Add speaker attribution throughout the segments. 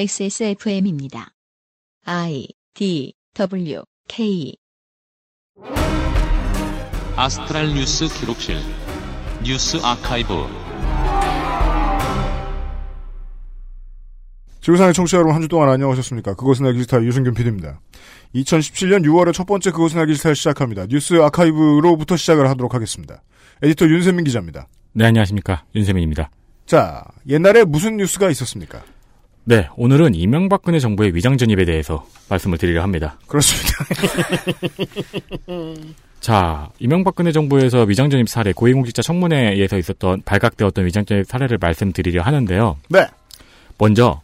Speaker 1: XSFM입니다. I D W K
Speaker 2: 아스트랄 뉴스 기록실 뉴스 아카이브
Speaker 3: 지구상의 청취자 여러분 한 주 동안 안녕하셨습니까? 그것은 알기 싫다 유승균 PD입니다. 2017년 6월에 첫 번째 그것은 알기 싫다 시작합니다. 뉴스 아카이브로부터 시작을 하도록 하겠습니다. 에디터 윤세민 기자입니다.
Speaker 4: 네, 안녕하십니까. 윤세민입니다.
Speaker 3: 자, 옛날에 무슨 뉴스가 있었습니까?
Speaker 4: 네, 오늘은 이명박근혜 정부의 위장 전입에 대해서 말씀을 드리려 합니다.
Speaker 3: 그렇습니다.
Speaker 4: 자, 이명박근혜 정부에서 위장 전입 사례, 고위공직자 청문회에서 있었던, 발각되었던 위장 전입 사례를 말씀드리려 하는데요.
Speaker 3: 네.
Speaker 4: 먼저,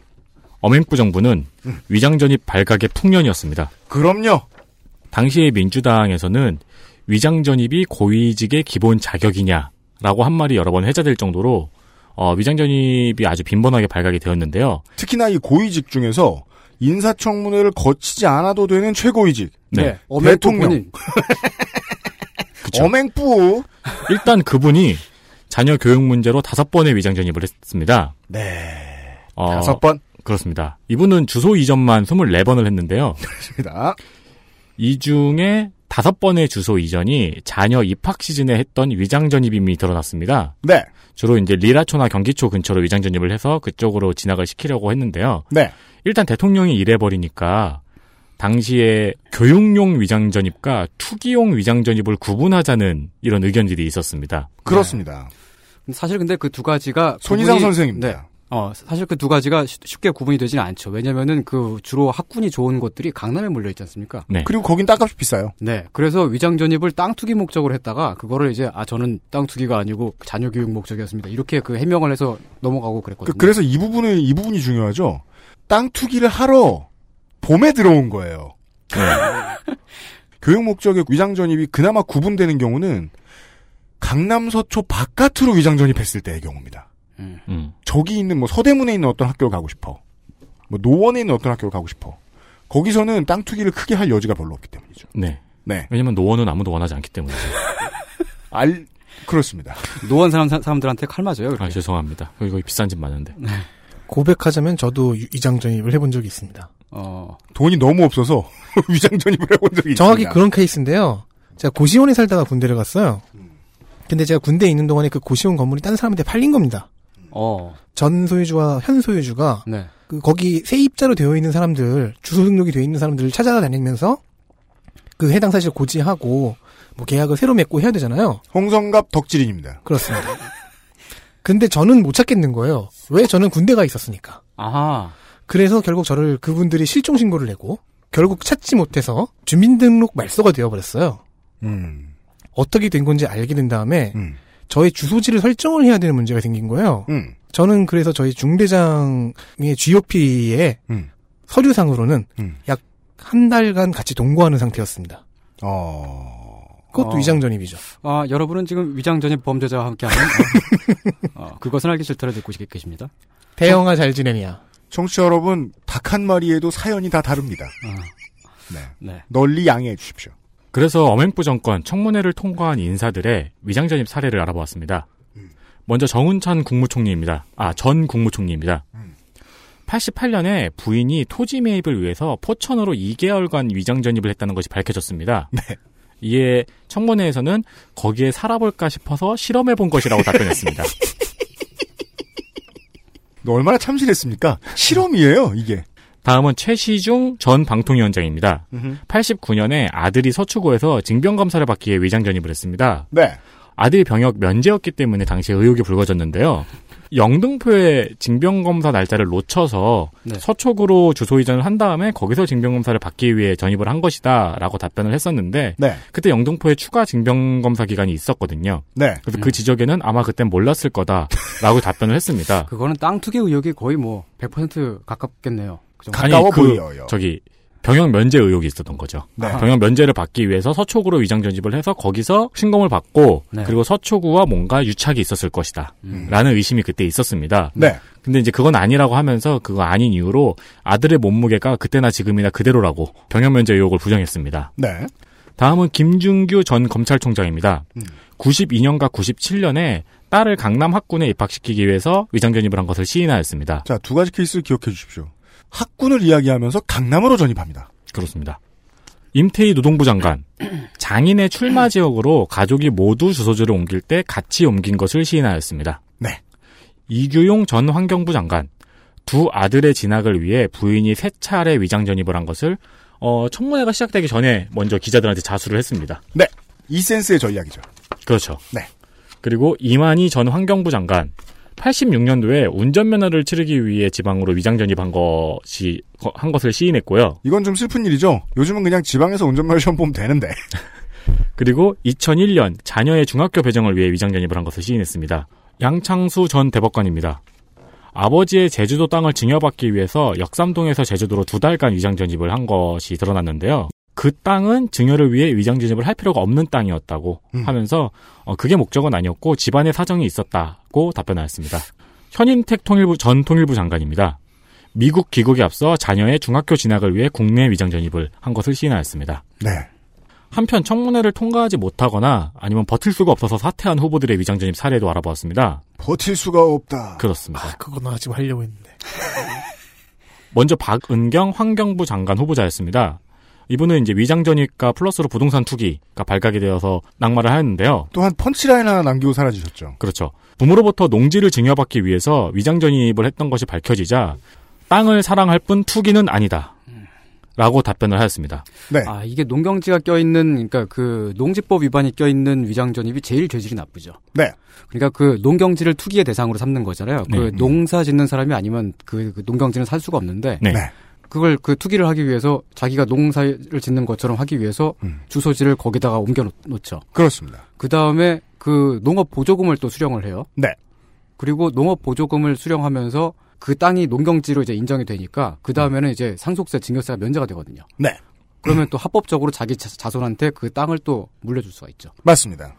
Speaker 4: 엄행부 정부는 위장 전입 발각의 풍년이었습니다.
Speaker 3: 그럼요.
Speaker 4: 당시의 민주당에서는 위장 전입이 고위직의 기본 자격이냐라고 한 말이 여러 번 회자될 정도로 어, 위장 전입이 아주 빈번하게 발각이 되었는데요.
Speaker 3: 특히나 이 고위직 중에서 인사청문회를 거치지 않아도 되는 최고위직.
Speaker 4: 네.
Speaker 3: 대통령.
Speaker 4: 그쵸.
Speaker 3: 엄행뿌.
Speaker 4: 일단 그분이 자녀 교육 문제로 다섯 번의 위장 전입을 했습니다.
Speaker 3: 네.
Speaker 4: 어,
Speaker 3: 다섯 번.
Speaker 4: 그렇습니다. 이분은 주소 이전만 24번을 했는데요.
Speaker 3: 그렇습니다.
Speaker 4: 이 중에 다섯 번의 주소 이전이 자녀 입학 시즌에 했던 위장 전입임이 드러났습니다.
Speaker 3: 네.
Speaker 4: 주로 이제 리라초나 경기초 근처로 위장 전입을 해서 그쪽으로 진학을 시키려고 했는데요.
Speaker 3: 네.
Speaker 4: 일단 대통령이 이래버리니까 당시에 교육용 위장 전입과 투기용 위장 전입을 구분하자는 이런 의견들이 있었습니다.
Speaker 3: 그렇습니다.
Speaker 5: 사실 근데 그 두 가지가
Speaker 3: 손희상
Speaker 5: 구분이-
Speaker 3: 선생입니다.
Speaker 5: 네. 어, 사실 그 두 가지가 쉬- 쉽게 구분이 되지는 않죠. 왜냐면은 그 주로 학군이 좋은 곳들이 강남에 몰려 있지 않습니까?
Speaker 4: 네.
Speaker 3: 그리고 거긴 땅값이 비싸요.
Speaker 5: 네. 그래서 위장 전입을 땅 투기 목적으로 했다가 그거를 이제 아 저는 땅 투기가 아니고 자녀 교육 목적이었습니다. 이렇게 그 해명을 해서 넘어가고
Speaker 3: 그,
Speaker 5: 그랬거든요.
Speaker 3: 래서이 부분은 이 부분이 중요하죠. 땅 투기를 하러 봄에 들어온 거예요.
Speaker 4: 네.
Speaker 3: 교육 목적의 위장 전입이 그나마 구분되는 경우는 강남 서초 바깥으로 위장 전입했을 때의 경우입니다.
Speaker 5: 음.
Speaker 4: 음.
Speaker 3: 저기 있는 뭐 서대문에 있는 어떤 학교를 가고 싶어. 뭐 노원에 있는 어떤 학교를 가고 싶어. 거기서는 땅 투기를 크게 할 여지가 별로 없기 때문이죠.
Speaker 4: 네.
Speaker 3: 네.
Speaker 4: 왜냐면 노원은 아무도 원하지 않기 때문에.
Speaker 3: 알 그렇습니다.
Speaker 5: 노원 사람 사- 사람들한테 칼 맞아요. 그렇게.
Speaker 4: 아, 죄송합니다. 여기 거기 비싼 집 많은데.
Speaker 6: 고백하자면 저도 유- 위장 전입을 해본 적이 있습니다.
Speaker 3: 아,
Speaker 5: 어.
Speaker 3: 돈이 너무 없어서 위장 전입을 해본 적이 있습니다.
Speaker 6: 정확히 그런 케이스인데요. 제가 고시원에 살다가 군대를 갔어요. 근데 제가 군대에 있는 동안에 그 고시원 건물이 딴 사람한테 팔린 겁니다.
Speaker 5: 어.
Speaker 6: 전 소유주와 현 소유주가
Speaker 5: 네.
Speaker 6: 그 거기 세입자로 되어 있는 사람들, 주소 등록이 되어 있는 사람들을 찾아다니면서 그 해당 사실 고지하고 뭐 계약을 새로 맺고 해야 되잖아요.
Speaker 3: 홍성갑 덕질인입니다.
Speaker 6: 그렇습니다. 근데 저는 못 찾겠는 거예요. 왜 저는 군대가 있었으니까.
Speaker 5: 아하.
Speaker 6: 그래서 결국 저를 그분들이 실종 신고를 내고 결국 찾지 못해서 주민등록 말소가 되어버렸어요.
Speaker 3: 음.
Speaker 6: 어떻게 된 건지 알게 된 다음에
Speaker 3: 음.
Speaker 6: 저의 주소지를 설정을 해야 되는 문제가 생긴 거예요.
Speaker 3: 음.
Speaker 6: 저는 그래서 저희 중대장의 GOP의
Speaker 3: 음.
Speaker 6: 서류상으로는
Speaker 3: 음.
Speaker 6: 약 한 달간 같이 동거하는 상태였습니다.
Speaker 3: 어.
Speaker 6: 그것도
Speaker 5: 어.
Speaker 6: 위장 전입이죠.
Speaker 5: 아, 여러분은 지금 위장 전입 범죄자와 함께하는 어, 어, 그것은 알기 싫다를 듣고 계십니다.
Speaker 6: 대영아 잘 지내냐?
Speaker 3: 청취자 여러분, 닭 한 마리에도 사연이 다 다릅니다.
Speaker 5: 어,
Speaker 3: 네.
Speaker 5: 네.
Speaker 3: 널리 양해해 주십시오.
Speaker 4: 그래서 엄행부 정권 청문회를 통과한 인사들의 위장 전입 사례를 알아보았습니다. 먼저 정운찬 국무총리입니다. 아, 전 국무총리입니다.
Speaker 5: 음.
Speaker 4: 88년에 부인이 토지 매입을 위해서 포천으로 2개월간 위장 전입을 했다는 것이 밝혀졌습니다.
Speaker 5: 네.
Speaker 4: 이에 청문회에서는 거기에 살아볼까 싶어서 실험해 본 것이라고 답변했습니다.
Speaker 3: 너 얼마나 참신했습니까? 실험이에요, 이게.
Speaker 4: 다음은 최시중 전 방통위원장입니다. 89년에 아들이 서초구에서 징병검사를 받기 위해 위장 전입을 했습니다.
Speaker 3: 네.
Speaker 4: 아들이 병역 면제였기 때문에 당시에 의혹이 불거졌는데요. 영등포의 징병검사 날짜를 놓쳐서
Speaker 5: 네.
Speaker 4: 서초구로 주소 이전을 한 다음에 거기서 징병검사를 받기 위해 전입을 한 것이다 라고 답변을 했었는데
Speaker 3: 네.
Speaker 4: 그때 영등포에 추가 징병검사 기간이 있었거든요.
Speaker 3: 네.
Speaker 4: 그래서 그 지적에는 아마 그땐 몰랐을 거다 라고 답변을 했습니다.
Speaker 5: 그거는 땅 투기 의혹이 거의 뭐 100% 가깝겠네요. 그 정도.
Speaker 4: 아니,
Speaker 3: 가까워
Speaker 4: 그
Speaker 3: 보여요.
Speaker 4: 저기 병역 면제 의혹이 있었던 거죠.
Speaker 3: 네.
Speaker 4: 병역 면제를 받기 위해서 서초구로 위장 전집을 해서 거기서 신검을 받고
Speaker 5: 네.
Speaker 4: 그리고 서초구와 뭔가 유착이 있었을 것이다.
Speaker 5: 음.
Speaker 4: 라는 의심이 그때 있었습니다.
Speaker 3: 네.
Speaker 4: 근데 이제 그건 아니라고 하면서 그거 아닌 이유로 아들의 몸무게가 그때나 지금이나 그대로라고 병역 면제 의혹을 부정했습니다.
Speaker 3: 네.
Speaker 4: 다음은 김준규 전 검찰총장입니다.
Speaker 5: 음.
Speaker 4: 92년과 97년에 딸을 강남 학군에 입학시키기 위해서 위장 전입을 한 것을 시인하였습니다.
Speaker 3: 자, 두 가지 케이스를 기억해 주십시오. 학군을 이야기하면서 강남으로 전입합니다.
Speaker 4: 그렇습니다. 임태희 노동부 장관, 장인의 출마 지역으로 가족이 모두 주소지를 옮길 때 같이 옮긴 것을 시인하였습니다.
Speaker 3: 네.
Speaker 4: 이규용 전 환경부 장관, 두 아들의 진학을 위해 부인이 세 차례 위장 전입을 한 것을 어, 청문회가 시작되기 전에 먼저 기자들한테 자수를 했습니다.
Speaker 3: 이센스의 전략이죠.
Speaker 4: 그렇죠.
Speaker 3: 네.
Speaker 4: 그리고 이만희 전 환경부 장관, 86년도에 운전면허를 치르기 위해 지방으로 위장 전입한 것이 거- 한 것을 시인했고요.
Speaker 3: 이건 좀 슬픈 일이죠. 요즘은 그냥 지방에서 운전면허 시험 보면 되는데.
Speaker 4: 그리고 2001년 자녀의 중학교 배정을 위해 위장 전입을 한 것을 시인했습니다. 양창수 전 대법관입니다. 아버지의 제주도 땅을 증여받기 위해서 역삼동에서 제주도로 두 달간 위장 전입을 한 것이 드러났는데요. 그 땅은 증여를 위해 위장 전입을 할 필요가 없는 땅이었다고
Speaker 3: 음.
Speaker 4: 하면서 어, 그게 목적은 아니었고 집안의 사정이 있었다고 답변하였습니다. 현인택 통일부 전 통일부 장관입니다. 미국 귀국에 앞서 자녀의 중학교 진학을 위해 국내 위장 전입을 한 것을 시인하였습니다.
Speaker 3: 네.
Speaker 4: 한편 청문회를 통과하지 못하거나 아니면 버틸 수가 없어서 사퇴한 후보들의 위장 전입 사례도 알아보았습니다.
Speaker 3: 버틸 수가 없다.
Speaker 4: 그렇습니다.
Speaker 6: 아, 그거 나 지금 하려고 했는데.
Speaker 4: 먼저 박은경 환경부 장관 후보자였습니다. 이분은 이제 위장 전입과 플러스로 부동산 투기가 발각이 되어서 낙마를 하였는데요.
Speaker 3: 또한 펀치라인 하나 남기고 사라지셨죠.
Speaker 4: 그렇죠. 부모로부터 농지를 증여받기 위해서 위장 전입을 했던 것이 밝혀지자 땅을 사랑할 뿐 투기는 아니다. 라고 답변을 하였습니다.
Speaker 3: 네.
Speaker 5: 아 이게 농경지가 껴있는 그러니까 그 농지법 위반이 껴있는 위장전입이 제일 죄질이 나쁘죠.
Speaker 3: 네.
Speaker 5: 그러니까 그 농경지를 투기의 대상으로 삼는 거잖아요.
Speaker 4: 네,
Speaker 5: 그
Speaker 4: 음.
Speaker 5: 농사 짓는 사람이 아니면 그, 그 농경지는 살 수가 없는데
Speaker 4: 네.
Speaker 3: 네.
Speaker 5: 그걸 그 투기를 하기 위해서 자기가 농사를 짓는 것처럼 하기 위해서
Speaker 3: 음.
Speaker 5: 주소지를 거기다가 옮겨 놓죠.
Speaker 3: 그렇습니다.
Speaker 5: 그 다음에 그 농업 보조금을 또 수령을 해요.
Speaker 3: 네.
Speaker 5: 그리고 농업 보조금을 수령하면서 그 땅이 농경지로 이제 인정이 되니까 그 다음에는 이제 상속세, 증여세가 면제가 되거든요.
Speaker 3: 네.
Speaker 5: 그러면 또 합법적으로 자기 자- 자손한테 그 땅을 또 물려줄 수가 있죠.
Speaker 3: 맞습니다.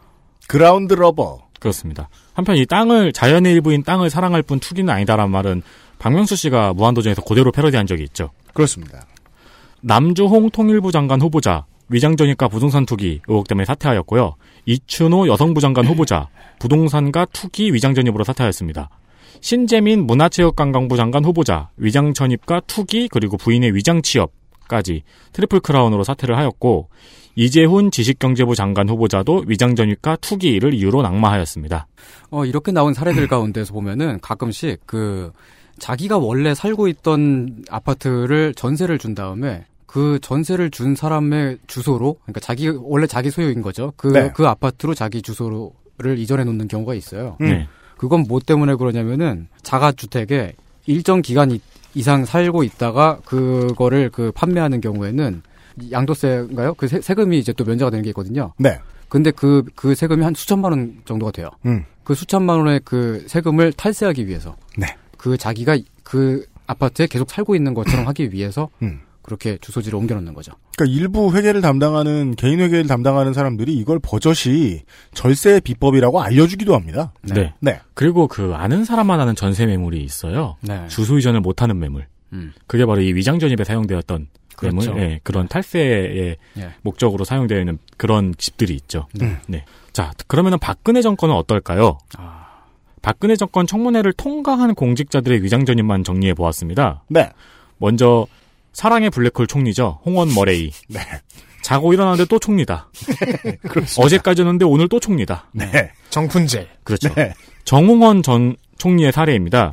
Speaker 3: 그라운드 러버.
Speaker 4: 그렇습니다. 한편 이 땅을 자연의 일부인 땅을 사랑할 뿐 투기는 아니다라는 말은 박명수 씨가 무한도전에서 그대로 패러디한 적이 있죠.
Speaker 3: 그렇습니다.
Speaker 4: 남주홍 통일부 장관 후보자 위장전입과 부동산 투기 의혹 때문에 사퇴하였고요. 이춘호 여성부 장관 후보자 부동산과 투기 위장전입으로 사퇴하였습니다. 신재민 문화체육관광부 장관 후보자 위장전입과 투기 그리고 부인의 위장취업까지 트리플 크라운으로 사퇴를 하였고 이재훈 지식경제부 장관 후보자도 위장전입과 투기를 이유로 낙마하였습니다.
Speaker 5: 어, 이렇게 나온 사례들 가운데서 보면은 가끔씩 그 자기가 원래 살고 있던 아파트를 전세를 준 다음에 그 전세를 준 사람의 주소로 그러니까 자기 원래 자기 소유인 거죠. 그 그
Speaker 3: 네.
Speaker 5: 아파트로 자기 주소를 이전해 놓는 경우가 있어요.
Speaker 3: 음.
Speaker 4: 네.
Speaker 5: 그건 뭐 때문에 그러냐면은 자가 주택에 일정 기간 이- 이상 살고 있다가 그거를 그 판매하는 경우에는 양도세인가요? 그 세, 세금이 이제 또 면제가 되는 게 있거든요.
Speaker 3: 네.
Speaker 5: 근데 그, 그 세금이 한 수천만 원 정도가 돼요.
Speaker 3: 음.
Speaker 5: 그 수천만 원의 그 세금을 탈세하기 위해서.
Speaker 3: 네.
Speaker 5: 그 자기가 그 아파트에 계속 살고 있는 것처럼 하기 위해서.
Speaker 3: 음.
Speaker 5: 그렇게 주소지를 옮겨놓는 거죠.
Speaker 3: 그러니까 일부 회계를 담당하는 개인 회계를 담당하는 사람들이 이걸 버젓이 절세 비법이라고 알려주기도 합니다.
Speaker 5: 네.
Speaker 4: 네.
Speaker 3: 네.
Speaker 4: 그리고 그 아는 사람만 아는 전세 매물이 있어요.
Speaker 5: 네.
Speaker 4: 주소 이전을 못하는 매물.
Speaker 5: 음.
Speaker 4: 그게 바로 이 위장 전입에 사용되었던
Speaker 5: 그렇죠.
Speaker 4: 매물, 예, 그런 탈세의
Speaker 5: 예.
Speaker 4: 목적으로 사용되어 있는 그런 집들이 있죠.
Speaker 5: 네.
Speaker 4: 네. 자, 그러면은 박근혜 정권은 어떨까요?
Speaker 5: 아.
Speaker 4: 박근혜 정권 청문회를 통과한 공직자들의 위장 전입만 정리해 보았습니다.
Speaker 3: 네.
Speaker 4: 먼저 사랑의 블랙홀 총리죠, 홍원 머레이.
Speaker 3: 네.
Speaker 4: 자고 일어났는데 또 총리다.
Speaker 3: 그렇습니다.
Speaker 4: 어제까지였는데 오늘 또 총리다.
Speaker 3: 네.
Speaker 6: 정푼제.
Speaker 4: 그렇죠.
Speaker 3: 네.
Speaker 4: 정홍원 전 총리의 사례입니다.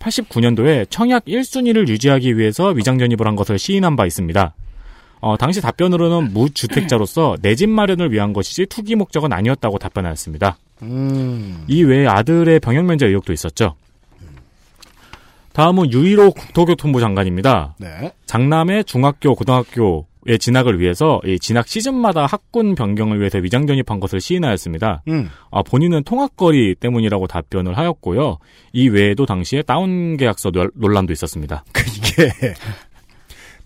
Speaker 4: 89년도에 청약 1순위를 유지하기 위해서 위장 전입을 한 것을 시인한 바 있습니다. 어, 당시 답변으로는 무주택자로서 내 집 마련을 위한 것이지 투기 목적은 아니었다고 답변하였습니다.
Speaker 3: 음.
Speaker 4: 이 외에 아들의 병역 면제 의혹도 있었죠. 다음은 유일호 국토교통부 장관입니다.
Speaker 3: 네.
Speaker 4: 장남의 중학교, 고등학교의 진학을 위해서 이 진학 시즌마다 학군 변경을 위해서 위장 전입한 것을 시인하였습니다.
Speaker 3: 음.
Speaker 4: 아, 본인은 통학거리 때문이라고 답변을 하였고요. 이 외에도 당시에 다운 계약서 논- 논란도 있었습니다.
Speaker 3: 그 이게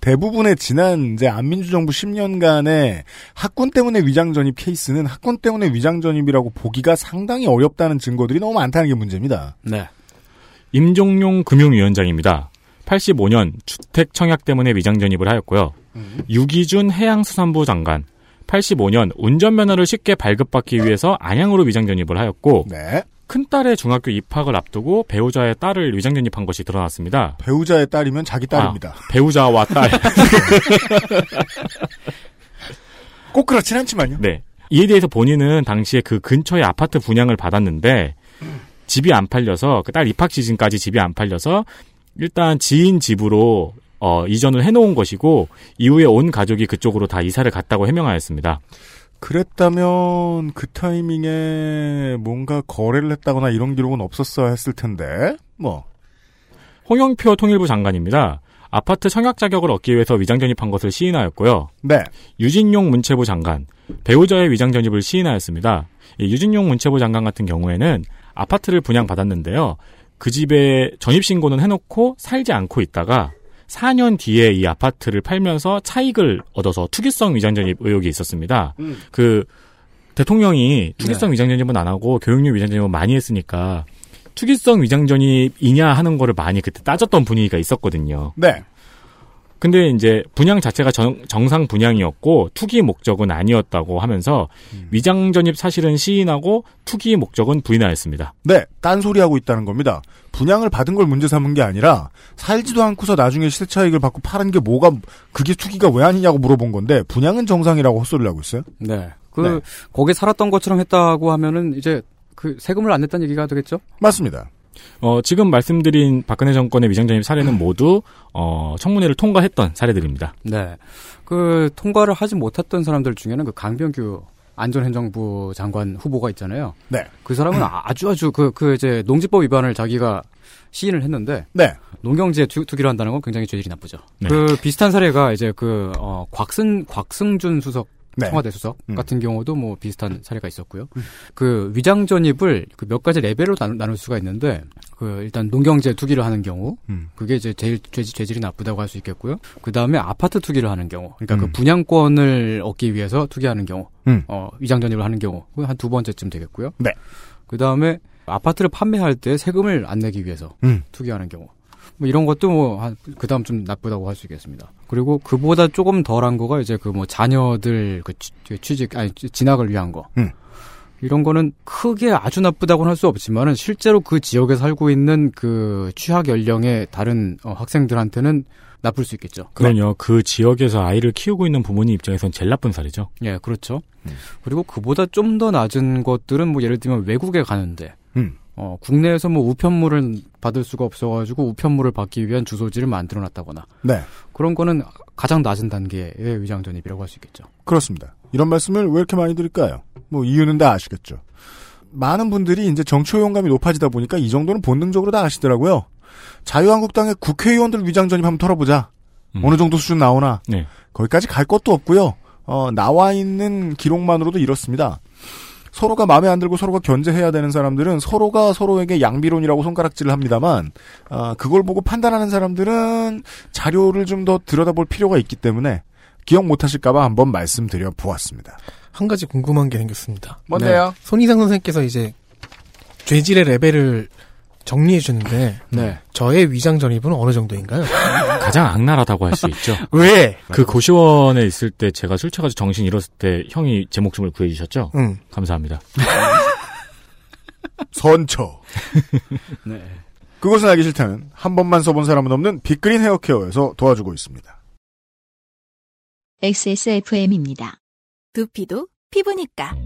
Speaker 3: 대부분의 지난 이제 안민주 정부 10년간의 학군 때문에 위장 전입 케이스는 학군 때문에 위장 전입이라고 보기가 상당히 어렵다는 증거들이 너무 많다는 게 문제입니다.
Speaker 5: 네.
Speaker 4: 임종용 금융위원장입니다. 85년 주택 청약 때문에 위장 전입을 하였고요. 유기준 해양수산부 장관 85년 운전면허를 쉽게 발급받기 위해서 안양으로 위장 전입을 하였고
Speaker 3: 네.
Speaker 4: 큰딸의 중학교 입학을 앞두고 배우자의 딸을 위장 전입한 것이 드러났습니다.
Speaker 3: 배우자의 딸이면 자기 딸입니다.
Speaker 4: 배우자와 딸.
Speaker 3: 꼭 그렇진 않지만요.
Speaker 4: 네. 이에 대해서 본인은 당시에 그 근처의 아파트 분양을 받았는데 집이 안 팔려서 그 딸 입학 시즌까지 집이 안 팔려서 일단 지인 집으로 어, 이전을 해놓은 것이고 이후에 온 가족이 그쪽으로 다 이사를 갔다고 해명하였습니다.
Speaker 3: 그랬다면 그 타이밍에 뭔가 거래를 했다거나 이런 기록은 없었어야 했을 텐데 뭐
Speaker 4: 홍영표 통일부 장관입니다. 아파트 청약 자격을 얻기 위해서 위장 전입한 것을 시인하였고요.
Speaker 3: 네.
Speaker 4: 유진용 문체부 장관, 배우자의 위장 전입을 시인하였습니다. 이 유진용 문체부 장관 같은 경우에는 아파트를 분양받았는데요. 그 집에 전입신고는 해놓고 살지 않고 있다가 4년 뒤에 이 아파트를 팔면서 차익을 얻어서 투기성 위장 전입 의혹이 있었습니다. 그 대통령이 투기성 위장 전입은 안 하고 교육용 위장 전입은 많이 했으니까 투기성 위장 전입이냐 하는 거를 많이 그때 따졌던 분위기가 있었거든요.
Speaker 3: 네.
Speaker 4: 근데 이제 분양 자체가 정, 상 분양이었고 투기 목적은 아니었다고 하면서 위장 전입 사실은 시인하고 투기 목적은 부인하였습니다.
Speaker 3: 네. 딴소리하고 있다는 겁니다. 분양을 받은 걸 문제 삼은 게 아니라 살지도 않고서 나중에 시세 차익을 받고 파는 게 뭐가 그게 투기가 왜 아니냐고 물어본 건데 분양은 정상이라고 헛소리를 하고 있어요.
Speaker 5: 네. 그
Speaker 3: 네.
Speaker 5: 거기 살았던 것처럼 했다고 하면은 이제 그 세금을 안 냈다는 얘기가 되겠죠?
Speaker 3: 맞습니다.
Speaker 4: 어, 지금 말씀드린 박근혜 정권의 위장 전입 사례는 모두 어, 청문회를 통과했던 사례들입니다.
Speaker 5: 네. 그 통과를 하지 못했던 사람들 중에는 그 강병규 안전행정부 장관 후보가 있잖아요.
Speaker 3: 네.
Speaker 5: 그 사람은 아주 아주 그, 그 이제 농지법 위반을 자기가 시인을 했는데
Speaker 3: 네.
Speaker 5: 농경지에 투, 투기를 한다는 건 굉장히 죄질이 나쁘죠.
Speaker 4: 네.
Speaker 5: 그 비슷한 사례가 이제 그, 어, 곽승, 곽승준 수석,
Speaker 3: 네.
Speaker 5: 청와대 수석
Speaker 3: 음.
Speaker 5: 같은 경우도 뭐 비슷한 사례가 있었고요. 그 위장 전입을 그 몇 가지 레벨로 나누, 나눌 수가 있는데 그 일단 농경제 투기를 하는 경우
Speaker 3: 음.
Speaker 5: 그게 이제 제일 죄질, 죄질이 나쁘다고 할 수 있겠고요. 그 다음에 아파트 투기를 하는 경우, 그러니까
Speaker 3: 음.
Speaker 5: 그 분양권을 얻기 위해서 투기하는 경우,
Speaker 3: 음.
Speaker 5: 어, 위장 전입을 하는 경우 한 두 번째쯤 되겠고요.
Speaker 3: 네.
Speaker 5: 그 다음에 아파트를 판매할 때 세금을 안 내기 위해서
Speaker 3: 음.
Speaker 5: 투기하는 경우. 뭐 이런 것도 뭐그 다음 좀 나쁘다고 할 수 있겠습니다. 그리고 그보다 조금 덜한 거가 이제 그 뭐 자녀들 그 취- 그 취직 아니 지- 진학을 위한 거.
Speaker 3: 음.
Speaker 5: 이런 거는 크게 아주 나쁘다고는 할 수 없지만은 실제로 그 지역에 살고 있는 그 취학 연령의 다른 어, 학생들한테는 나쁠 수 있겠죠.
Speaker 4: 그럼요. 그 지역에서 아이를 키우고 있는 부모님 입장에선 제일 나쁜 사례죠.
Speaker 5: 예, 그렇죠.
Speaker 3: 음.
Speaker 5: 그리고 그보다 좀 더 낮은 것들은 뭐 예를 들면 외국에 가는데
Speaker 3: 음.
Speaker 5: 어, 국내에서 뭐 우편물을 받을 수가 없어가지고 우편물을 받기 위한 주소지를 만들어놨다거나
Speaker 3: 네.
Speaker 5: 그런 거는 가장 낮은 단계의 위장 전입이라고 할 수 있겠죠.
Speaker 3: 그렇습니다. 이런 말씀을 왜 이렇게 많이 드릴까요? 뭐 이유는 다 아시겠죠. 많은 분들이 이제 정치호용감이 높아지다 보니까 이 정도는 본능적으로 다 아시더라고요. 자유한국당의 국회의원들 위장 전입 한번 털어보자.
Speaker 4: 음.
Speaker 3: 어느 정도 수준 나오나.
Speaker 4: 네.
Speaker 3: 거기까지 갈 것도 없고요. 어, 나와 있는 기록만으로도 이렇습니다. 서로가 마음에 안 들고 서로가 견제해야 되는 사람들은 서로가 서로에게 양비론이라고 손가락질을 합니다만 아, 그걸 보고 판단하는 사람들은 자료를 좀 더 들여다볼 필요가 있기 때문에 기억 못하실까봐 한번 말씀드려 보았습니다.
Speaker 6: 한 가지 궁금한 게 생겼습니다.
Speaker 3: 뭔데요?
Speaker 6: 손희상 선생님께서 이제 죄질의 레벨을 정리해 주는데
Speaker 5: 네.
Speaker 6: 저의 위장 전입은 어느 정도인가요?
Speaker 4: 가장 악랄하다고 할 수 있죠.
Speaker 6: 왜?
Speaker 4: 그 고시원에 있을 때 제가 술 취해가지고 정신 잃었을 때 형이 제 목숨을 구해주셨죠.
Speaker 6: 응.
Speaker 4: 감사합니다.
Speaker 3: 선처.
Speaker 5: 네.
Speaker 3: 그것은 알기 싫다는 한 번만 써본 사람은 없는 빅그린 헤어케어에서 도와주고 있습니다.
Speaker 1: XSFM입니다.
Speaker 7: 두피도 피부니까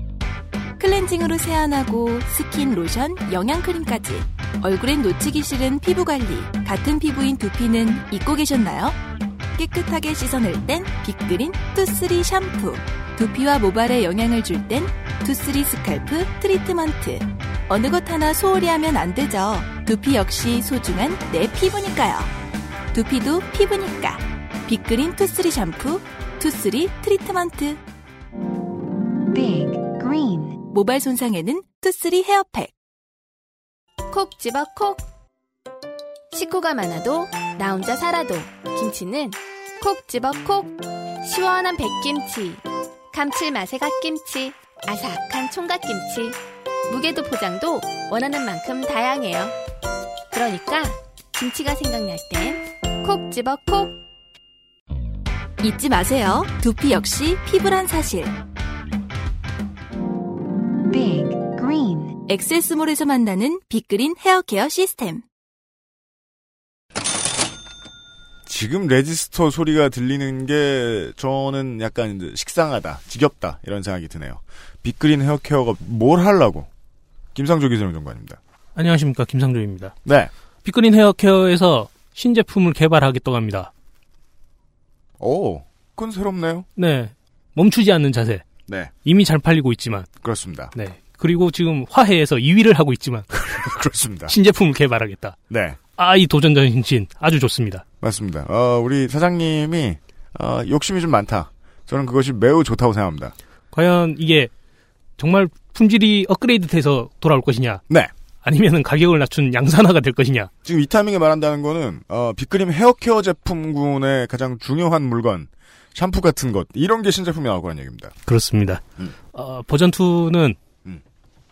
Speaker 7: 클렌징으로 세안하고 스킨, 로션, 영양크림까지 얼굴엔 놓치기 싫은 피부관리 같은 피부인 두피는 잊고 계셨나요? 깨끗하게 씻어낼 땐 빅그린 투쓰리 샴푸 두피와 모발에 영향을 줄 땐 투쓰리 스칼프 트리트먼트 어느 것 하나 소홀히 하면 안 되죠 두피 역시 소중한 내 피부니까요 두피도 피부니까 빅그린 투쓰리 샴푸 투쓰리 트리트먼트
Speaker 8: Big green.
Speaker 7: 모발 손상에는 투쓰리 헤어팩.
Speaker 8: 콕 집어 콕. 식구가 많아도 나 혼자 살아도 김치는 콕 집어 콕. 시원한 백김치. 감칠맛의 갓김치. 아삭한 총각김치. 무게도 포장도 원하는 만큼 다양해요. 그러니까 김치가 생각날 땐 콕 집어 콕.
Speaker 7: 잊지 마세요. 두피 역시 피부란 사실.
Speaker 8: Big green.
Speaker 7: 엑세스몰에서 만나는 빅그린 헤어케어 시스템.
Speaker 3: 지금 레지스터 소리가 들리는 게 저는 약간 이제 식상하다, 지겹다 이런 생각이 드네요. 빅그린 헤어케어가 뭘 하려고? 김상조 기자님 정관입니다.
Speaker 9: 안녕하십니까 김상조입니다.
Speaker 3: 네.
Speaker 9: 빅그린 헤어케어에서 신제품을 개발하겠다고 합니다.
Speaker 3: 오, 그건 새롭네요.
Speaker 9: 네, 멈추지 않는 자세.
Speaker 3: 네,
Speaker 9: 이미 잘 팔리고 있지만,
Speaker 3: 그렇습니다.
Speaker 9: 네. 그리고 지금 화해에서 2위를 하고 있지만
Speaker 3: 그렇습니다.
Speaker 9: 신제품을 개발하겠다.
Speaker 3: 네,
Speaker 9: 아 이 도전 정신 아주 좋습니다.
Speaker 3: 맞습니다. 어, 우리 사장님이 어, 욕심이 좀 많다. 저는 그것이 매우 좋다고 생각합니다.
Speaker 9: 과연 이게 정말 품질이 업그레이드돼서 돌아올 것이냐?
Speaker 3: 네.
Speaker 9: 아니면은 가격을 낮춘 양산화가 될 것이냐?
Speaker 3: 지금 이 타이밍에 말한다는 거는 어, 빅그림 헤어케어 제품군의 가장 중요한 물건, 샴푸 같은 것 이런 게 신제품이 나올 거란 얘기입니다.
Speaker 9: 그렇습니다.
Speaker 3: 음.
Speaker 9: 어, 버전 2는
Speaker 3: 음.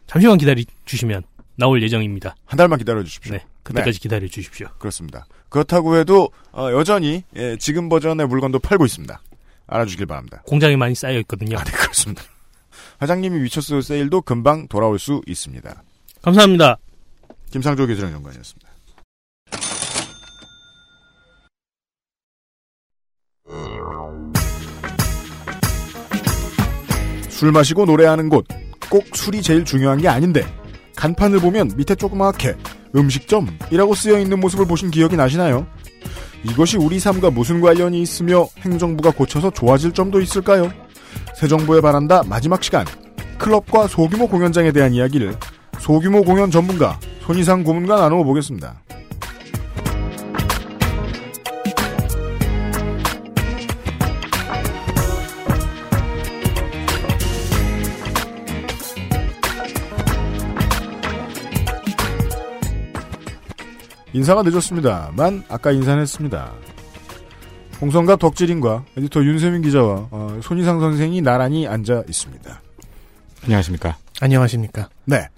Speaker 9: 잠시만 기다려 주시면 나올 예정입니다.
Speaker 3: 한 달만 기다려 주십시오.
Speaker 9: 네, 그때까지 기다려 주십시오.
Speaker 3: 그렇습니다. 그렇다고 해도 어, 여전히 예, 지금 버전의 물건도 팔고 있습니다. 알아주길 바랍니다.
Speaker 9: 공장에 많이 쌓여 있거든요.
Speaker 3: 아, 네, 그렇습니다. 화장님이 위쳐스 세일도 금방 돌아올 수 있습니다.
Speaker 9: 감사합니다.
Speaker 3: 김상조 교수랑 연관이었습니다. 술 마시고 노래하는 곳. 꼭 술이 제일 중요한 게 아닌데. 간판을 보면 밑에 조그맣게 음식점이라고 쓰여 있는 모습을 보신 기억이 나시나요? 이것이 우리 삶과 무슨 관련이 있으며 행정부가 고쳐서 좋아질 점도 있을까요? 새 정부에 바란다 마지막 시간. 클럽과 소규모 공연장에 대한 이야기를 소규모 공연 전문가 손희상 고문과 나누어 보겠습니다. 인사가 늦었습니다만 아까 인사는 했습니다. 홍성갑 덕질인과 에디터 윤세민 기자와 어, 손희상 선생이 나란히 앉아 있습니다.
Speaker 4: 안녕하십니까.
Speaker 6: 안녕하십니까.
Speaker 3: 네.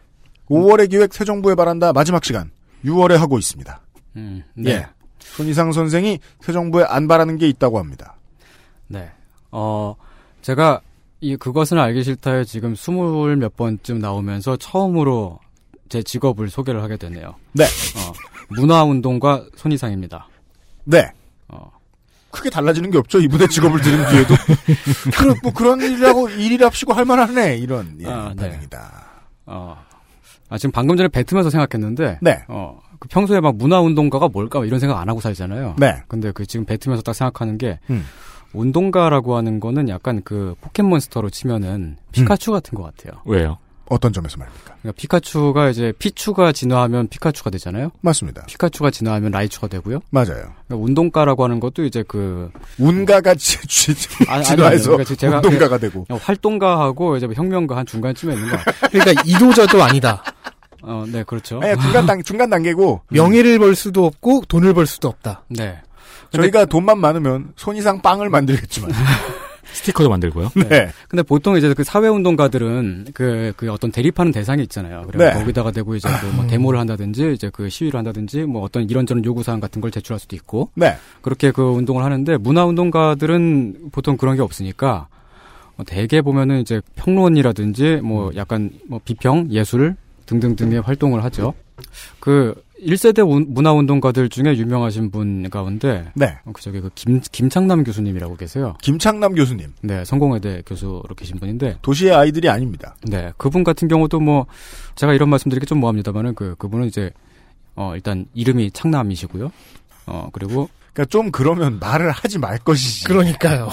Speaker 3: 5월의 기획 새 정부에 바란다 마지막 시간 6월에 하고 있습니다.
Speaker 5: 음, 네.
Speaker 3: 예. 손희상 선생이 새 정부에 안 바라는 게 있다고 합니다.
Speaker 5: 네. 어, 제가 이 그것은 알기 싫다에 지금 스물 몇 번쯤 나오면서 처음으로 제 직업을 소개를 하게 되네요.
Speaker 3: 네.
Speaker 5: 어, 문화운동가 손희상입니다.
Speaker 3: 네.
Speaker 5: 어,
Speaker 3: 크게 달라지는 게 없죠. 이분의 직업을 들은 뒤에도. 그런, 뭐 그런 일이라고 일이랍시고 할만하네. 이런 예,
Speaker 5: 아, 네.
Speaker 3: 반응이다.
Speaker 5: 어. 아, 지금 방금 전에 뱉으면서 생각했는데,
Speaker 3: 네.
Speaker 5: 어, 그 평소에 막 문화운동가가 뭘까 이런 생각 안 하고 살잖아요.
Speaker 3: 네.
Speaker 5: 근데 그 지금 뱉으면서 딱 생각하는 게,
Speaker 3: 음.
Speaker 5: 운동가라고 하는 거는 약간 그 포켓몬스터로
Speaker 3: 음.
Speaker 5: 치면은 피카츄 같은 것 같아요.
Speaker 4: 왜요?
Speaker 3: 어떤 점에서 말입니까?
Speaker 5: 그러니까 피카츄가 이제 피츄가 진화하면 피카츄가 되잖아요.
Speaker 3: 맞습니다.
Speaker 5: 피카츄가 진화하면 라이츄가 되고요.
Speaker 3: 맞아요.
Speaker 5: 그러니까 운동가라고 하는 것도 이제 그
Speaker 3: 운가가 지- 지-
Speaker 5: 아, 아니,
Speaker 3: 진화해서
Speaker 5: 그러니까 제가
Speaker 3: 운동가가 되고.
Speaker 5: 그냥 활동가하고 이제 뭐 혁명가 한 중간쯤에 있는 거.
Speaker 6: 그러니까 이도저도 아니다.
Speaker 5: 어, 네, 그렇죠.
Speaker 3: 아니, 예, 중간 단, 중간 단계고.
Speaker 6: 명예를 벌 수도 없고 돈을 벌 수도 없다.
Speaker 5: 네. 근데-
Speaker 3: 저희가 돈만 많으면 손이상 빵을 만들겠지만.
Speaker 4: 스티커도 만들고요.
Speaker 3: 네.
Speaker 5: 근데 보통 이제 그 사회 운동가들은 그, 그 어떤 대립하는 대상이 있잖아요. 그래서
Speaker 3: 네.
Speaker 5: 거기다가 대고 이제 그뭐 데모를 한다든지 이제 그 시위를 한다든지 뭐 어떤 이런저런 요구 사항 같은 걸 제출할 수도 있고
Speaker 3: 네.
Speaker 5: 그렇게 그 운동을 하는데 문화 운동가들은 보통 그런 게 없으니까 어, 대개 보면은 이제 평론이라든지
Speaker 3: 음.
Speaker 5: 뭐 약간 뭐 비평, 예술 등등등의 활동을 하죠. 그 1세대 문화 운동가들 중에 유명하신 분 가운데
Speaker 3: 네.
Speaker 5: 어, 그 저기 그김 김창남 교수님이라고 계세요.
Speaker 3: 김창남 교수님.
Speaker 5: 네, 성공회대 교수로 계신 분인데
Speaker 3: 도시의 아이들이 아닙니다.
Speaker 5: 네, 그분 같은 경우도 뭐 제가 이런 말씀드리기 좀 뭐합니다만은 그 그분은 이제 어 일단 이름이 창남이시고요. 어 그리고
Speaker 3: 그러니까 좀 그러면 말을 하지 말 것이지.
Speaker 6: 그러니까요.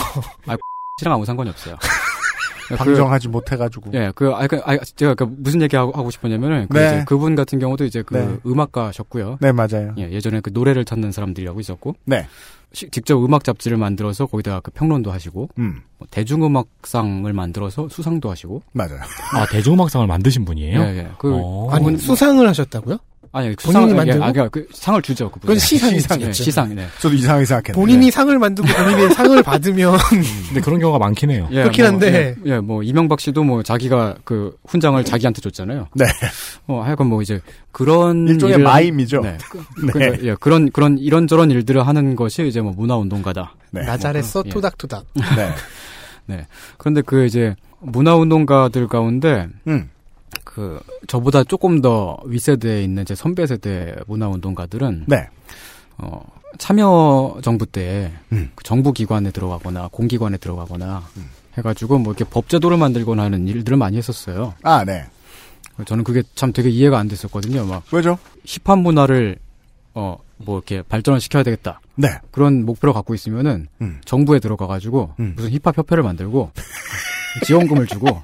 Speaker 5: 씨랑 아무 상관이 없어요. 그
Speaker 3: 방정하지
Speaker 6: 뭐.
Speaker 3: 못해가지고.
Speaker 5: 예, 그, 아, 그, 아, 제가 그 무슨 얘기 하고, 하고 싶었냐면은, 그
Speaker 3: 네.
Speaker 5: 이제 그분 같은 경우도 이제 그
Speaker 3: 네.
Speaker 5: 음악가셨고요.
Speaker 3: 네, 맞아요.
Speaker 5: 예, 예전에 그 노래를 찾는 사람들이라고 있었고,
Speaker 3: 네.
Speaker 5: 시- 직접 음악 잡지를 만들어서 거기다가 그 평론도 하시고,
Speaker 3: 음,
Speaker 5: 뭐 대중음악상을 만들어서 수상도 하시고,
Speaker 3: 맞아요.
Speaker 4: 아, 대중음악상을 만드신 분이에요?
Speaker 5: 예, 예. 그,
Speaker 4: 어.
Speaker 6: 아니 수상을 하셨다고요?
Speaker 5: 아니, 그 상을, 예,
Speaker 6: 만들고?
Speaker 5: 아, 그러니까 그 상을 주죠, 그분.
Speaker 6: 그건 시상이죠.
Speaker 5: 예, 시상, 네.
Speaker 3: 저도 이상하게 생각했는데.
Speaker 6: 본인이 상을 만들고 본인이 상을 받으면
Speaker 4: 근데 그런 경우가 많긴 해요.
Speaker 5: 예,
Speaker 6: 그렇긴
Speaker 5: 뭐,
Speaker 6: 한데.
Speaker 5: 예, 예, 뭐, 이명박 씨도 뭐, 자기가 그 훈장을 자기한테 줬잖아요.
Speaker 3: 네.
Speaker 5: 어, 하여간 뭐, 이제, 그런.
Speaker 3: 일종의
Speaker 5: 일을 한-
Speaker 3: 마임이죠.
Speaker 5: 네. 그,
Speaker 3: 네.
Speaker 5: 그, 예, 그런 그런 이런저런 일들을 하는 것이 이제 뭐 문화 운동가다.
Speaker 3: 네.
Speaker 6: 나잘했어
Speaker 5: 예.
Speaker 6: 토닥토닥.
Speaker 3: 네.
Speaker 5: 그런데 그 이제 문화 운동가들 가운데
Speaker 3: 음.
Speaker 5: 그 저보다 조금 더 윗세대에 있는 제 선배 세대 문화 운동가들은
Speaker 3: 네.
Speaker 5: 어, 참여 정부 때
Speaker 3: 음.
Speaker 5: 그 정부 기관에 들어가거나 공기관에 들어가거나 해가지고 뭐 이렇게 법제도를 만들거나 하는 일들을 많이 했었어요.
Speaker 3: 아, 네.
Speaker 5: 저는 그게 참 되게 이해가 안 됐었거든요. 막
Speaker 3: 왜죠?
Speaker 5: 힙합 문화를 어 뭐 이렇게 발전을 시켜야 되겠다
Speaker 3: 네.
Speaker 5: 그런 목표를 갖고 있으면은
Speaker 3: 음.
Speaker 5: 정부에 들어가가지고
Speaker 3: 음.
Speaker 5: 무슨 힙합 협회를 만들고 지원금을 주고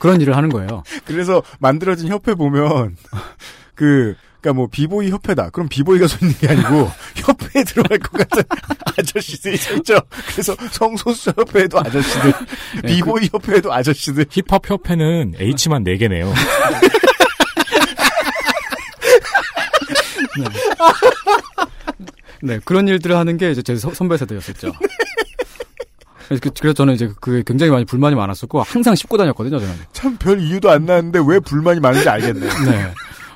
Speaker 5: 그런 일을 하는 거예요.
Speaker 3: 그래서 만들어진 협회 보면 그 그러니까 뭐 비보이 협회다. 그럼 비보이가 손님이 아니고 협회에 들어갈 것 같은 아저씨들이 있죠. 그래서 성소수자 협회에도 아저씨들, 비보이 협회에도 아저씨들.
Speaker 4: 힙합 협회는 H만 4개네요.
Speaker 5: 네, 그런 일들을 하는 게 이제 제 서- 선배 세대였었죠. 그래서 그- 그래서 저는 이제 그게 굉장히 많이 불만이 많았었고 항상 씹고 다녔거든요, 저는.
Speaker 3: 참 별 이유도 안 나는데 왜 불만이 많은지 알겠네요.
Speaker 5: 네.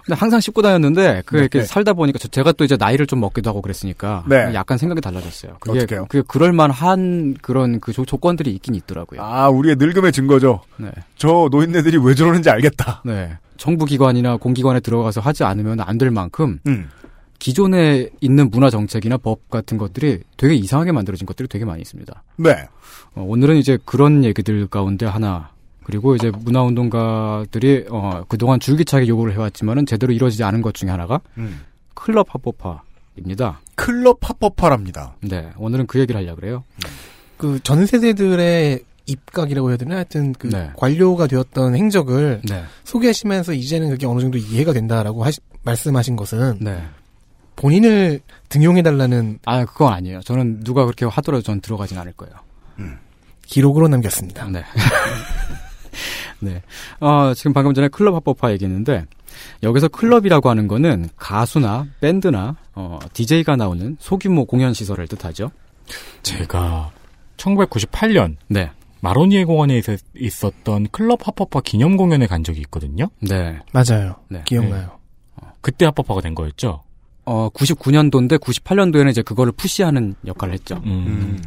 Speaker 5: 근데 항상 씹고 다녔는데 그
Speaker 3: 네,
Speaker 5: 이렇게
Speaker 3: 네.
Speaker 5: 살다 보니까 저- 제가 또 이제 나이를 좀 먹기도 하고 그랬으니까
Speaker 3: 네.
Speaker 5: 약간 생각이 달라졌어요. 그게
Speaker 3: 어떡해요?
Speaker 5: 그게 그럴 만한 그런 그 조, 건들이 있긴 있더라고요.
Speaker 3: 아, 우리의 늙음의 증거죠.
Speaker 5: 네.
Speaker 3: 저 노인네들이 왜 저러는지 알겠다.
Speaker 5: 네. 정부 기관이나 공기관에 들어가서 하지 않으면 안 될 만큼
Speaker 3: 음.
Speaker 5: 기존에 있는 문화 정책이나 법 같은 것들이 되게 이상하게 만들어진 것들이 되게 많이 있습니다.
Speaker 3: 네.
Speaker 5: 어, 오늘은 이제 그런 얘기들 가운데 하나 그리고 이제 문화운동가들이 어, 그동안 줄기차게 요구를 해왔지만은 제대로 이루어지지 않은 것 중에 하나가
Speaker 3: 음.
Speaker 5: 클럽 합법화입니다.
Speaker 3: 클럽 팝업파랍니다.
Speaker 5: 네, 오늘은 그 얘기를 하려 고 그래요.
Speaker 6: 그 전 세대들의 입각이라고 해야 되나 하여튼 그
Speaker 5: 네.
Speaker 6: 관료가 되었던 행적을
Speaker 5: 네,
Speaker 6: 소개하시면서 이제는 그게 어느 정도 이해가 된다라고 하시- 말씀하신 것은
Speaker 5: 네.
Speaker 6: 본인을 등용해달라는
Speaker 5: 아 그건 아니에요. 저는 누가 그렇게 하더라도 전 들어가진 않을 거예요.
Speaker 6: 기록으로 남겼습니다.
Speaker 5: 네. 네. 어, 지금 방금 전에 클럽 합법화 얘기했는데 여기서 클럽이라고 하는 거는 가수나 밴드나 어, DJ가 나오는 소규모 공연 시설을 뜻하죠.
Speaker 4: 제가 1998년
Speaker 5: 네.
Speaker 4: 마로니에 공원에 있- 있었던 클럽 합법화 기념 공연에 간 적이 있거든요.
Speaker 5: 네.
Speaker 6: 맞아요.
Speaker 5: 네.
Speaker 6: 기억나요.
Speaker 4: 그때 합법화가 된 거였죠.
Speaker 5: 어, 99년도인데 98년도에는 이제 그거를 푸시하는 역할을 했죠.
Speaker 4: 음.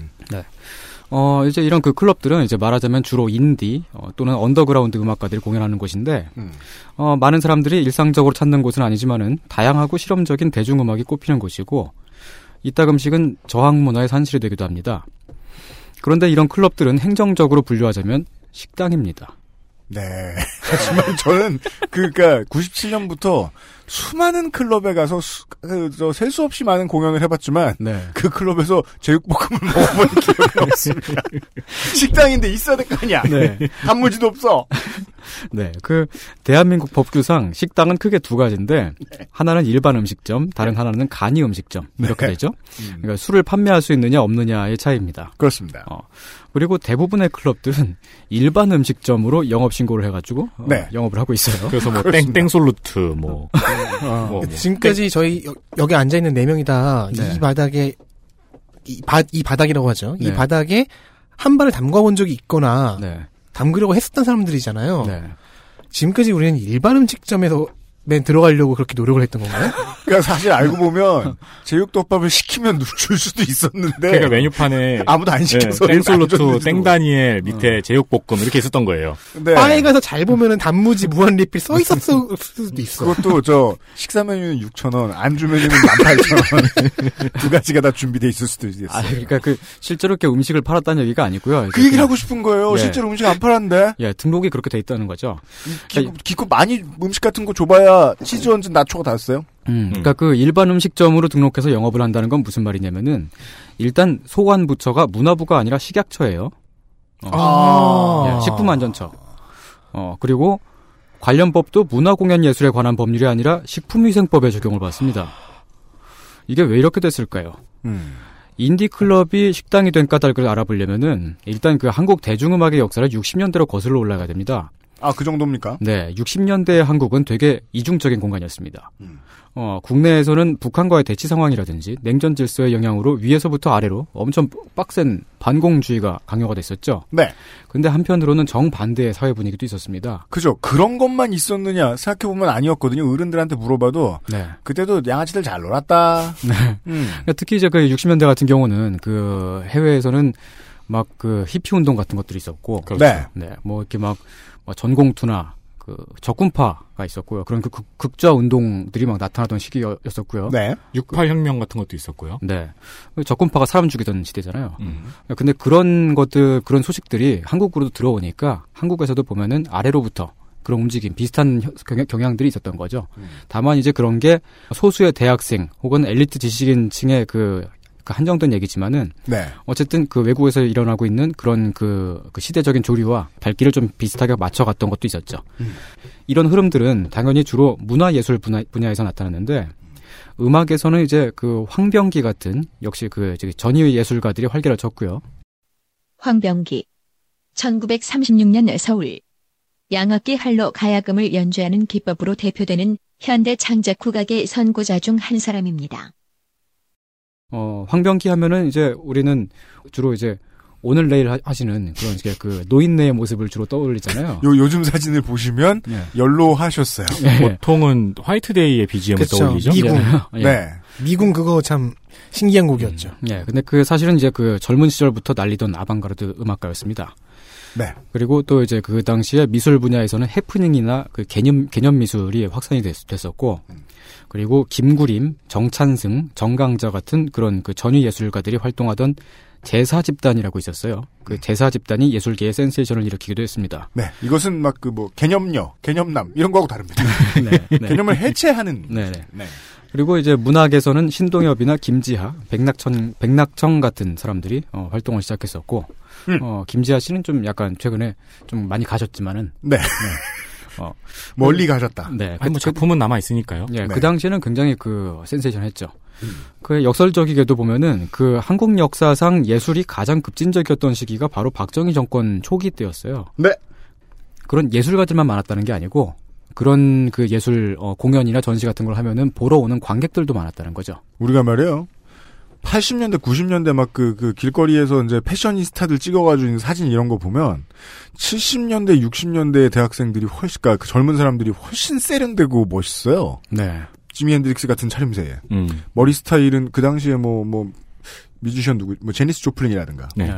Speaker 5: 어, 이제 이런 그 클럽들은 이제 말하자면 주로 인디 어, 또는 언더그라운드 음악가들이 공연하는 곳인데 어, 많은 사람들이 일상적으로 찾는 곳은 아니지만은 다양하고 실험적인 대중음악이 꼽히는 곳이고 이따금씩은 저항문화의 산실이 되기도 합니다. 그런데 이런 클럽들은 행정적으로 분류하자면 식당입니다.
Speaker 3: 네. 하지만 저는 그러니까 97년부터 수많은 클럽에 가서 셀 수 없이 많은 공연을 해봤지만
Speaker 5: 네.
Speaker 3: 그 클럽에서 제육볶음을 먹어본 기억이 없습니다. 식당인데 있어야 될 거 아니야.
Speaker 5: 네.
Speaker 3: 단무지도 없어.
Speaker 5: 네, 그 대한민국 법규상 식당은 크게 두 가지인데 하나는 일반 음식점, 다른 하나는 간이 음식점 이렇게
Speaker 3: 네.
Speaker 5: 되죠. 그러니까 술을 판매할 수 있느냐 없느냐의 차이입니다.
Speaker 3: 그렇습니다.
Speaker 5: 그리고 대부분의 클럽들은 일반 음식점으로 영업 신고를 해가지고 어,
Speaker 3: 네.
Speaker 5: 영업을 하고 있어요.
Speaker 4: 그래서 뭐
Speaker 3: 그렇습니다.
Speaker 4: 땡땡솔루트 뭐,
Speaker 3: 어.
Speaker 4: 뭐, 뭐.
Speaker 6: 지금까지 저희 여- 여기 앉아 있는 네 명이 다 이
Speaker 5: 네.
Speaker 6: 바닥에 이, 바, 이 바닥이라고 하죠. 이
Speaker 5: 네.
Speaker 6: 바닥에 한 발을 담가본 적이 있거나
Speaker 5: 네,
Speaker 6: 담그려고 했었던 사람들이잖아요.
Speaker 5: 네.
Speaker 6: 지금까지 우리는 일반 음식점에서 맨 들어가려고 그렇게 노력을 했던 건가요?
Speaker 3: 그러니까 사실 알고 보면 제육덮밥을 시키면 누- 줄 수도 있었는데
Speaker 4: 그러니까 메뉴판에
Speaker 3: 아무도 안 시켜서 안
Speaker 4: 네, 땡솔루트,
Speaker 3: 줬는지도 어.
Speaker 4: 땡다니엘 밑에 제육볶음 이렇게 있었던 거예요.
Speaker 3: 모르- 네.
Speaker 6: 바에 가서 잘 보면은 단무지 무한 리필 써 있었을 수도 있어.
Speaker 3: 그것도 저 식사 메뉴는 6천 원, 안주 메뉴는 18,000원. 두 가지가 다 준비돼 있을 수도 있어요.
Speaker 5: 아, 그러니까 그 실제로 이렇게 음식을 팔았다는 얘기가 아니고요.
Speaker 3: 그 얘기를 하고 싶은 거예요.
Speaker 5: 네.
Speaker 3: 실제로 음식 안 팔았는데
Speaker 5: 예, 등록이 그렇게 돼 있다는 거죠.
Speaker 3: 기- 기껏 많이 음식 같은 거 줘봐야 치즈 얹은 나초가 다 써요.
Speaker 5: 음, 그러니까 그 일반 음식점으로 등록해서 영업을 한다는 건 무슨 말이냐면은 일단 소관부처가 문화부가 아니라 식약처예요.
Speaker 6: 아.
Speaker 5: 예, 식품안전처. 어, 그리고 관련법도 문화공연예술에 관한 법률이 아니라 식품위생법에 적용을 받습니다. 이게 왜 이렇게 됐을까요? 인디클럽이 식당이 된 까닭을 알아보려면은 일단 그 한국 대중음악의 역사를 60년대로 거슬러 올라가야 됩니다.
Speaker 3: 아 그 정도입니까?
Speaker 5: 네, 60년대의 한국은 되게 이중적인 공간이었습니다. 어, 국내에서는 북한과의 대치 상황이라든지 냉전 질서의 영향으로 위에서부터 아래로 엄청 빡센 반공주의가 강요가 됐었죠.
Speaker 3: 네,
Speaker 5: 근데 한편으로는 정반대의 사회 분위기도 있었습니다.
Speaker 3: 그죠. 그런 것만 있었느냐 생각해 보면 아니었거든요. 어른들한테 물어봐도
Speaker 5: 네.
Speaker 3: 그때도 양아치들 잘 놀았다. 음.
Speaker 5: 특히 이제 그 60년대 같은 경우는 그 해외에서는 막 그 히피 운동 같은 것들이 있었고,
Speaker 3: 네,
Speaker 5: 네, 뭐 이렇게 막막 전공투나 그 적군파가 있었고요. 그런 그 극- 극좌 운동들이 막 나타나던 시기였었고요.
Speaker 3: 네.
Speaker 4: 68혁명 같은 것도 있었고요.
Speaker 5: 네. 적군파가 사람 죽이던 시대잖아요.
Speaker 4: 음.
Speaker 5: 근데 그런 것들, 그런 소식들이 한국으로도 들어오니까 한국에서도 보면은 아래로부터 그런 움직임, 비슷한 혀- 경향- 경향들이 있었던 거죠. 다만 이제 그런 게 소수의 대학생 혹은 엘리트 지식인 층의 그, 그 한정된 얘기지만은
Speaker 3: 네.
Speaker 5: 어쨌든 그 외국에서 일어나고 있는 그런 그, 그 시대적인 조류와 발길을 좀 비슷하게 맞춰갔던 것도 있었죠. 이런 흐름들은 당연히 주로 문화예술 분야, 분야에서 나타났는데 음악에서는 이제 그 황병기 같은 역시 그 저기 전위 예술가들이 활개를 쳤고요.
Speaker 1: 황병기 1936년 서울 양악기 할로 가야금을 연주하는 기법으로 대표되는 현대 창작 국악의 선구자 중 한 사람입니다.
Speaker 5: 어, 황병기 하면은 이제 우리는 주로 이제 오늘 내일 하- 하시는 그런 이제 그 노인네의 모습을 주로 떠올리잖아요.
Speaker 3: 요, 요즘 사진을 보시면
Speaker 5: 예.
Speaker 3: 연로 하셨어요.
Speaker 5: 예.
Speaker 4: 보통은 화이트데이의 BGM을
Speaker 6: 그쵸.
Speaker 4: 떠올리죠.
Speaker 6: 미국.
Speaker 5: 예.
Speaker 3: 네.
Speaker 6: 미군 그거 참 신기한 곡이었죠.
Speaker 5: 예, 근데 그 사실은 이제 그 젊은 시절부터 날리던 아방가르드 음악가였습니다.
Speaker 3: 네.
Speaker 5: 그리고 또 이제 그 당시에 미술 분야에서는 해프닝이나 그 개념 개념 미술이 확산이 됐, 었고 그리고 김구림, 정찬승, 정강자 같은 그런 그 전위 예술가들이 활동하던 제사 집단이라고 있었어요.
Speaker 3: 음.
Speaker 5: 그 제사 집단이 예술계에 센세이션을 일으키기도 했습니다.
Speaker 3: 네. 이것은 막 그 뭐 개념녀, 개념남 이런 거하고 다릅니다.
Speaker 5: 네, 네.
Speaker 3: 개념을 해체하는.
Speaker 5: 네, 네.
Speaker 3: 네.
Speaker 5: 그리고 이제 문학에서는 신동엽이나 김지하, 백낙천, 백낙청 같은 사람들이 어, 활동을 시작했었고,
Speaker 3: 음.
Speaker 5: 어, 김지하 씨는 좀 약간 최근에 좀 많이 가셨지만은,
Speaker 3: 네.
Speaker 5: 어.
Speaker 3: 멀리 가셨다.
Speaker 5: 네,
Speaker 4: 아니, 뭐
Speaker 5: 그,
Speaker 4: 작품은 남아 있으니요
Speaker 5: 예,
Speaker 3: 네. 음.
Speaker 5: 그 당시에는 굉장히 그 센세이션했죠. 그 역설적이게도 보면은 그 한국 역사상 예술이 가장 급진적이었던 시기가 바로 박정희 정권 초기 때였어요.
Speaker 3: 네.
Speaker 5: 그런 예술가들만 많았다는 게 아니고 그런 그 예술 어, 공연이나 전시 같은 걸 하면은 보러 오는 관객들도 많았다는 거죠.
Speaker 3: 우리가 말이에요. 80년대, 90년대 막 그, 그 길거리에서 이제 패셔니스타들 찍어가지고 있는 사진 이런 거 보면 70년대, 60년대 대학생들이 훨씬, 그러니까 그 젊은 사람들이 훨씬 세련되고 멋있어요.
Speaker 5: 네.
Speaker 3: 지미 핸드릭스 같은 차림새에.
Speaker 4: 음.
Speaker 3: 머리 스타일은 그 당시에 뭐, 뭐, 뮤지션 누구, 뭐, 제니스 조플린이라든가,
Speaker 4: 네.
Speaker 5: 네.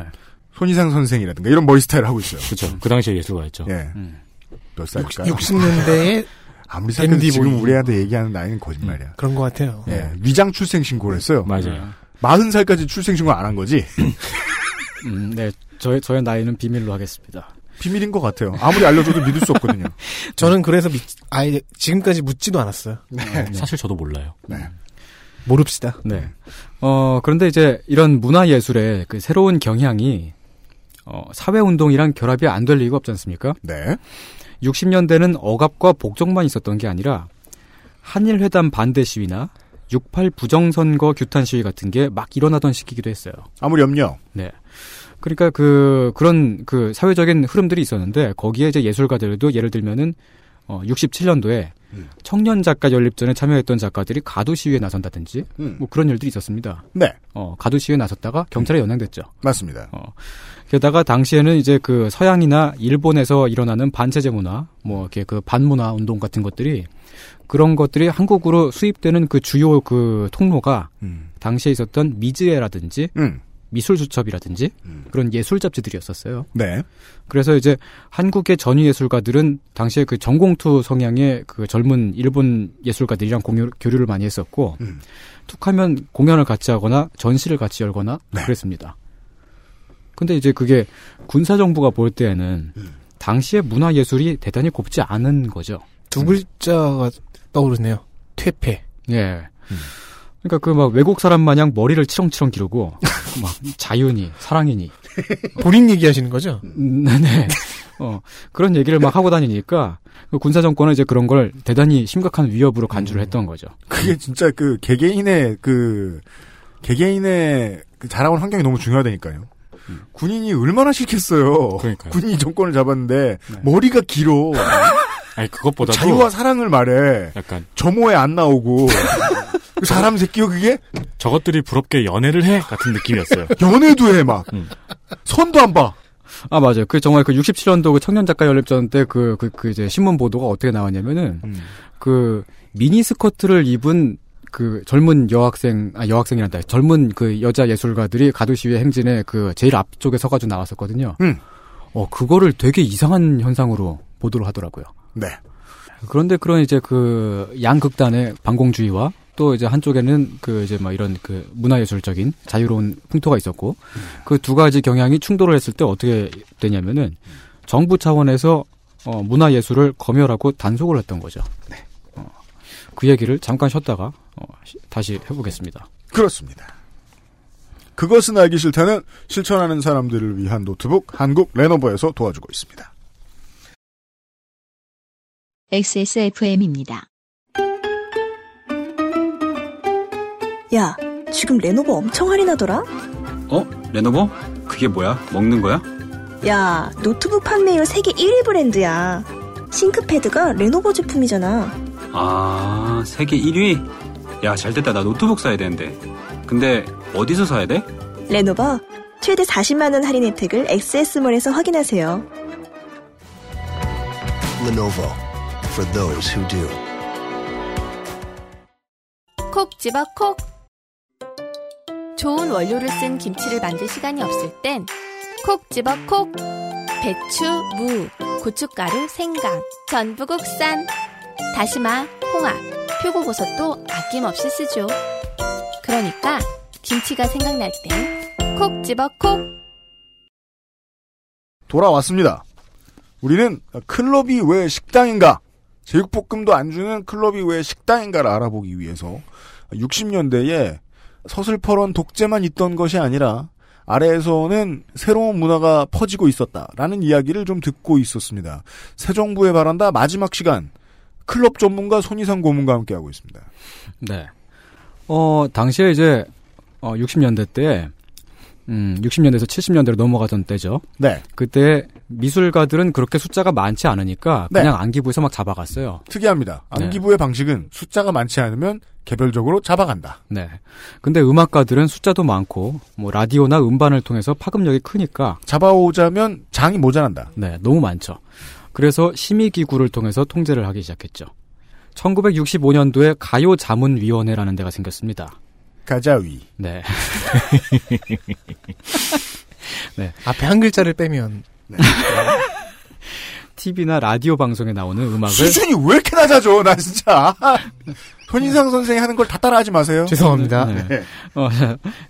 Speaker 3: 손희상 선생이라든가 이런 머리 스타일을 하고 있어요.
Speaker 4: 그렇죠. 그 당시에 예술가였죠.
Speaker 3: 예.
Speaker 5: 음.
Speaker 3: 몇 살일까요?
Speaker 6: 60년대에
Speaker 3: 아무리 생각해도
Speaker 6: MD
Speaker 3: 지금
Speaker 4: 뭐
Speaker 6: 보이.
Speaker 3: 우리한테 얘기하는 나이는 거짓말이야.
Speaker 6: 그런 것 같아요.
Speaker 3: 예. 위장 출생 신고를 했어요.
Speaker 4: 음. 네. 맞아요.
Speaker 3: 40살까지 출생 신고 안 한 거지?
Speaker 5: 음, 네. 저의 저의 나이는 비밀로 하겠습니다.
Speaker 3: 비밀인 것 같아요. 아무리 알려줘도 믿을 수 없거든요.
Speaker 6: 저는 그래서 미- 아예 지금까지 묻지도 않았어요.
Speaker 3: 네.
Speaker 4: 사실 저도 몰라요.
Speaker 6: 모릅시다.
Speaker 5: 네. 어, 그런데 이제 이런 문화예술의 그 새로운 경향이 어, 사회운동이랑 결합이 안 될 리가 없지 않습니까?
Speaker 3: 네.
Speaker 5: 60년대는 억압과 복종만 있었던 게 아니라 한일회담 반대 시위나 68 부정선거 규탄 시위 같은 게 막 일어나던 시기기도 했어요.
Speaker 3: 아무리 염려.
Speaker 5: 네. 그러니까 그 그런 그 사회적인 흐름들이 있었는데 거기에 이제 예술가들도 예를 들면은 어 67년도에
Speaker 3: 음.
Speaker 5: 청년 작가 연립전에 참여했던 작가들이 가두 시위에 나선다든지
Speaker 3: 음.
Speaker 5: 뭐 그런 일들이 있었습니다.
Speaker 3: 네.
Speaker 5: 어 가두 시위에 나섰다가 경찰에 연행됐죠.
Speaker 3: 맞습니다.
Speaker 4: 어.
Speaker 5: 게다가 당시에는 이제 그 서양이나 일본에서 일어나는 반체제 문화, 뭐 이렇게 그 반문화 운동 같은 것들이 그런 것들이 한국으로 수입되는 그 주요 그 통로가
Speaker 3: 음.
Speaker 5: 당시에 있었던 미즈에라든지
Speaker 3: 음.
Speaker 5: 미술주첩이라든지
Speaker 3: 음.
Speaker 5: 그런 예술 잡지들이었었어요.
Speaker 3: 네.
Speaker 5: 그래서 이제 한국의 전위 예술가들은 당시에 그 전공투 성향의 그 젊은 일본 예술가들이랑 공유, 교류를 많이 했었고
Speaker 3: 음.
Speaker 5: 툭하면 공연을 같이 하거나 전시를 같이 열거나
Speaker 3: 네.
Speaker 5: 그랬습니다. 근데 이제 그게 군사 정부가 볼 때에는
Speaker 3: 음.
Speaker 5: 당시의 문화 예술이 대단히 곱지 않은 거죠.
Speaker 6: 두 글자가 떠오르네요. 퇴폐.
Speaker 5: 예.
Speaker 3: 음.
Speaker 5: 그러니까 그 막 외국 사람 마냥 머리를 치렁치렁 기르고 막 자윤이 사랑이니
Speaker 6: 본인 얘기하시는 거죠?
Speaker 5: 음, 네네. 어, 그런 얘기를 막 하고 다니니까 그 군사 정권은 이제 그런 걸 대단히 심각한 위협으로 간주를 했던 거죠.
Speaker 4: 음.
Speaker 3: 그게 진짜 그 개개인의 그 개개인의 그 자라온 환경이 너무 중요하다니까요. 군인이 얼마나 싫겠어요.
Speaker 4: 음. 그러니까요. 네. 음.
Speaker 3: 군인이 정권을 잡았는데 머리가 길어
Speaker 4: 아니 그것보다도
Speaker 3: 자유와 사랑을 말해
Speaker 4: 약간
Speaker 3: 점호에 안 나오고 그 사람 새끼요 그게
Speaker 4: 저것들이 부럽게 연애를 해 같은 느낌이었어요.
Speaker 3: 연애도 해 막
Speaker 4: 음.
Speaker 3: 선도 안 봐.
Speaker 5: 아 맞아요. 그 정말 그 67년도 그 청년 작가 연립전 때 그 그 그 이제 신문 보도가 어떻게 나왔냐면은 그 미니 스커트를 입은 그 젊은 여학생 아 여학생이란다 젊은 그 여자 예술가들이 가두 시위 행진에 그 제일 앞쪽에 서가지고 나왔었거든요.
Speaker 3: 음.
Speaker 5: 어 그거를 되게 이상한 현상으로 보도를 하더라고요.
Speaker 3: 네.
Speaker 5: 그런데 그런 이제 그 양극단의 반공주의와 또 이제 한쪽에는 그 이제 막 이런 그 문화예술적인 자유로운 풍토가 있었고 그 두 가지 경향이 충돌을 했을 때 어떻게 되냐면은 정부 차원에서 어 문화예술을 검열하고 단속을 했던 거죠. 어, 그 얘기를 잠깐 쉬었다가 어, 시- 다시 해보겠습니다.
Speaker 3: 그렇습니다. 그것은 알기 싫다는 실천하는 사람들을 위한 노트북 한국 레노버에서 도와주고 있습니다.
Speaker 1: XSFM입니다.
Speaker 10: 야, 지금 레노버 엄청 할인하더라?
Speaker 11: 어? 레노버? 그게 뭐야? 먹는 거야?
Speaker 10: 야, 노트북 판매율 세계 1위 브랜드야. 싱크패드가 레노버 제품이잖아.
Speaker 11: 아, 세계 1위? 야, 잘 됐다. 나 노트북 사야 되는데. 근데 어디서 사야 돼?
Speaker 10: 레노버, 최대 40만원 할인 혜택을 XS몰에서 확인하세요.
Speaker 12: Lenovo for those who do.
Speaker 8: 콕 집어 콕. 좋은 원료를 쓴 김치를 만들 시간이 없을 땐 콕 집어 콕. 배추, 무, 고춧가루, 생강, 전부 국산, 다시마, 홍합, 표고버섯도 아낌없이 쓰죠. 그러니까 김치가 생각날 땐 콕 집어 콕.
Speaker 3: 돌아왔습니다. 우리는 클럽이 왜 식당인가? 제육볶음도 안 주는 클럽이 왜 식당인가를 알아보기 위해서 60년대에 서슬퍼런 독재만 있던 것이 아니라 아래에서는 새로운 문화가 퍼지고 있었다라는 이야기를 좀 듣고 있었습니다. 새 정부에 바란다 마지막 시간 클럽 전문가 손희상 고문과 함께하고 있습니다.
Speaker 5: 네. 어, 당시에 이제, 어, 60년대 때, 음, 60년대에서 70년대로 넘어가던 때죠.
Speaker 3: 네.
Speaker 5: 그때 미술가들은 그렇게 숫자가 많지 않으니까
Speaker 3: 네.
Speaker 5: 그냥 안기부에서 막 잡아갔어요.
Speaker 3: 특이합니다. 안기부의 방식은 숫자가 많지 않으면 개별적으로 잡아간다.
Speaker 5: 네. 근데 음악가들은 숫자도 많고, 뭐, 라디오나 음반을 통해서 파급력이 크니까.
Speaker 3: 잡아오자면 장이 모자란다.
Speaker 5: 네, 너무 많죠. 그래서 심의기구를 통해서 통제를 하기 시작했죠. 1965년도에 가요자문위원회라는 데가 생겼습니다.
Speaker 3: 가자위.
Speaker 5: 네. 네.
Speaker 6: 앞에 한 글자를 빼면
Speaker 5: TV나 라디오 방송에 나오는 음악을
Speaker 3: 수준이 왜 이렇게 낮아져? 나 진짜. 아, 손인상 선생이 하는 걸 다 따라하지 마세요.
Speaker 6: 죄송합니다.
Speaker 5: 네. 어,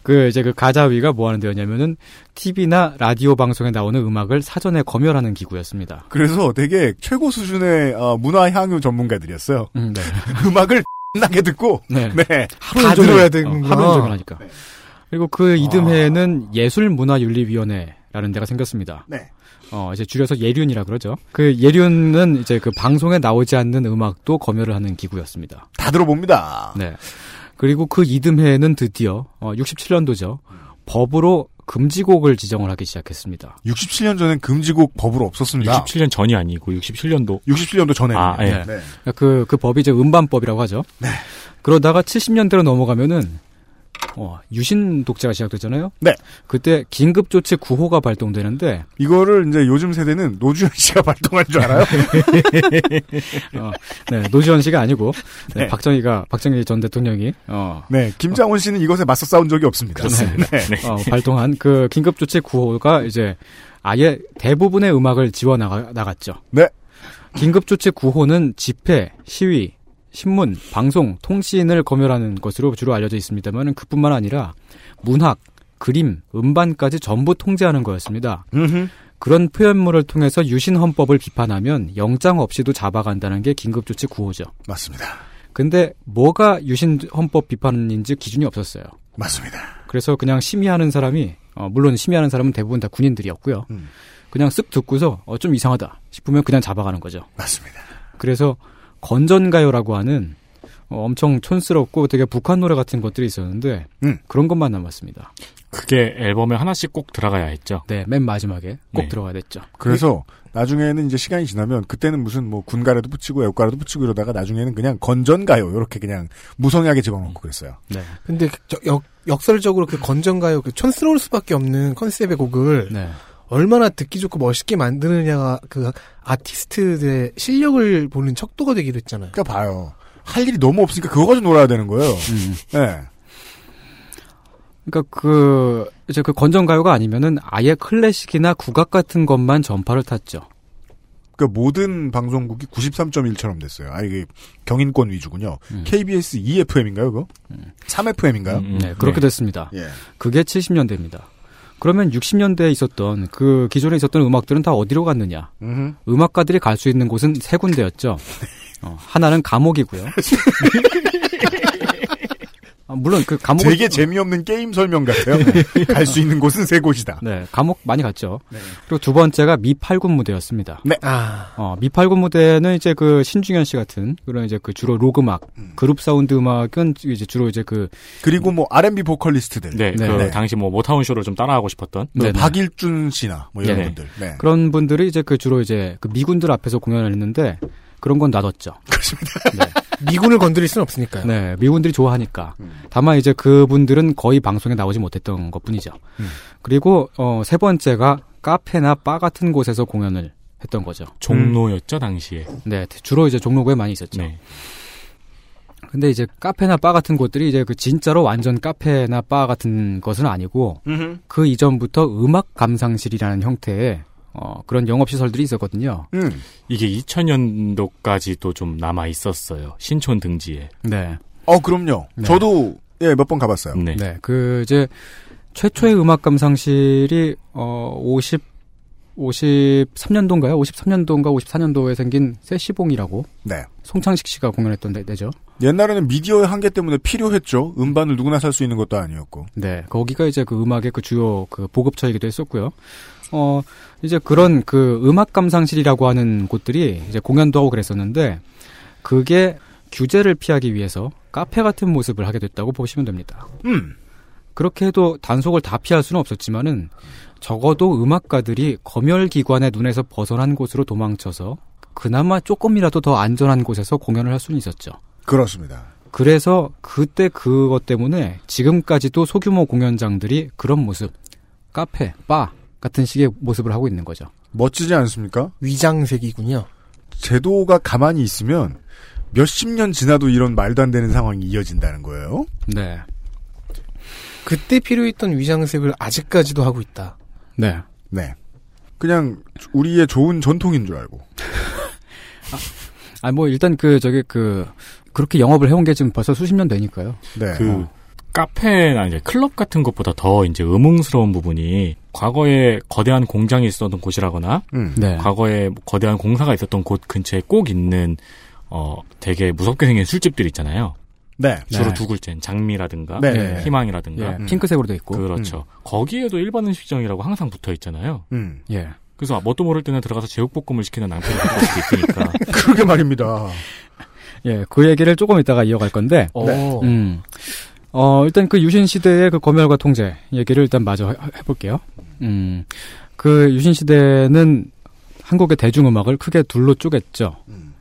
Speaker 5: 그 이제 그 가자위가 뭐 하는 데였냐면은 TV나 라디오 방송에 나오는 음악을 사전에 검열하는 기구였습니다.
Speaker 3: 그래서 되게 최고 수준의 어, 문화 향유 전문가들이었어요. 그
Speaker 5: 음, 네.
Speaker 3: 음악을 나게 듣고
Speaker 5: 네.
Speaker 3: 네.
Speaker 6: 다
Speaker 5: 종일,
Speaker 6: 들어야
Speaker 5: 어,
Speaker 6: 되는구나. 네. 아.
Speaker 5: 하루 종일 하니까. 그리고 그 이듬해에는 예술문화윤리위원회라는 데가 생겼습니다.
Speaker 3: 네.
Speaker 5: 어, 이제 줄여서 예륜이라 그러죠. 그 예륜은 이제 그 방송에 나오지 않는 음악도 검열을 하는 기구였습니다.
Speaker 3: 다 들어봅니다.
Speaker 5: 네. 그리고 그 이듬해에는 드디어 67년도죠. 법으로 금지곡을 지정을 하기 시작했습니다.
Speaker 3: 67년 전엔 금지곡 법으로 없었습니다.
Speaker 4: 67년 전이 아니고 67년도
Speaker 3: 67... 년도 전에.
Speaker 4: 아, 예.
Speaker 3: 네.
Speaker 5: 그, 그 법이 이제 음반법이라고 하죠. 그러다가 70년대로 넘어가면은 어, 유신 독재가 시작되잖아요.
Speaker 3: 네.
Speaker 5: 그때 긴급조치 9호가 발동되는데
Speaker 3: 이거를 이제 요즘 세대는 노주현 씨가 발동한 줄 알아요?
Speaker 5: 어, 네, 노지원 씨가 아니고 네,
Speaker 3: 네.
Speaker 5: 박정희가 박정희 전 대통령이 어,
Speaker 3: 네. 김장훈 씨는 이것에 맞서 싸운 적이 없습니다.
Speaker 5: 그렇습니다.
Speaker 3: 네.
Speaker 5: 어, 발동한 그 긴급조치 9호가 이제 아예 대부분의 음악을 지워 나가, 나갔죠.
Speaker 3: 네.
Speaker 5: 긴급조치 9호는 집회, 시위, 신문, 방송, 통신을 검열하는 것으로 주로 알려져 있습니다만 그뿐만 아니라 문학, 그림, 음반까지 전부 통제하는 거였습니다.
Speaker 3: 음흠.
Speaker 5: 그런 표현물을 통해서 유신 헌법을 비판하면 영장 없이도 잡아간다는 게 긴급조치 9호죠.
Speaker 3: 맞습니다.
Speaker 5: 근데 뭐가 유신 헌법 비판인지 기준이 없었어요.
Speaker 3: 맞습니다.
Speaker 5: 그래서 그냥 심의하는 사람이 어, 물론 심의하는 사람은 대부분 다 군인들이었고요.
Speaker 3: 음.
Speaker 5: 그냥 쓱 듣고서 어, 좀 이상하다 싶으면 그냥 잡아가는 거죠.
Speaker 3: 맞습니다.
Speaker 5: 그래서 건전가요라고 하는 어, 엄청 촌스럽고 되게 북한 노래 같은 것들이 있었는데
Speaker 3: 음.
Speaker 5: 그런 것만 남았습니다.
Speaker 4: 그게 앨범에 하나씩 꼭 들어가야 했죠.
Speaker 5: 네, 맨 마지막에 꼭
Speaker 4: 네.
Speaker 5: 들어가야 됐죠.
Speaker 3: 그래서 나중에는 이제 시간이 지나면 그때는 무슨 뭐 군가라도 붙이고 애국가라도 붙이고 이러다가 나중에는 그냥 건전가요 이렇게 그냥 무성하게 집어넣고 그랬어요.
Speaker 5: 네,
Speaker 6: 근데 그 저- 역, 역설적으로 그 건전가요 그 촌스러울 수밖에 없는 컨셉의 곡을
Speaker 5: 네,
Speaker 6: 얼마나 듣기 좋고 멋있게 만드느냐가 그 아티스트들의 실력을 보는 척도가 되기로 했잖아요.
Speaker 3: 그러니까 봐요. 할 일이 너무 없으니까 그거 가지고 놀아야 되는 거예요.
Speaker 5: 음.
Speaker 3: 네.
Speaker 5: 그러니까 그 이제 그 건전가요가 아니면은 아예 클래식이나 국악 같은 것만 전파를 탔죠.
Speaker 3: 그러니까 모든 방송국이 93.1처럼 됐어요. 아 이게 경인권 위주군요. KBS 2FM인가요, 그거? 3FM인가요?
Speaker 5: 네, 그렇게 됐습니다.
Speaker 3: 예.
Speaker 5: 그게 70년대입니다. 그러면 60년대에 있었던 그 기존에 있었던 음악들은 다 어디로 갔느냐?
Speaker 3: 음.
Speaker 5: 음악가들이 갈 수 있는 곳은 세 군데였죠. 어, 하나는 감옥이고요. 아, 물론 그 감옥
Speaker 3: 되게 재미없는 게임 설명 같아요. 갈 수 있는 곳은 세 곳이다.
Speaker 5: 네, 감옥 많이 갔죠. 그리고 두 번째가 미팔군 무대였습니다.
Speaker 3: 네.
Speaker 6: 아,
Speaker 5: 어, 미팔군 무대는 이제 그 신중현 씨 같은 그런 이제 그 주로 록 음악, 그룹 사운드 음악은 이제 주로 이제 그
Speaker 3: 그리고 뭐 R&B 보컬리스트들. 그
Speaker 4: 네, 그 당시 뭐 모타운 쇼를 좀 따라하고 싶었던 그
Speaker 5: 네, 네.
Speaker 3: 박일준 씨나 뭐 이런
Speaker 5: 네네.
Speaker 3: 분들. 네.
Speaker 5: 그런 분들이 이제 그 주로 이제 그 미군들 앞에서 공연을 했는데 그런 건 놔뒀죠.
Speaker 6: 미군을 건드릴 수는 없으니까요.
Speaker 5: 네, 미군들이 좋아하니까. 다만 이제 그분들은 거의 방송에 나오지 못했던 것뿐이죠. 그리고 어, 세 번째가 카페나 바 같은 곳에서 공연을 했던 거죠.
Speaker 4: 종로였죠 당시에.
Speaker 5: 네, 주로 이제 종로구에 많이 있었죠.
Speaker 4: 네.
Speaker 5: 근데 이제 카페나 바 같은 곳들이 이제 그 진짜로 완전 카페나 바 같은 것은 아니고
Speaker 3: 음흠.
Speaker 5: 그 이전부터 음악 감상실이라는 형태의 어, 그런 영업 시설들이 있었거든요.
Speaker 3: 음.
Speaker 4: 이게 2000년도까지도 좀 남아 있었어요. 신촌 등지에.
Speaker 5: 네.
Speaker 3: 어, 그럼요.
Speaker 4: 네.
Speaker 3: 저도 예, 몇 번 가봤어요.
Speaker 4: 네.
Speaker 5: 그 이제 최초의 음악 감상실이 어 50, 53년도인가요? 53년도인가 54년도에 생긴 세시봉이라고
Speaker 3: 네.
Speaker 5: 송창식 씨가 공연했던 데, 죠
Speaker 3: 옛날에는 미디어의 한계 때문에 필요했죠. 음반을 누구나 살 수 있는 것도 아니었고.
Speaker 5: 네, 거기가 이제 그 음악의 그 주요 그 보급처이기도 했었고요. 어, 이제 그런 그 음악 감상실이라고 하는 곳들이 이제 공연도 하고 그랬었는데 그게 규제를 피하기 위해서 카페 같은 모습을 하게 됐다고 보시면 됩니다.
Speaker 3: 음.
Speaker 5: 그렇게 해도 단속을 다 피할 수는 없었지만은 적어도 음악가들이 검열 기관의 눈에서 벗어난 곳으로 도망쳐서 그나마 조금이라도 더 안전한 곳에서 공연을 할 수는 있었죠.
Speaker 3: 그렇습니다.
Speaker 5: 그래서 그때 그것 때문에 지금까지도 소규모 공연장들이 그런 모습, 카페, 바 같은 식의 모습을 하고 있는 거죠.
Speaker 3: 멋지지 않습니까?
Speaker 6: 위장색이군요.
Speaker 3: 제도가 가만히 있으면 몇십 년 지나도 이런 말도 안 되는 상황이 이어진다는 거예요.
Speaker 5: 네.
Speaker 6: 그때 필요했던 위장색을 아직까지도 하고 있다.
Speaker 5: 네.
Speaker 3: 네. 그냥 우리의 좋은 전통인 줄 알고.
Speaker 5: 아, 뭐 일단 그 저기 그 그렇게 영업을 해온 게 지금 벌써 수십 년 되니까요.
Speaker 3: 네.
Speaker 4: 그 카페나 이제 클럽 같은 것보다 더 이제 음흉스러운 부분이 과거에 거대한 공장이 있었던 곳이라거나
Speaker 3: 음.
Speaker 5: 네.
Speaker 4: 과거에 거대한 공사가 있었던 곳 근처에 꼭 있는 어 되게 무섭게 생긴 술집들 있잖아요.
Speaker 3: 네. 음.
Speaker 4: 주로
Speaker 5: 네.
Speaker 4: 두 글자인 장미라든가
Speaker 5: 네, 네, 네.
Speaker 4: 희망이라든가
Speaker 5: 예, 핑크색으로 돼 있고.
Speaker 4: 그렇죠. 거기에도 일반 음식점이라고 항상 붙어 있잖아요.
Speaker 3: 음.
Speaker 5: 예.
Speaker 4: 그래서 아, 뭣도 모를 때는 들어가서 제육볶음을 시키는 낭패를 볼 수도 있으니까.
Speaker 3: 그러게 말입니다.
Speaker 5: 예, 그 얘기를 조금 이따가 이어갈 건데.
Speaker 6: 네.
Speaker 5: 음. 어, 일단 그 유신 시대의 그 검열과 통제 얘기를 일단 마저 해- 해볼게요. 음. 그 유신 시대는 한국의 대중음악을 크게 둘로 쪼갰죠.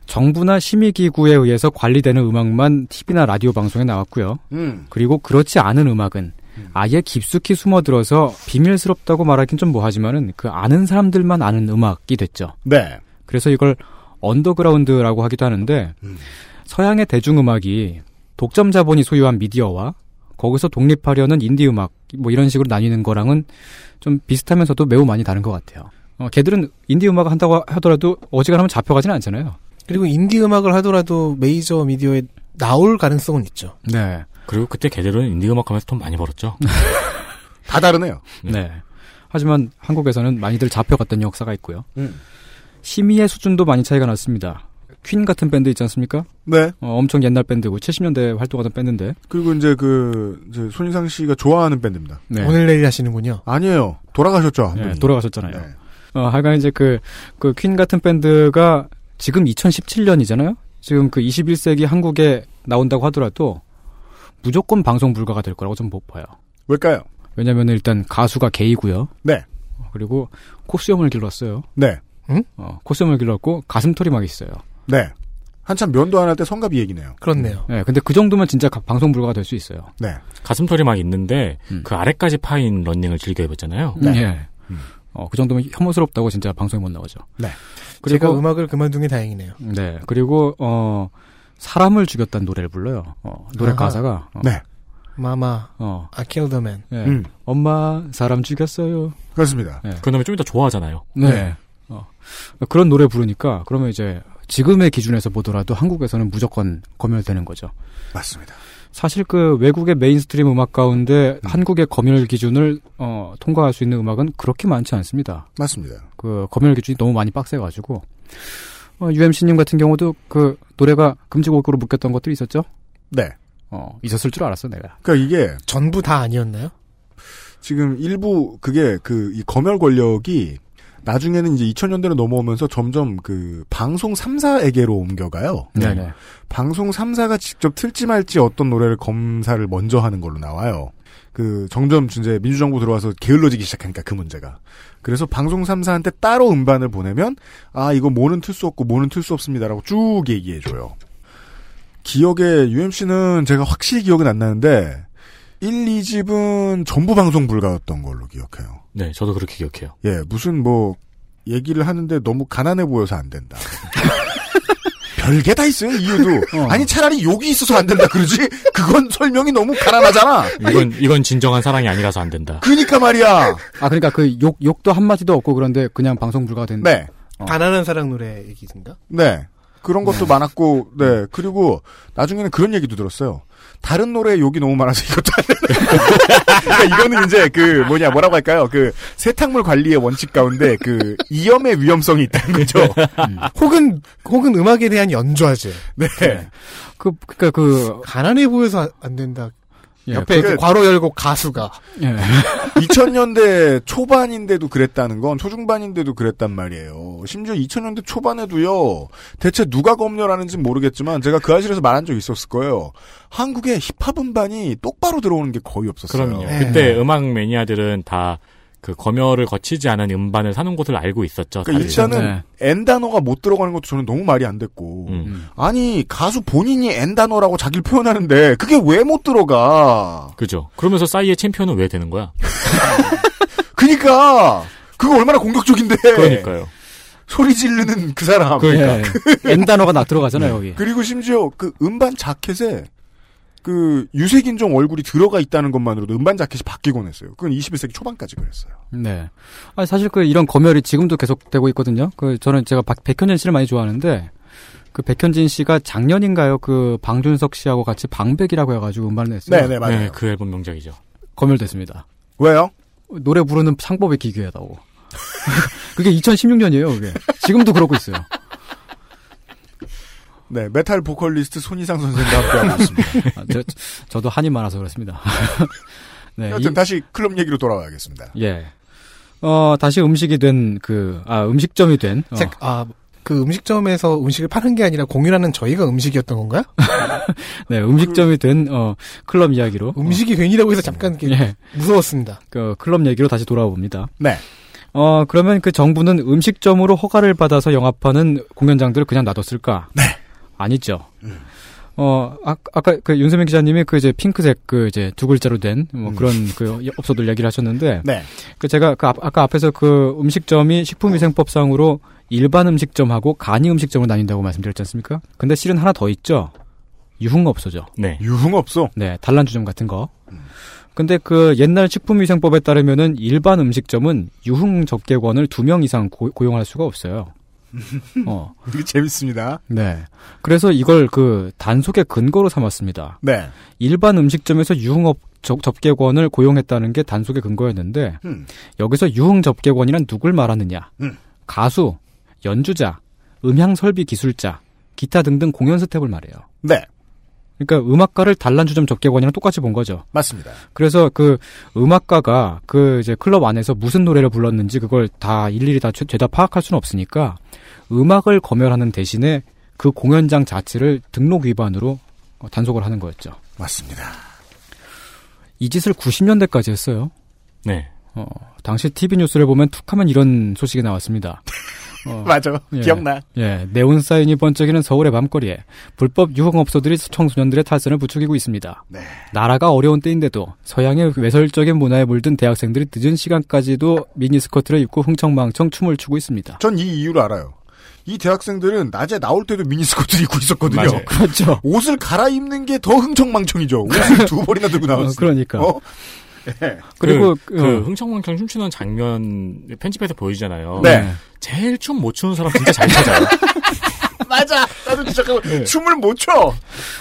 Speaker 5: 정부나 심의기구에 의해서 관리되는 음악만 TV나 라디오 방송에 나왔고요.
Speaker 3: 음.
Speaker 5: 그리고 그렇지 않은 음악은 아예 깊숙이 숨어들어서 비밀스럽다고 말하긴 좀 뭐하지만은 그 아는 사람들만 아는 음악이 됐죠.
Speaker 3: 네.
Speaker 5: 그래서 이걸 언더그라운드라고 하기도 하는데 서양의 대중음악이 독점 자본이 소유한 미디어와 거기서 독립하려는 인디 음악 뭐 이런 식으로 나뉘는 거랑은 좀 비슷하면서도 매우 많이 다른 것 같아요. 어, 걔들은 인디 음악을 한다고 하더라도 어지간하면 잡혀가지는 않잖아요.
Speaker 6: 그리고 인디 음악을 하더라도 메이저 미디어에 나올 가능성은 있죠.
Speaker 5: 네.
Speaker 4: 그리고 그때 걔들은 인디 음악 하면서 돈 많이 벌었죠.
Speaker 3: 다 다르네요.
Speaker 5: 네. 하지만 한국에서는 많이들 잡혀갔던 역사가 있고요.
Speaker 3: 음.
Speaker 5: 심의의 수준도 많이 차이가 났습니다. 퀸 같은 밴드 있지 않습니까?
Speaker 3: 네.
Speaker 5: 어, 엄청 옛날 밴드고 70년대 활동하던 밴드인데.
Speaker 3: 그리고 이제 그 이제 손희상 씨가 좋아하는 밴드입니다.
Speaker 5: 네.
Speaker 6: 오늘 내일 하시는군요.
Speaker 3: 아니에요. 돌아가셨죠. 한
Speaker 5: 예,
Speaker 3: 분이.
Speaker 5: 돌아가셨잖아요.
Speaker 3: 네.
Speaker 5: 어, 하여간 이제 그, 그 퀸 같은 밴드가 지금 2017년이잖아요? 지금 그 21세기 한국에 나온다고 하더라도 무조건 방송 불가가 될 거라고 좀 못 봐요.
Speaker 3: 왜일까요?
Speaker 5: 왜냐면 일단 가수가 게이고요.
Speaker 3: 네.
Speaker 5: 어, 그리고 콧수염을 길렀어요.
Speaker 3: 네.
Speaker 6: 응?
Speaker 5: 어, 콧수염을 길렀고 가슴털이 막 있어요.
Speaker 3: 네. 한참 면도 안 할 때 성갑이 얘기네요.
Speaker 6: 그렇네요.
Speaker 5: 네, 근데 그 정도면 진짜 가- 방송 불가가 될 수 있어요.
Speaker 3: 네.
Speaker 4: 가슴털이 막 있는데
Speaker 3: 음.
Speaker 4: 그 아래까지 파인 런닝을 즐겨 입었잖아요.
Speaker 6: 네.
Speaker 5: 예.
Speaker 6: 음.
Speaker 5: 어, 그 정도면 혐오스럽다고 진짜 방송에 못 나오죠.
Speaker 3: 네.
Speaker 5: 그리고
Speaker 6: 제가 음악을 그만둔 게 다행이네요.
Speaker 5: 네. 그리고 어 사람을 죽였다는 노래를 불러요. 어, 노래
Speaker 6: 아하.
Speaker 5: 가사가 어,
Speaker 3: 네.
Speaker 6: 마마,
Speaker 5: 어,
Speaker 6: I killed a man.
Speaker 5: 예.
Speaker 3: 음.
Speaker 5: 엄마 사람 죽였어요.
Speaker 3: 그렇습니다.
Speaker 4: 그놈이 좀 이따 좋아하잖아요.
Speaker 5: 네. 어. 그런 노래 부르니까 그러면 이제 지금의 기준에서 보더라도 한국에서는 무조건 검열되는 거죠.
Speaker 3: 맞습니다.
Speaker 5: 사실 그 외국의 메인스트림 음악 가운데 한국의 검열 기준을 어, 통과할 수 있는 음악은 그렇게 많지 않습니다.
Speaker 3: 맞습니다.
Speaker 5: 그 검열 기준이 너무 많이 빡세가지고 어, UMC님 같은 경우도 그 노래가 금지곡으로 묶였던 것들이 있었죠?
Speaker 3: 네.
Speaker 5: 어, 있었을 줄 알았어 내가.
Speaker 3: 그러니까 이게
Speaker 6: 전부 다 아니었나요?
Speaker 3: 지금 일부 그게 그 이 검열 권력이 나중에는 이제 2000년대로 넘어오면서 점점 그 방송 3사에게로 옮겨가요.
Speaker 5: 네네.
Speaker 3: 방송 3사가 직접 틀지 말지 어떤 노래를 검사를 먼저 하는 걸로 나와요. 그 점점 이제 민주정부 들어와서 게을러지기 시작하니까 그 문제가. 그래서 방송 3사한테 따로 음반을 보내면 아 이거 뭐는 틀 수 없고 뭐는 틀 수 없습니다라고 쭉 얘기해줘요. 기억에 UMC는 제가 확실히 기억은 안 나는데 1, 2집은 전부 방송 불가였던 걸로 기억해요.
Speaker 4: 네, 저도 그렇게 기억해요.
Speaker 3: 예, 무슨 뭐 얘기를 하는데 너무 가난해 보여서 안 된다. 별게 다 있어요 이유도. 아니 차라리 욕이 있어서 안 된다 그러지. 그건 설명이 너무 가난하잖아.
Speaker 4: 이건 이건 진정한 사랑이 아니라서 안 된다.
Speaker 3: 그니까 말이야.
Speaker 5: 아 그러니까 그 욕 욕도 한 마디도 없고 그런데 그냥 방송 불가가 된.
Speaker 3: 네.
Speaker 6: 가난한 사랑 노래 얘기인가?
Speaker 3: 네. 그런 것도 많았고, 네. 그리고 나중에는 그런 얘기도 들었어요. 다른 노래에 욕이 너무 많아서 이것도 안 되는. 그러니까 이거는 이제 그 뭐냐 뭐라고 할까요? 그 세탁물 관리의 원칙 가운데 그 이염의 위험성이 있다는 거죠.
Speaker 6: 혹은 혹은 음악에 대한 연좌제.
Speaker 3: 네.
Speaker 5: 그 그러니까 그
Speaker 6: 가난해 보여서 안- 안 된다.
Speaker 5: 예,
Speaker 6: 옆에
Speaker 3: 그-
Speaker 6: 그 괄호 열고 가수가.
Speaker 5: 예.
Speaker 3: 2000년대 초반인데도 그랬다는 건 초중반인데도 그랬단 말이에요. 심지어 2000년대 초반에도요. 대체 누가 검열하는지 모르겠지만 제가 그 아실에서 말한 적 있었을 거예요. 한국에 힙합 음반이 똑바로 들어오는 게 거의 없었어요. 그러니까
Speaker 4: 그럼요. 그때 음악 매니아들은 다 그 검열을 거치지 않은 음반을 사는 곳을 알고 있었죠.
Speaker 3: 그러니까
Speaker 4: 사실.
Speaker 3: 일단은
Speaker 4: 네.
Speaker 3: N 단어가 못 들어가는 것도 저는 너무 말이 안 됐고
Speaker 4: 음.
Speaker 3: 아니 가수 본인이 N 단어라고 자기를 표현하는데 그게 왜 못 들어가?
Speaker 4: 그죠. 그러면서 싸이의 챔피언은 왜 되는 거야?
Speaker 3: 네. 그니까 그거 얼마나 공격적인데? 네,
Speaker 4: 그러니까요.
Speaker 3: 소리 지르는 그 사람.
Speaker 5: 예. N 단어가 나
Speaker 3: 네.
Speaker 5: 들어가잖아요 여기.
Speaker 3: 그리고 심지어 그 음반 자켓에 그 유색인종 얼굴이 들어가 있다는 것만으로도 음반 자켓이 바뀌곤 했어요. 그건 21세기 초반까지 그랬어요.
Speaker 5: 네. 아니, 사실 그 이런 검열이 지금도 계속되고 있거든요. 그 저는 제가 박, 백현진 씨를 많이 좋아하는데 그 백현진 씨가 작년인가요? 그 방준석 씨하고 같이 방백이라고 해가지고 음반을 냈어요.
Speaker 3: 네, 네, 맞아요.
Speaker 4: 네, 그 앨범 명작이죠.
Speaker 5: 검열됐습니다.
Speaker 3: 왜요?
Speaker 5: 노래 부르는 창법이 기괴하다고. 그게 2016년이에요, 그게. 지금도 그러고 있어요.
Speaker 3: 네, 메탈 보컬리스트 손희상 선생과 함께하고 있습니다.
Speaker 5: 아, 저, 저도 한이 많아서 그렇습니다. 네.
Speaker 3: 여튼
Speaker 5: 이-
Speaker 3: 다시 클럽 얘기로 돌아와야겠습니다.
Speaker 5: 예. 어, 다시 음식이 된 그, 아, 음식점이 된. 어.
Speaker 6: 책, 아, 그 음식점에서 음식을 파는 게 아니라 공유하는 저희가 음식이었던 건가요?
Speaker 5: 네, 음식점이 된, 어, 클럽 이야기로.
Speaker 6: 음식이 괜히라고 해서 잠깐 이렇게
Speaker 5: 예.
Speaker 6: 무서웠습니다.
Speaker 5: 그 클럽 얘기로 다시 돌아와 봅니다.
Speaker 3: 네.
Speaker 5: 어, 그러면 그 정부는 음식점으로 허가를 받아서 영업하는 공연장들을 그냥 놔뒀을까? 네. 아니죠.
Speaker 3: 음.
Speaker 5: 어, 아, 아까 그 윤세민 기자님이 그 이제 핑크색 그 이제 두 글자로 된 뭐 그런 그 업소들 얘기를 하셨는데.
Speaker 3: 음. 네.
Speaker 5: 그 제가 그 앞- 아까 앞에서 그 음식점이 식품위생법상으로 일반 음식점하고 간이 음식점을 나뉜다고 말씀드렸지 않습니까? 근데 실은 하나 더 있죠. 유흥업소죠.
Speaker 4: 네.
Speaker 3: 유흥업소.
Speaker 5: 네, 단란주점 같은 거.
Speaker 3: 음.
Speaker 5: 근데 그 옛날 식품위생법에 따르면은 일반 음식점은 유흥 접객원을 두 명 이상 고, 용할 수가 없어요. 어.
Speaker 3: 이게 재밌습니다.
Speaker 5: 네. 그래서 이걸 그 단속의 근거로 삼았습니다.
Speaker 3: 네.
Speaker 5: 일반 음식점에서 유흥업 접- 접객원을 고용했다는 게 단속의 근거였는데
Speaker 3: 음.
Speaker 5: 여기서 유흥 접객원이란 누굴 말하느냐?
Speaker 3: 음.
Speaker 5: 가수, 연주자, 음향 설비 기술자, 기타 등등 공연 스텝을 말해요.
Speaker 3: 네.
Speaker 5: 그러니까 음악가를 단란주점 접객원이랑 똑같이 본 거죠.
Speaker 3: 맞습니다.
Speaker 5: 그래서 그 음악가가 그 이제 클럽 안에서 무슨 노래를 불렀는지 그걸 다 일일이 다 죄- 죄다 파악할 수는 없으니까 음악을 검열하는 대신에 그 공연장 자체를 등록 위반으로 어, 단속을 하는 거였죠.
Speaker 3: 맞습니다.
Speaker 5: 이 짓을 90년대까지 했어요.
Speaker 4: 네.
Speaker 5: 어, 당시 TV 뉴스를 보면 툭하면 이런 소식이 나왔습니다.
Speaker 3: 맞아.
Speaker 5: 예.
Speaker 3: 기억나.
Speaker 5: 예, 네온 사인이 번쩍이는 서울의 밤거리에 불법 유흥업소들이 청소년들의 탈선을 부추기고 있습니다. 나라가 어려운 때인데도 서양의 외설적인 문화에 물든 대학생들이 늦은 시간까지도 미니스커트를 입고 흥청망청 춤을 추고 있습니다.
Speaker 3: 전 이 이유를 알아요. 이 대학생들은 낮에 나올 때도 미니스커트를 입고 있었거든요.
Speaker 4: 맞아요.
Speaker 5: 그렇죠.
Speaker 3: 옷을 갈아입는 게 더 흥청망청이죠. 옷을 두 벌이나 들고 나왔어.
Speaker 5: 어, 그러니까.
Speaker 3: 어?
Speaker 5: 그리고
Speaker 4: 그,
Speaker 5: 어.
Speaker 4: 그 흥청망청 춤추는 장면 편집해서 보여주잖아요.
Speaker 5: 네.
Speaker 4: 제일 춤 못 추는 사람 진짜 잘 찾아요.
Speaker 13: 맞아. 나도 잠깐만
Speaker 5: 네.
Speaker 13: 춤을 못 춰.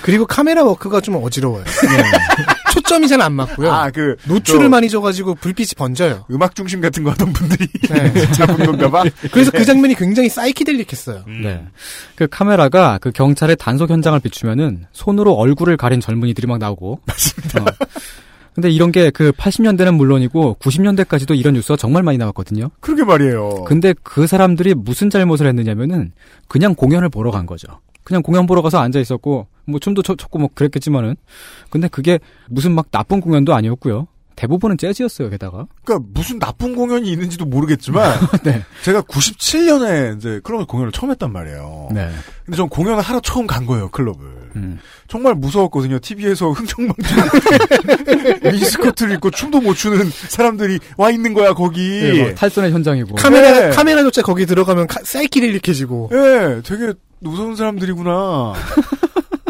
Speaker 6: 그리고 카메라 워크가 좀 어지러워요.
Speaker 5: 네.
Speaker 6: 초점이 잘 안 맞고요.
Speaker 5: 아,
Speaker 3: 그
Speaker 6: 노출을
Speaker 3: 저-
Speaker 6: 많이 줘가지고 불빛이 번져요.
Speaker 3: 음악 중심 같은 거 하던 분들이
Speaker 5: 네.
Speaker 3: 잡은 건가 봐.
Speaker 6: 그래서 그 장면이 굉장히 사이키델릭했어요.
Speaker 5: 네. 그 카메라가 그 경찰의 단속 현장을 비추면은 손으로 얼굴을 가린 젊은이들이 막 나오고. 맞습니다. 근데 이런 게 그 80년대는 물론이고 90년대까지도 이런 뉴스가 정말 많이 나왔거든요.
Speaker 3: 그러게 말이에요.
Speaker 5: 근데 그 사람들이 무슨 잘못을 했느냐면은 그냥 공연을 보러 간 거죠. 그냥 공연 보러 가서 앉아 있었고 뭐 춤도 춰- 췄고 뭐 그랬겠지만은 근데 그게 무슨 막 나쁜 공연도 아니었고요. 대부분은 재즈였어요. 게다가
Speaker 3: 그러니까 무슨 나쁜 공연이 있는지도 모르겠지만
Speaker 5: 네.
Speaker 3: 제가 97년에 이제 클럽 공연을 처음 했단 말이에요.
Speaker 5: 네.
Speaker 3: 근데 전 공연을 하러 처음 간 거예요 클럽을.
Speaker 5: 음.
Speaker 3: 정말 무서웠거든요. TV에서 흥청망청 미니스커트를 입고 춤도 못 추는 사람들이 와 있는 거야 거기.
Speaker 5: 예, 뭐 탈선의 현장이고
Speaker 6: 카메라
Speaker 3: 네.
Speaker 6: 카메라조차 거기 들어가면 카- 사이키델릭해지고.
Speaker 3: 예, 되게 무서운 사람들이구나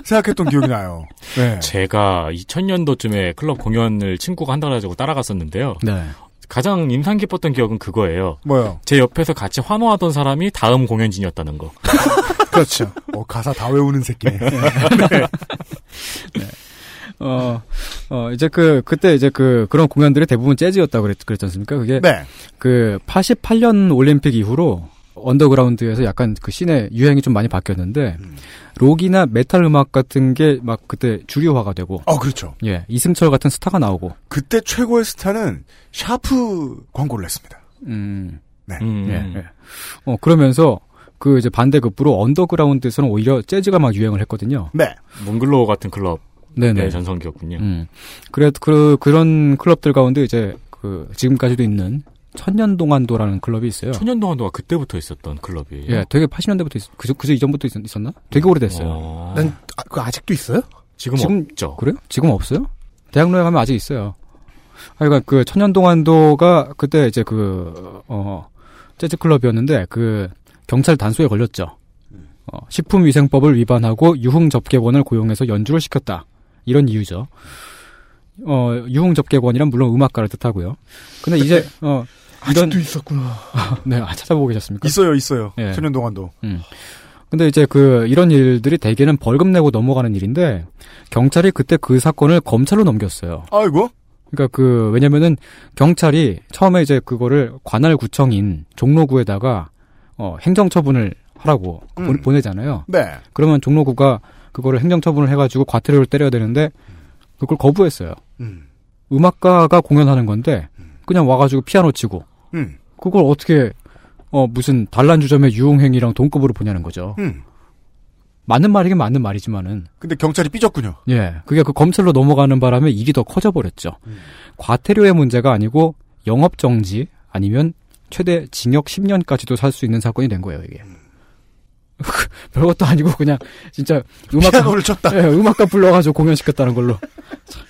Speaker 3: 생각했던 기억이 나요. 네.
Speaker 4: 제가 2000년도쯤에 클럽 공연을 친구가 한다고 해가지고 따라갔었는데요.
Speaker 5: 네.
Speaker 4: 가장 인상 깊었던 기억은 그거예요.
Speaker 3: 뭐요?
Speaker 4: 제 옆에서 같이 환호하던 사람이 다음 공연진이었다는 거.
Speaker 3: 그렇죠. 어, 가사 다 외우는 새끼네.
Speaker 5: 어, 어, 이제 그, 그때 이제 그, 그런 공연들이 대부분 재즈였다고 그랬, 그랬지 않습니까? 그게.
Speaker 3: 네.
Speaker 5: 그, 88년 올림픽 이후로 언더그라운드에서 약간 그 씬의 유행이 좀 많이 바뀌었는데, 록이나 메탈 음악 같은 게 막 그때 주류화가 되고.
Speaker 3: 어, 그렇죠.
Speaker 5: 예, 이승철 같은 스타가 나오고.
Speaker 3: 그때 최고의 스타는 샤프 광고를 했습니다.
Speaker 5: 음.
Speaker 3: 네.
Speaker 5: 예, 예. 어, 그러면서 그 이제 반대급부로 언더그라운드에서는 오히려 재즈가 막 유행을 했거든요.
Speaker 3: 네.
Speaker 4: 몽글로 같은 클럽.
Speaker 5: 네네.
Speaker 4: 네, 전성기였군요.
Speaker 5: 음. 그래 그 그런 클럽들 가운데 이제 그 지금까지도 있는 천년동안도라는 클럽이 있어요.
Speaker 4: 천년동안도가 그때부터 있었던 클럽이에요.
Speaker 5: 예, 되게 80년대부터 있, 그저 그저 이전부터 있, 있었나? 되게 오래됐어요.
Speaker 6: 난 그 아직도 있어요?
Speaker 4: 지금 없죠.
Speaker 5: 그래요? 지금 없어요? 대학로에 가면 아직 있어요. 하여간 그 천년동안도가 그때 이제 그, 어, 재즈 클럽이었는데 그 경찰 단속에 걸렸죠. 어, 식품위생법을 위반하고 유흥 접객원을 고용해서 연주를 시켰다. 이런 이유죠. 어, 유흥 접객원이란 물론 음악가를 뜻하고요. 근데 이제, 어, 이런.
Speaker 6: 아직도 있었구나.
Speaker 5: 네, 아, 찾아보고 계셨습니까?
Speaker 3: 있어요, 있어요.
Speaker 5: 예.
Speaker 3: 천년 동안도.
Speaker 5: 음. 근데 이제 그 이런 일들이 대개는 벌금 내고 넘어가는 일인데 경찰이 그때 그 사건을 검찰로 넘겼어요.
Speaker 3: 아이고.
Speaker 5: 그러니까 그 왜냐면은 경찰이 처음에 이제 그거를 관할구청인 종로구에다가 어 행정처분을 하라고 보-
Speaker 3: 음.
Speaker 5: 보내잖아요.
Speaker 3: 네.
Speaker 5: 그러면 종로구가 그거를 행정처분을 해가지고 과태료를 때려야 되는데 그걸 거부했어요.
Speaker 3: 음.
Speaker 5: 음악가가 공연하는 건데 그냥 와가지고 피아노 치고
Speaker 3: 음.
Speaker 5: 그걸 어떻게 어 무슨 단란주점의 유흥행위랑 동급으로 보냐는 거죠.
Speaker 3: 음.
Speaker 5: 맞는 말이긴 맞는 말이지만은
Speaker 3: 근데 경찰이 삐졌군요.
Speaker 5: 예 그게 그 검찰로 넘어가는 바람에 일이 더 커져버렸죠.
Speaker 3: 음.
Speaker 5: 과태료의 문제가 아니고 영업 정지 아니면 최대 징역 10년까지도 살 수 있는 사건이 된 거예요 이게. 별것도 아니고 그냥 진짜 음악
Speaker 3: 피아노를 쳤다.
Speaker 5: 예, 음악가 불러가지고 공연시켰다는 걸로. 참.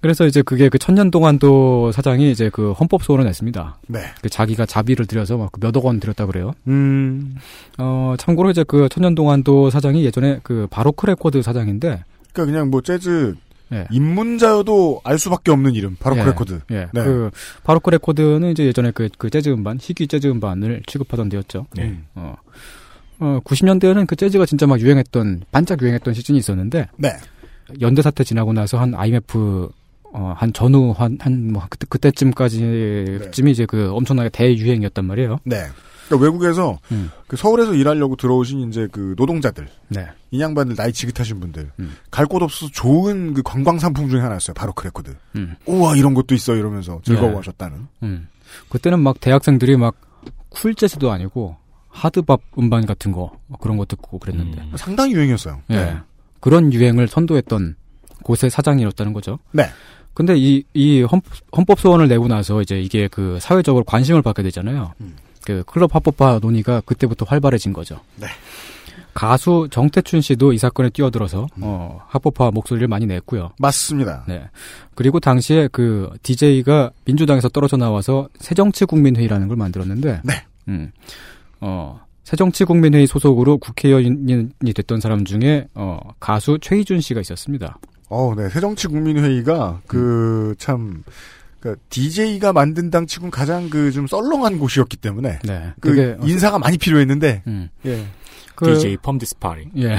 Speaker 5: 그래서 이제 그게 그 천년 동안도 사장이 이제 그 헌법 소원을 냈습니다.
Speaker 3: 네.
Speaker 5: 그 자기가 자비를 들여서 막 몇억 원 들였다 그래요.
Speaker 3: 음.
Speaker 5: 어, 참고로 이제 그 천년 동안도 사장이 예전에 그 바로크 레코드 사장인데
Speaker 3: 그러니까 그냥 뭐 재즈
Speaker 5: 예.
Speaker 3: 입문자여도 알 수밖에 없는 이름. 바로
Speaker 5: 예,
Speaker 3: 그 레코드.
Speaker 5: 예.
Speaker 3: 네.
Speaker 5: 그 바로크 레코드는 이제 예전에 그, 그 재즈 음반, 희귀 재즈 음반을 취급하던 데였죠.
Speaker 4: 네.
Speaker 3: 음.
Speaker 5: 어. 어, 90년대에는 그 재즈가 진짜 막 유행했던 반짝 유행했던 시즌이 있었는데
Speaker 3: 네.
Speaker 5: 연대 사태 지나고 나서 한 IMF 어, 한 전후 한한뭐 그때 그때쯤까지 쯤이 이제 그 엄청나게 대유행이었단 말이에요.
Speaker 3: 네. 그러니까 외국에서
Speaker 5: 음.
Speaker 3: 그 서울에서 일하려고 들어오신 이제 그 노동자들,
Speaker 5: 네.
Speaker 3: 인양반들 나이 지긋하신 분들
Speaker 5: 음.
Speaker 3: 갈 곳 없어서 좋은 그 관광 상품 중에 하나였어요. 바로 그 레코드.
Speaker 5: 음.
Speaker 3: 우와 이런 것도 있어 이러면서 즐거워하셨다는.
Speaker 5: 음. 그때는 막 대학생들이 막 쿨재즈도 아니고 하드밥 음반 같은 거 그런 거 듣고 그랬는데.
Speaker 4: 음.
Speaker 3: 상당히 유행이었어요. 음.
Speaker 5: 예.
Speaker 3: 네.
Speaker 5: 그런 유행을 선도했던 곳의 사장이었다는 거죠.
Speaker 3: 네.
Speaker 5: 근데 이, 이 헌법, 헌법 소원을 내고 나서 이제 이게 그 사회적으로 관심을 받게 되잖아요.
Speaker 3: 음.
Speaker 5: 그 클럽 합법화 논의가 그때부터 활발해진 거죠.
Speaker 3: 네.
Speaker 5: 가수 정태춘 씨도 이 사건에 뛰어들어서
Speaker 3: 음.
Speaker 5: 어, 합법화 목소리를 많이 냈고요.
Speaker 3: 맞습니다.
Speaker 5: 네. 그리고 당시에 그 DJ가 민주당에서 떨어져 나와서 새정치국민회의라는 걸 만들었는데
Speaker 3: 네.
Speaker 5: 음. 어, 새정치국민회의 소속으로 국회의원이 됐던 사람 중에 어, 가수 최희준 씨가 있었습니다.
Speaker 3: 어, 네. 새정치국민회의가 그 참 그러니까 DJ가 만든 당 치곤 가장 그 좀 썰렁한 곳이었기 때문에
Speaker 5: 네,
Speaker 3: 그
Speaker 5: 그게 어떤- 음.
Speaker 3: 인사가 많이 필요했는데 예.
Speaker 5: 그
Speaker 4: DJ 펌디스파리.
Speaker 5: 예.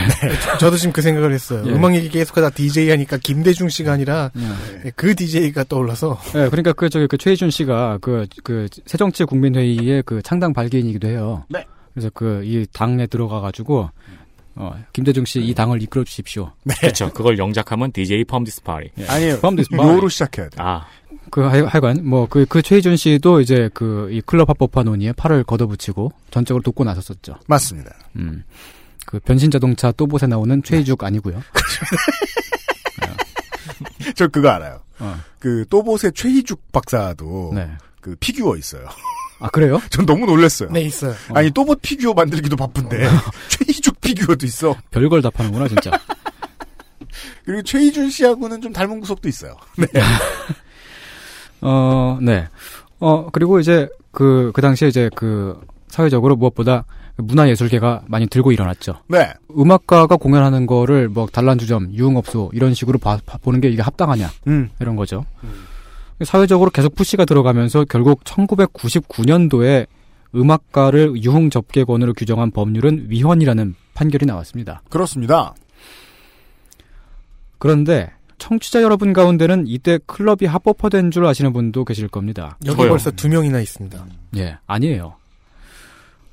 Speaker 6: 저도 지금 그 생각을 했어요.
Speaker 5: 예.
Speaker 6: 음악 얘기 계속하다 DJ 하니까 김대중 씨가 아니라
Speaker 3: 네.
Speaker 6: 예, 그 DJ가 떠올라서
Speaker 5: 네, 그러니까 그 저기 그 최희준 씨가 그 그 새정치 국민회의의 그 창당 발기인이기도 해요.
Speaker 13: 네.
Speaker 5: 그래서 그 이 당에 들어가 가지고 어, 김대중 씨 이 당을 이끌어 주십시오.
Speaker 4: 그렇죠. 그걸 영작하면 DJ 펌디스파리.
Speaker 5: 네.
Speaker 3: 아니에요.
Speaker 5: 요로
Speaker 3: 시작해야 돼.
Speaker 4: 아.
Speaker 5: 그 하- 하여간 뭐 그 그 최희준 씨도 이제 그 이 클럽 합법화 논의에 팔을 걷어붙이고 전적으로 돕고 나섰었죠.
Speaker 3: 맞습니다.
Speaker 5: 음. 그 변신 자동차 또봇에 나오는 최희죽 아니고요.
Speaker 3: 저 그거 알아요.
Speaker 5: 어.
Speaker 3: 그 또봇의 최희죽 박사도
Speaker 5: 네.
Speaker 3: 그 피규어 있어요.
Speaker 5: 아 그래요?
Speaker 3: 전 너무 놀랐어요.
Speaker 6: 네 있어요.
Speaker 3: 아니 또봇 피규어 만들기도 바쁜데 최희죽 피규어도 있어.
Speaker 5: 별걸 다 파는구나 진짜.
Speaker 3: 그리고 최희준 씨하고는 좀 닮은 구석도 있어요. 네.
Speaker 5: 어, 네. 어, 그리고 이제 그, 그 당시에 이제 그 사회적으로 무엇보다 문화예술계가 많이 들고 일어났죠.
Speaker 3: 네.
Speaker 5: 음악가가 공연하는 거를 뭐 단란주점, 유흥업소 이런 식으로 봐- 봐- 보는 게 이게 합당하냐.
Speaker 3: 음.
Speaker 5: 이런 거죠. 사회적으로 계속 푸시가 들어가면서 결국 1999년도에 음악가를 유흥접객원으로 규정한 법률은 위헌이라는 판결이 나왔습니다.
Speaker 3: 그렇습니다.
Speaker 5: 그런데 청취자 여러분 가운데는 이때 클럽이 합법화된 줄 아시는 분도 계실 겁니다.
Speaker 6: 여기 벌써 두 명이나 있습니다.
Speaker 5: 예, 아니에요.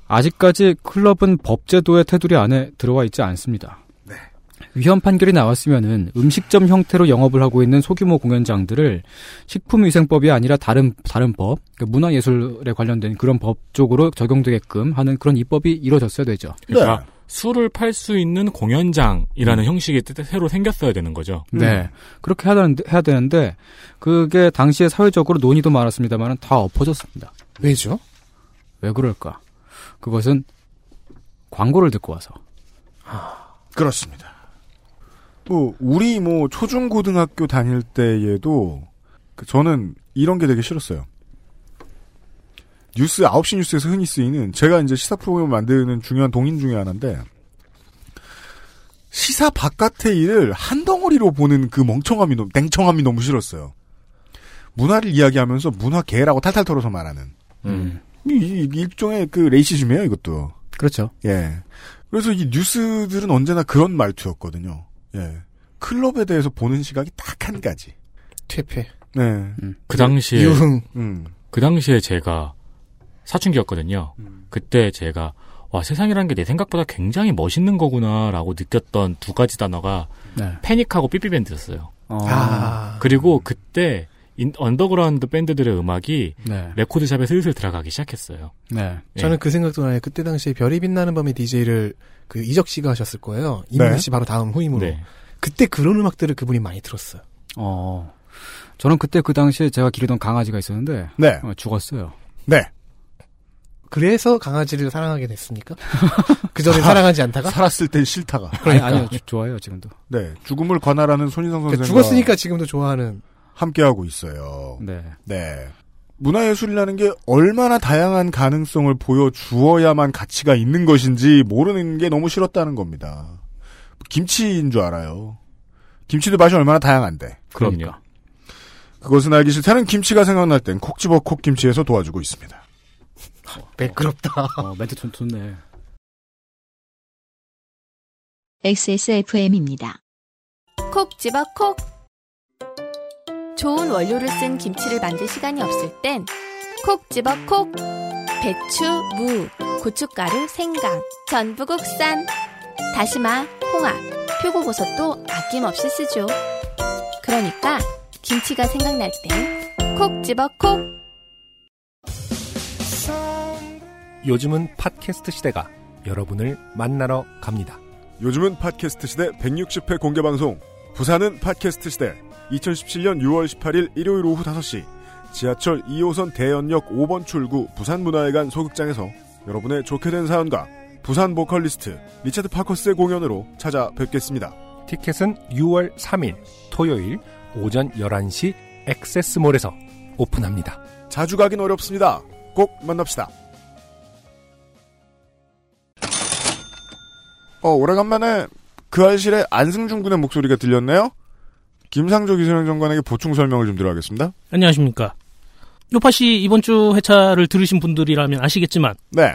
Speaker 5: 아직까지 클럽은 법제도의 테두리 안에 들어와 있지 않습니다. 위헌 판결이 나왔으면은 음식점 형태로 영업을 하고 있는 소규모 공연장들을 식품위생법이 아니라 다른 다른 법, 그러니까 문화예술에 관련된 그런 법 쪽으로 적용되게끔 하는 그런 입법이 이루어졌어야 되죠.
Speaker 4: 그러니까
Speaker 5: 네.
Speaker 4: 술을 팔 수 있는
Speaker 5: 음.
Speaker 4: 공연장이라는 형식이 뜨- 새로 생겼어야 되는 거죠.
Speaker 5: 네. 그렇게 해야 되는데, 해야 되는데, 그게 당시에 사회적으로 논의도 많았습니다만 다 엎어졌습니다.
Speaker 6: 왜죠?
Speaker 5: 왜 그럴까? 그것은 광고를 듣고 와서.
Speaker 3: 그렇습니다. 뭐 우리 뭐 초중고등학교 다닐 때에도 그 저는 이런 게 되게 싫었어요. 뉴스 9시 뉴스에서 흔히 쓰이는 제가 이제 시사 프로그램을 만드는 중요한 동인 중에 하나인데 시사 바깥의 일을 한 덩어리로 보는 그 멍청함이 너무 냉청함이 너무 싫었어요. 문화를 이야기하면서 문화 개라고 탈탈 털어서 말하는 이- 이- 일종의 그 레이시즘이에요 이것도.
Speaker 5: 그렇죠.
Speaker 3: 예. 그래서 이 뉴스들은 언제나 그런 말투였거든요. 예. 클럽에 대해서 보는 시각이 딱 한 가지.
Speaker 6: 퇴폐.
Speaker 3: 네.
Speaker 6: 음.
Speaker 4: 그
Speaker 5: 예.
Speaker 4: 당시에
Speaker 6: 유흥.
Speaker 3: 음.
Speaker 4: 그 당시에 제가 사춘기였거든요.
Speaker 5: 음.
Speaker 4: 그때 제가 와 세상이라는 게 내 생각보다 굉장히 멋있는 거구나라고 느꼈던 두 가지 단어가
Speaker 5: 네.
Speaker 4: 패닉하고 삐삐밴드였어요.
Speaker 6: 아.
Speaker 4: 그리고 그때 인- 언더그라운드 밴드들의 음악이
Speaker 5: 네.
Speaker 4: 레코드샵에 슬슬 들어가기 시작했어요.
Speaker 5: 네.
Speaker 14: 예.
Speaker 6: 저는 그 생각도 나요. 그때 당시에 별이 빛나는 밤의 DJ를 그 이적 씨가 하셨을 거예요. 이민희
Speaker 5: 네.
Speaker 6: 씨 바로 다음 후임으로.
Speaker 5: 네.
Speaker 6: 그때 그런 음악들을 그분이 많이 들었어요.
Speaker 5: 어. 저는 그때 그 당시에 제가 기르던 강아지가 있었는데
Speaker 3: 네.
Speaker 5: 어, 죽었어요.
Speaker 3: 네.
Speaker 6: 그래서 강아지를 사랑하게 됐습니까? 그 전에 사랑하지 않다가?
Speaker 3: 살았을 땐 싫다가.
Speaker 6: 그러니까.
Speaker 5: 아니, 아니요. 주- 좋아요, 지금도.
Speaker 3: 네. 죽음을 관할하는 손희상 선생과
Speaker 6: 그러니까 죽었으니까 지금도 좋아하는.
Speaker 3: 함께하고 있어요.
Speaker 5: 네.
Speaker 3: 네. 문화예술이라는 게 얼마나 다양한 가능성을 보여주어야만 가치가 있는 것인지 모르는 게 너무 싫었다는 겁니다. 김치인 줄 알아요. 김치도 맛이 얼마나 다양한데.
Speaker 4: 그럼요.
Speaker 5: 그러니까.
Speaker 3: 그것은 알기 싫다는 김치가 생각날 땐 콕 집어 콕 김치에서 도와주고 있습니다.
Speaker 6: 매끄럽다.
Speaker 5: 어, 멘트 좀 좋네.
Speaker 1: XSFM입니다.
Speaker 8: 콕 집어 콕. 좋은 원료를 쓴 김치를 만들 시간이 없을 땐 콕 집어 콕. 배추, 무, 고춧가루, 생강, 전부 국산, 다시마, 홍합, 표고버섯도 아낌없이 쓰죠. 그러니까 김치가 생각날 땐 콕 집어 콕.
Speaker 14: 요즘은 팟캐스트 시대가 여러분을 만나러 갑니다.
Speaker 3: 요즘은 팟캐스트 시대 160회 공개 방송. 부산은 팟캐스트 시대. 2017년 6월 18일 일요일 오후 5시 지하철 2호선 대연역 5번 출구 부산문화회관 소극장에서 여러분의 좋게 된 사연과 부산 보컬리스트 리차드 파커스의 공연으로 찾아뵙겠습니다.
Speaker 14: 티켓은 6월 3일 토요일 오전 11시 액세스몰에서 오픈합니다.
Speaker 3: 자주 가긴 어렵습니다. 꼭 만납시다. 어, 오래간만에 그 알실에 안승준 군의 목소리가 들렸네요? 김상조 기술형 장관에게 보충 설명을 좀 드려야겠습니다.
Speaker 9: 안녕하십니까. 요파시 이번 주 회차를 들으신 분들이라면 아시겠지만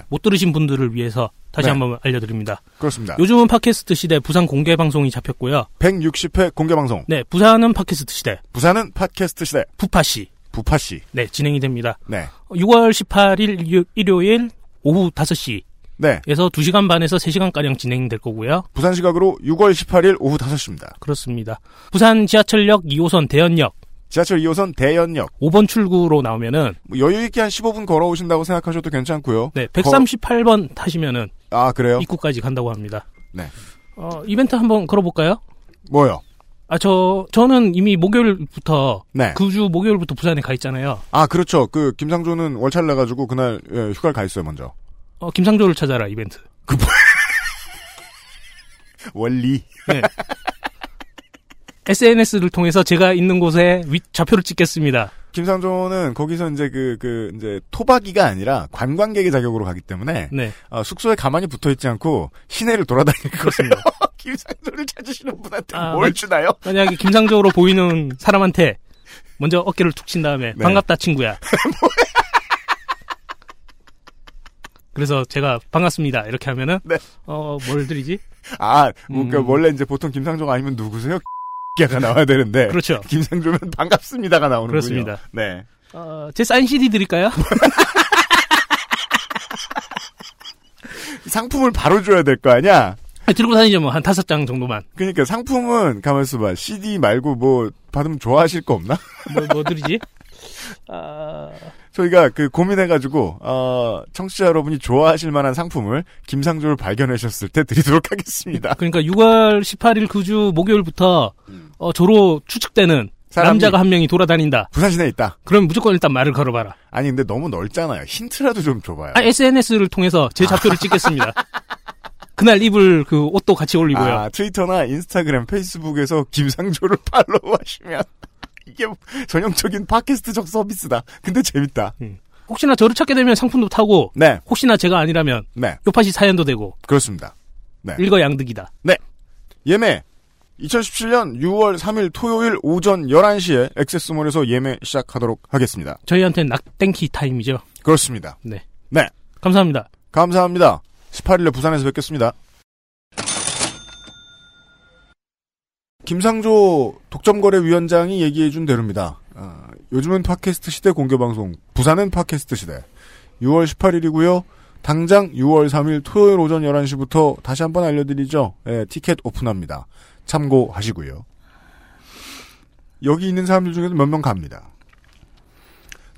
Speaker 9: 못 들으신 분들을 위해서 다시
Speaker 3: 네.
Speaker 9: 한번 알려드립니다.
Speaker 3: 그렇습니다.
Speaker 9: 요즘은 팟캐스트 시대 부산 공개 방송이 잡혔고요.
Speaker 3: 160회 공개 방송.
Speaker 9: 네, 부산은 팟캐스트 시대.
Speaker 3: 부산은 팟캐스트 시대.
Speaker 9: 부파시.
Speaker 3: 부파시.
Speaker 9: 네, 진행이 됩니다.
Speaker 3: 네.
Speaker 9: 6월 18일 일요- 일요일 오후 5시. 에서 2시간 반에서 3시간가량 진행될 거고요.
Speaker 3: 네, 부산 시각으로 6월 18일 오후 5시입니다.
Speaker 9: 그렇습니다. 부산 지하철역 2호선 대연역.
Speaker 3: 지하철 2호선 대연역.
Speaker 9: 5번 출구로 나오면은
Speaker 3: 뭐 여유 있게 한 15분 걸어오신다고 생각하셔도 괜찮고요.
Speaker 9: 네, 138번 타시면은
Speaker 3: 아, 그래요?
Speaker 9: 입구까지 간다고 합니다.
Speaker 3: 네.
Speaker 9: 어, 이벤트 한번 걸어볼까요?
Speaker 3: 뭐요?
Speaker 9: 아, 저, 저는 이미 목요일부터,
Speaker 3: 네.
Speaker 9: 그 주 목요일부터 부산에 가 있잖아요.
Speaker 3: 아, 그렇죠. 그 김상조는 월차를 내 가지고 그날 예, 휴가를 가 있어요, 먼저.
Speaker 9: 어, 김상조를 찾아라, 이벤트.
Speaker 3: 원리.
Speaker 9: 네. SNS를 통해서 제가 있는 곳에 위- 좌표를 찍겠습니다.
Speaker 3: 김상조는 거기서 이제 그, 그, 이제 토박이가 아니라 관광객의 자격으로 가기 때문에
Speaker 9: 네.
Speaker 3: 어, 숙소에 가만히 붙어 있지 않고 시내를 돌아다니고
Speaker 9: 그렇습니다.
Speaker 13: 김상조를 찾으시는 분한테
Speaker 9: 아,
Speaker 13: 뭘
Speaker 9: 맞-
Speaker 13: 주나요?
Speaker 9: 만약에 김상조로 보이는 사람한테 먼저 어깨를 툭 친 다음에
Speaker 13: 네.
Speaker 9: 반갑다 친구야. 그래서 제가 반갑습니다 이렇게 하면은 어뭘 드리지?
Speaker 3: 아, 뭐,
Speaker 9: 음.
Speaker 3: 그 원래 이제 보통 김상조가 아니면 누구세요? 가 나와야 되는데
Speaker 9: 그렇죠.
Speaker 3: 김상조면 반갑습니다가 나오는군요.
Speaker 9: 그렇습니다.
Speaker 3: 네.
Speaker 9: 어, 제 사인 CD 드릴까요?
Speaker 3: 상품을 바로 줘야 될 거 아니야?
Speaker 9: 들고 다니죠 뭐 한 다섯 장 정도만.
Speaker 3: 그러니까 상품은 가만있어 봐. CD 말고 뭐 받으면 좋아하실 거 없나?
Speaker 9: 뭐, 뭐 드리지? 아,
Speaker 3: 저희가 그 고민해가지고 어, 청취자 여러분이 좋아하실 만한 상품을 김상조를 발견하셨을 때 드리도록 하겠습니다.
Speaker 9: 그러니까 6월 18일 그 주 목요일부터 어, 저로 추측되는
Speaker 3: 사람이-
Speaker 9: 남자가 한 명이 돌아다닌다.
Speaker 3: 부산시내에 있다.
Speaker 9: 그럼 무조건 일단 말을 걸어봐라.
Speaker 3: 아니 근데 너무 넓잖아요. 힌트라도 좀 줘봐요.
Speaker 9: 아, SNS를 통해서 제 좌표를 찍겠습니다. 그날 입을 그 옷도 같이 올리고요.
Speaker 3: 아, 트위터나 인스타그램, 페이스북에서 김상조를 팔로우하시면 이게 전형적인 팟캐스트 적 서비스다. 근데 재밌다.
Speaker 9: 혹시나 저를 찾게 되면 상품도 타고,
Speaker 3: 네.
Speaker 9: 혹시나 제가 아니라면,
Speaker 3: 네.
Speaker 9: 요파시 사연도 되고,
Speaker 3: 그렇습니다. 네.
Speaker 9: 일거양득이다.
Speaker 3: 네. 예매 2017년 6월 3일 토요일 오전 11시에 액세스몰에서 예매 시작하도록 하겠습니다.
Speaker 9: 저희한테는 낙땡키 타임이죠.
Speaker 3: 그렇습니다.
Speaker 9: 네.
Speaker 3: 네.
Speaker 9: 감사합니다.
Speaker 3: 감사합니다. 18일에 부산에서 뵙겠습니다. 김상조 독점거래위원장이 얘기해준 대로입니다. 아, 요즘은 팟캐스트 시대 공개방송, 부산은 팟캐스트 시대. 6월 18일이고요. 당장 6월 3일 토요일 오전 11시부터 다시 한번 알려드리죠. 예, 티켓 오픈합니다. 참고하시고요. 여기 있는 사람들 중에도 몇 명 갑니다.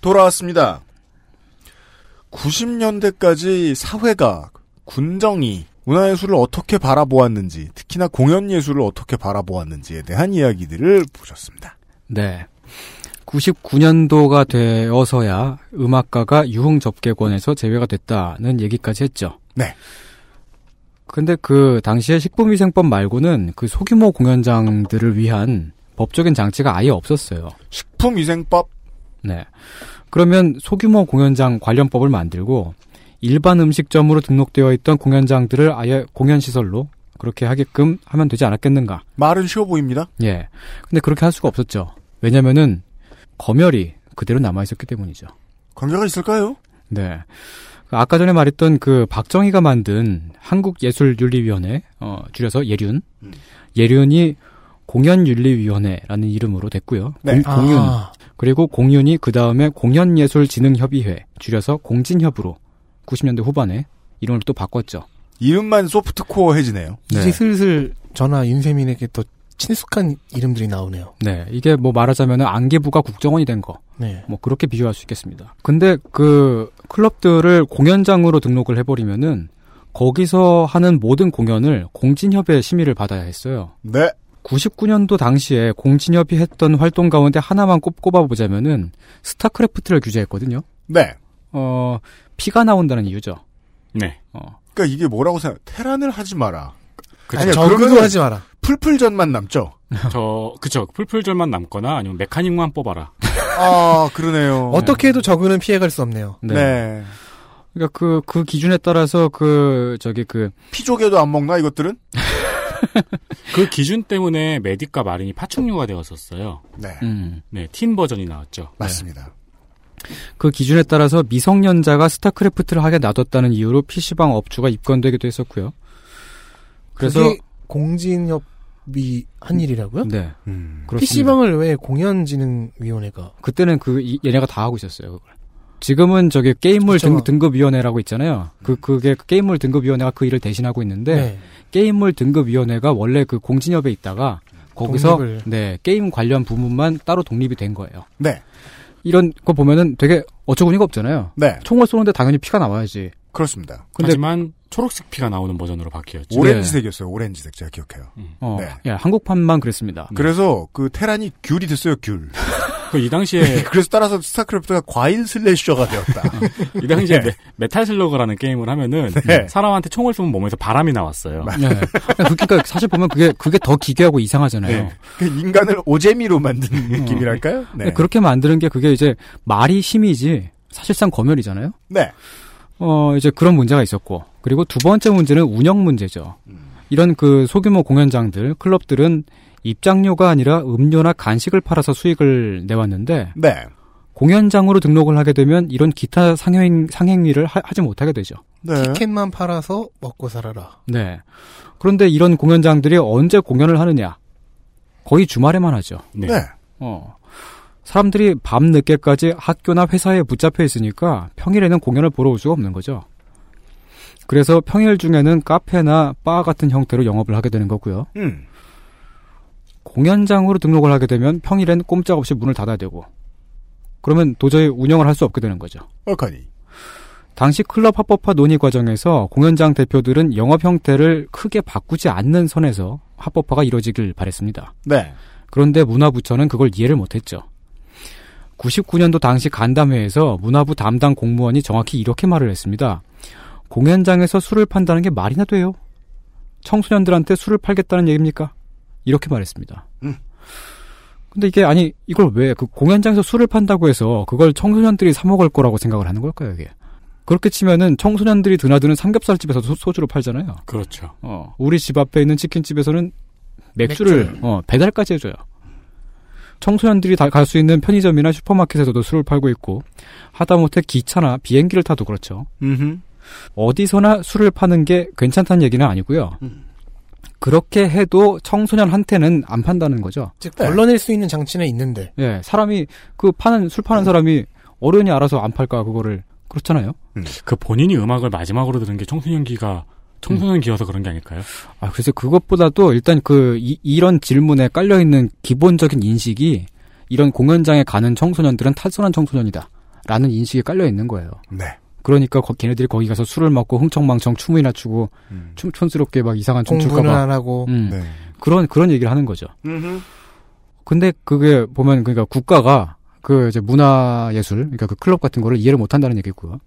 Speaker 3: 돌아왔습니다. 90년대까지 사회가 군정이 문화예술을 어떻게 바라보았는지, 특히나 공연예술을 어떻게 바라보았는지에 대한 이야기들을 보셨습니다.
Speaker 5: 네. 99년도가 되어서야 음악가가 유흥 접객원에서 제외가 됐다는 얘기까지 했죠.
Speaker 3: 네.
Speaker 5: 근데 그 당시에 식품위생법 말고는 그 소규모 공연장들을 위한 법적인 장치가 아예 없었어요.
Speaker 3: 식품위생법?
Speaker 5: 네. 그러면 소규모 공연장 관련법을 만들고 일반 음식점으로 등록되어 있던 공연장들을 아예 공연시설로 그렇게 하게끔 하면 되지 않았겠는가?
Speaker 3: 말은 쉬워 보입니다.
Speaker 5: 예. 근데 그렇게 할 수가 없었죠. 왜냐면은 검열이 그대로 남아 있었기 때문이죠.
Speaker 3: 관계가 있을까요?
Speaker 5: 네. 아까 전에 말했던 그 박정희가 만든 한국예술윤리위원회, 어, 줄여서 예륜. 예륜이 공연윤리위원회라는 이름으로 됐고요.
Speaker 6: 네.
Speaker 5: 공, 공윤.
Speaker 6: 아.
Speaker 5: 그리고 공윤이 그 다음에 공연예술진흥협의회, 줄여서 공진협으로 90년대 후반에 이름을 또 바꿨죠.
Speaker 3: 이름만 소프트코어해지네요.
Speaker 6: 이제 슬슬 저나 윤세민에게 더 친숙한 이름들이 나오네요.
Speaker 5: 네, 이게 뭐 말하자면 안개부가 국정원이 된 거.
Speaker 6: 네.
Speaker 5: 뭐 그렇게 비유할 수 있겠습니다. 근데 그 클럽들을 공연장으로 등록을 해버리면은 거기서 하는 모든 공연을 공진협의 심의를 받아야 했어요.
Speaker 3: 네.
Speaker 5: 99년도 당시에 공진협이 했던 활동 가운데 하나만 꼽, 꼽아보자면은 스타크래프트를 규제했거든요.
Speaker 3: 네.
Speaker 5: 어, 피가 나온다는 이유죠.
Speaker 4: 네.
Speaker 3: 그러니까 이게 뭐라고 생각? 테란을 하지 마라.
Speaker 6: 그렇죠.
Speaker 4: 그쵸.
Speaker 3: 그러면은
Speaker 4: 적응도 하지 마라.
Speaker 3: 풀풀전만 남죠.
Speaker 4: 저 그쵸 풀풀절만 남거나 아니면 메카닉만 뽑아라.
Speaker 3: 아 그러네요.
Speaker 6: 어떻게 해도 적응은 피해갈 수 없네요.
Speaker 5: 그러니까 그 그 기준에 따라서 그 저기 그
Speaker 3: 피조개도 안 먹나 이것들은?
Speaker 4: 그 기준 때문에 메딕과 마린이 파충류가 되었었어요.
Speaker 3: 네.
Speaker 5: 음.
Speaker 4: 네, 틴 버전이 나왔죠.
Speaker 3: 맞습니다.
Speaker 5: 그 기준에 따라서 미성년자가 스타크래프트를 하게 놔뒀다는 이유로 PC방 업주가 입건되기도 했었고요. 그래서
Speaker 6: 그게 공진협이 한 일이라고요?
Speaker 5: 네.
Speaker 3: 음.
Speaker 5: 그렇습니다.
Speaker 6: PC방을 왜 공연진흥위원회가
Speaker 5: 그때는 그 이- 얘네가 다 하고 있었어요. 그걸. 지금은 저기 게임물
Speaker 6: 그쵸.
Speaker 5: 등, 급위원회라고 있잖아요. 그 그게 그 게임물 등급위원회가 그 일을 대신하고 있는데
Speaker 6: 네.
Speaker 5: 게임물 등급위원회가 원래 그 공진협에 있다가 거기서
Speaker 6: 독립을.
Speaker 5: 네 게임 관련 부문만 따로 독립이 된 거예요.
Speaker 3: 네.
Speaker 5: 이런 거 보면은 되게 어처구니가 없잖아요.
Speaker 3: 네.
Speaker 5: 총을 쏘는데 당연히 피가 나와야지.
Speaker 3: 그렇습니다.
Speaker 4: 하지만 초록색 피가 나오는 버전으로 바뀌었죠.
Speaker 3: 오렌지색이었어요. 오렌지색 제가 기억해요.
Speaker 5: 어,
Speaker 3: 네.
Speaker 5: 예, 한국판만 그랬습니다.
Speaker 3: 그래서 그 테란이 귤이 됐어요. 귤.
Speaker 4: 이 당시에
Speaker 3: 그래서 따라서 스타크래프트가 과일 슬래셔가 되었다.
Speaker 4: 이 당시에 메, 탈 슬러그라는 게임을 하면은
Speaker 5: 네.
Speaker 4: 사람한테 총을 쏘면 몸에서 바람이 나왔어요.
Speaker 5: 네. 그러니까 사실 보면 그게 그게 더 기괴하고 이상하잖아요.
Speaker 4: 네.
Speaker 3: 그 인간을 오재미로 만드는 느낌이랄까요? 네.
Speaker 5: 근데 그렇게 만드는 게 그게 이제 말이 심이지 사실상 검열이잖아요.
Speaker 3: 네.
Speaker 5: 어 이제 그런 문제가 있었고 그리고 두 번째 문제는 운영 문제죠.
Speaker 3: 음.
Speaker 5: 이런 그 소규모 공연장들 클럽들은 입장료가 아니라 음료나 간식을 팔아서 수익을 내왔는데
Speaker 3: 네.
Speaker 5: 공연장으로 등록을 하게 되면 이런 기타 상행 상행위를 하, 하지 못하게 되죠.
Speaker 3: 네.
Speaker 6: 티켓만 팔아서 먹고 살아라.
Speaker 5: 네. 그런데 이런 공연장들이 언제 공연을 하느냐? 거의 주말에만 하죠.
Speaker 4: 네.
Speaker 5: 어. 사람들이 밤 늦게까지 학교나 회사에 붙잡혀 있으니까 평일에는 공연을 보러 올 수가 없는 거죠. 그래서 평일 중에는 카페나 바 같은 형태로 영업을 하게 되는 거고요.
Speaker 3: 음.
Speaker 5: 공연장으로 등록을 하게 되면 평일엔 꼼짝없이 문을 닫아야 되고 그러면 도저히 운영을 할 수 없게 되는 거죠.
Speaker 3: 얼커니.
Speaker 5: 당시 클럽 합법화 논의 과정에서 공연장 대표들은 영업 형태를 크게 바꾸지 않는 선에서 합법화가 이루어지길 바랬습니다.
Speaker 3: 네.
Speaker 5: 그런데 문화부처는 그걸 이해를 못했죠. 99년도 당시 간담회에서 문화부 담당 공무원이 정확히 이렇게 말을 했습니다. 공연장에서 술을 판다는 게 말이나 돼요? 청소년들한테 술을 팔겠다는 얘기입니까? 이렇게 말했습니다.
Speaker 3: 음.
Speaker 5: 근데 이게 아니 이걸 왜 그 공연장에서 술을 판다고 해서 그걸 청소년들이 사 먹을 거라고 생각을 하는 걸까요 이게? 그렇게 치면은 청소년들이 드나드는 삼겹살집에서 소, 소주를 팔잖아요.
Speaker 4: 그렇죠.
Speaker 5: 어, 우리 집 앞에 있는 치킨집에서는 맥주를
Speaker 4: 맥주를.
Speaker 5: 어, 배달까지 해줘요. 청소년들이 갈 수 있는 편의점이나 슈퍼마켓에서도 술을 팔고 있고 하다못해 기차나 비행기를 타도 그렇죠.
Speaker 3: 음.
Speaker 5: 어디서나 술을 파는 게 괜찮다는 얘기는 아니고요.
Speaker 4: 음.
Speaker 5: 그렇게 해도 청소년한테는 안 판다는 거죠.
Speaker 6: 즉 걸러낼 수 있는 장치는 있는데
Speaker 5: 예, 사람이 그 파는 술 파는 사람이 어련히 알아서 안 팔까 그거를 그렇잖아요.
Speaker 4: 그 본인이 음악을 마지막으로 들은 게 청소년기가 청소년기여서 그런 게 아닐까요?
Speaker 5: 아, 그래서 그것보다도 일단 그 이, 런 질문에 깔려 있는 기본적인 인식이 이런 공연장에 가는 청소년들은 탈선한 청소년이다라는 인식이 깔려 있는 거예요.
Speaker 3: 네.
Speaker 5: 그러니까 거- 걔네들이 거기 가서 술을 먹고 흥청망청 춤이나 추고
Speaker 3: 음.
Speaker 5: 춤촌스럽게 막 이상한 춤 출까
Speaker 6: 공부는
Speaker 5: 봐.
Speaker 6: 안 하고 네.
Speaker 5: 음,
Speaker 3: 네.
Speaker 5: 그런 그런 얘기를 하는 거죠.
Speaker 3: 음.
Speaker 5: 근데 그게 보면 그러니까 국가가 그 이제 문화 예술 그러니까 그 클럽 같은 거를 이해를 못 한다는 얘기고요.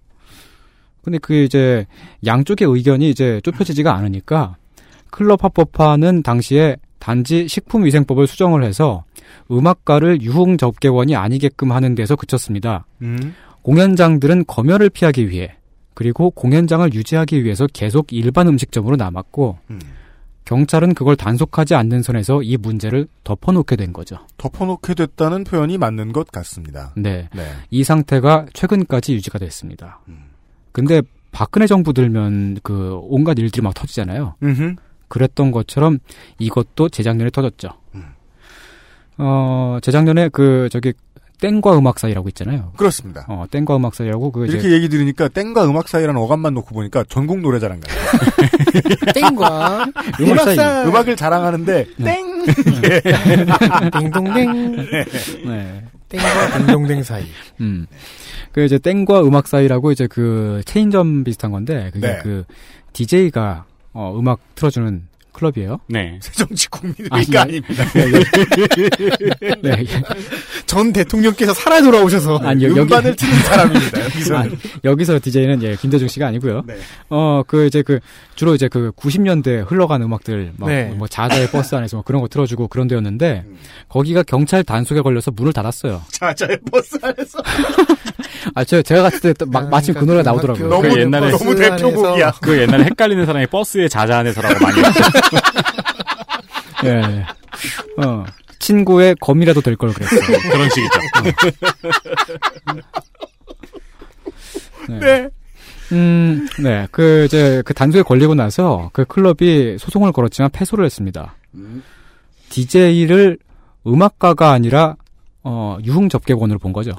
Speaker 5: 근데 그게 이제 양쪽의 의견이 이제 좁혀지지가 않으니까 클럽 합법화는 당시에 단지 식품위생법을 수정을 해서 음악가를 유흥접객원이 아니게끔 하는 데서 그쳤습니다.
Speaker 3: 음.
Speaker 5: 공연장들은 검열을 피하기 위해 그리고 공연장을 유지하기 위해서 계속 일반 음식점으로 남았고 경찰은 그걸 단속하지 않는 선에서 이 문제를 덮어놓게 된 거죠.
Speaker 3: 덮어놓게 됐다는 표현이 맞는 것 같습니다.
Speaker 5: 네.
Speaker 3: 네.
Speaker 5: 이 상태가 최근까지 유지가 됐습니다.
Speaker 3: 음.
Speaker 5: 근데 박근혜 정부 들면 그 온갖 일들이 막 터지잖아요.
Speaker 3: 음흠.
Speaker 5: 그랬던 것처럼 이것도 재작년에 터졌죠.
Speaker 3: 음.
Speaker 5: 어, 재작년에 그 저기 땡과 음악 사이라고 있잖아요.
Speaker 3: 그렇습니다.
Speaker 5: 어, 땡과 음악 사이라고 그
Speaker 3: 이렇게
Speaker 5: 이제
Speaker 3: 얘기 들으니까 땡과 음악 사이라는 어감만 놓고 보니까 전국 노래자랑 같아요.
Speaker 6: 땡과
Speaker 3: 음악 사이.
Speaker 6: 음악사
Speaker 3: 음악을 자랑하는데 땡.
Speaker 6: 땡동댕
Speaker 5: 네.
Speaker 6: 땡과 땡동댕 사이
Speaker 5: 음. 그 이제 땡과 음악 사이라고 이제 그 체인점 비슷한 건데 그게
Speaker 6: 네.
Speaker 5: 그 DJ가 어, 음악 틀어 주는 클럽이에요.
Speaker 4: 네.
Speaker 3: 새정치 국민의회가
Speaker 5: 아, 네.
Speaker 3: 아닙니다. 예.
Speaker 5: 네.
Speaker 6: 전 대통령께서 살아 돌아오셔서
Speaker 3: 음반을 틀는 사람입니다. 여기서는.
Speaker 5: 아니, 여기서 DJ는 예, 김대중 씨가 아니고요. 어, 그 이제 그 주로 이제 그 90년대 흘러간 음악들 막
Speaker 6: 네.
Speaker 5: 뭐 자자의 버스 안에서 막 그런 거 틀어 주고 그런 데였는데 거기가 경찰 단속에 걸려서 문을 닫았어요.
Speaker 13: 자자의 버스 안에서
Speaker 5: 아, 저 제가 갔을 때 또 마, 마침 그
Speaker 6: 그러니까
Speaker 5: 노래 나오더라고요.
Speaker 4: 너무 그 옛날에
Speaker 5: 버스 안에서.
Speaker 4: 그 옛날에 헷갈리는 사람이 버스의 자자 안에서라고 많이 했죠.
Speaker 5: 예. 어. 친구의 검이라도 될 걸 그랬어.
Speaker 4: 그런 식이죠. 음.
Speaker 5: 네. 음, 네. 그, 이제, 그 단속에 걸리고 나서 그 클럽이 소송을 걸었지만 패소를 했습니다. DJ를 음악가가 아니라, 어, 유흥접객원으로 본 거죠.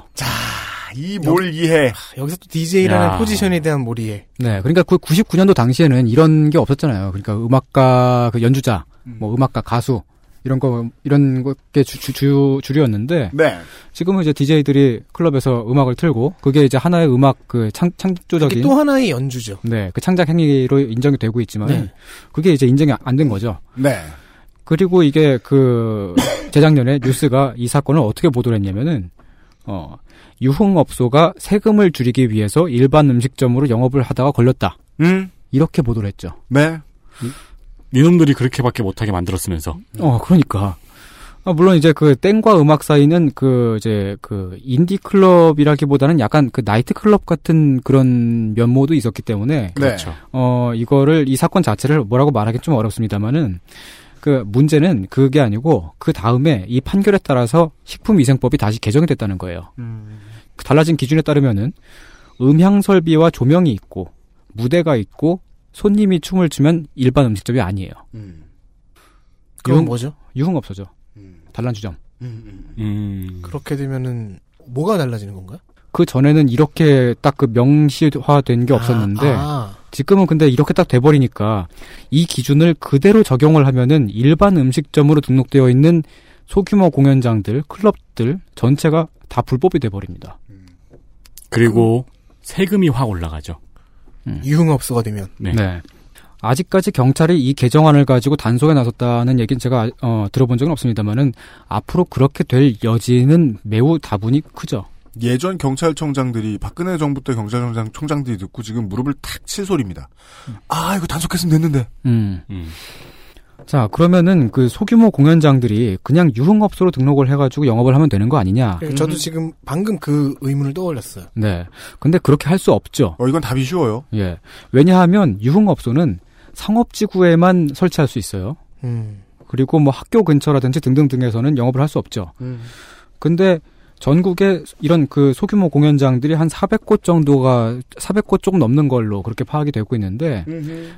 Speaker 3: 이 뭘 이해.
Speaker 6: 여기서 또 DJ라는
Speaker 5: 야.
Speaker 6: 포지션에 대한 몰이해.
Speaker 5: 네. 그러니까 그 99년도 당시에는 이런 게 없었잖아요. 그러니까 음악가, 그 연주자, 뭐 음악가, 가수, 이런 거, 이런 게 주, 주, 주, 주류였는데.
Speaker 3: 네.
Speaker 5: 지금은 이제 DJ들이 클럽에서 음악을 틀고, 그게 이제 하나의 음악 그 창, 창조적인.
Speaker 6: 이게 또 하나의 연주죠.
Speaker 5: 네, 그 창작 행위로 인정이 되고 있지만
Speaker 6: 네.
Speaker 5: 그게 이제 인정이 안 된 거죠.
Speaker 3: 네.
Speaker 5: 그리고 이게 그 재작년에 뉴스가 이 사건을 어떻게 보도를 했냐면은 어, 유흥업소가 세금을 줄이기 위해서 일반 음식점으로 영업을 하다가 걸렸다.
Speaker 3: 음.
Speaker 5: 이렇게 보도를 했죠.
Speaker 3: 네.
Speaker 4: 이놈들이 그렇게밖에 못하게 만들었으면서.
Speaker 5: 어, 그러니까. 아, 물론 이제 그 땡과 음악 사이는 그 이제 그 인디 클럽이라기보다는 약간 그 나이트 클럽 같은 그런 면모도 있었기 때문에
Speaker 4: 그렇죠.
Speaker 5: 어 이거를 이 사건 자체를 뭐라고 말하기 좀 어렵습니다만은 그 문제는 그게 아니고 그 다음에 이 판결에 따라서 식품위생법이 다시 개정이 됐다는 거예요.
Speaker 6: 음.
Speaker 5: 그 달라진 기준에 따르면은 음향 설비와 조명이 있고 무대가 있고 손님이 춤을 추면 일반 음식점이 아니에요.
Speaker 6: 그건 뭐죠?
Speaker 5: 유흥업소죠. 단란주점.
Speaker 3: 음,
Speaker 4: 음.
Speaker 6: 그렇게 되면은 뭐가 달라지는 건가요?
Speaker 5: 그 전에는 이렇게 딱 그 명시화된 게 없었는데
Speaker 6: 아.
Speaker 5: 지금은 근데 이렇게 딱 돼버리니까 이 기준을 그대로 적용을 하면은 일반 음식점으로 등록되어 있는 소규모 공연장들, 클럽들 전체가 다 불법이 돼버립니다.
Speaker 4: 그리고 세금이 확 올라가죠.
Speaker 6: 유흥업소가 되면.
Speaker 4: 네.
Speaker 5: 아직까지 경찰이 이 개정안을 가지고 단속에 나섰다는 얘기는 제가 어, 들어본 적은 없습니다만은 앞으로 그렇게 될 여지는 매우 다분히 크죠.
Speaker 3: 예전 경찰청장들이 박근혜 정부 때 경찰청장 청장들이 듣고 지금 무릎을 탁 칠 소리입니다. 아 이거 단속했으면 됐는데.
Speaker 5: 음. 자, 그러면은 그 소규모 공연장들이 그냥 유흥업소로 등록을 해가지고 영업을 하면 되는 거 아니냐?
Speaker 6: 그러니까 저도 지금 방금 그 의문을 떠올렸어요.
Speaker 5: 네. 근데 그렇게 할 수 없죠.
Speaker 3: 어, 이건 답이 쉬워요.
Speaker 5: 예. 왜냐하면 유흥업소는 상업지구에만 설치할 수 있어요.
Speaker 6: 음.
Speaker 5: 그리고 뭐 학교 근처라든지 등등등에서는 영업을 할 수 없죠. 근데 전국에 이런 그 소규모 공연장들이 한 400곳 정도가 400곳 조금 넘는 걸로 그렇게 파악이 되고 있는데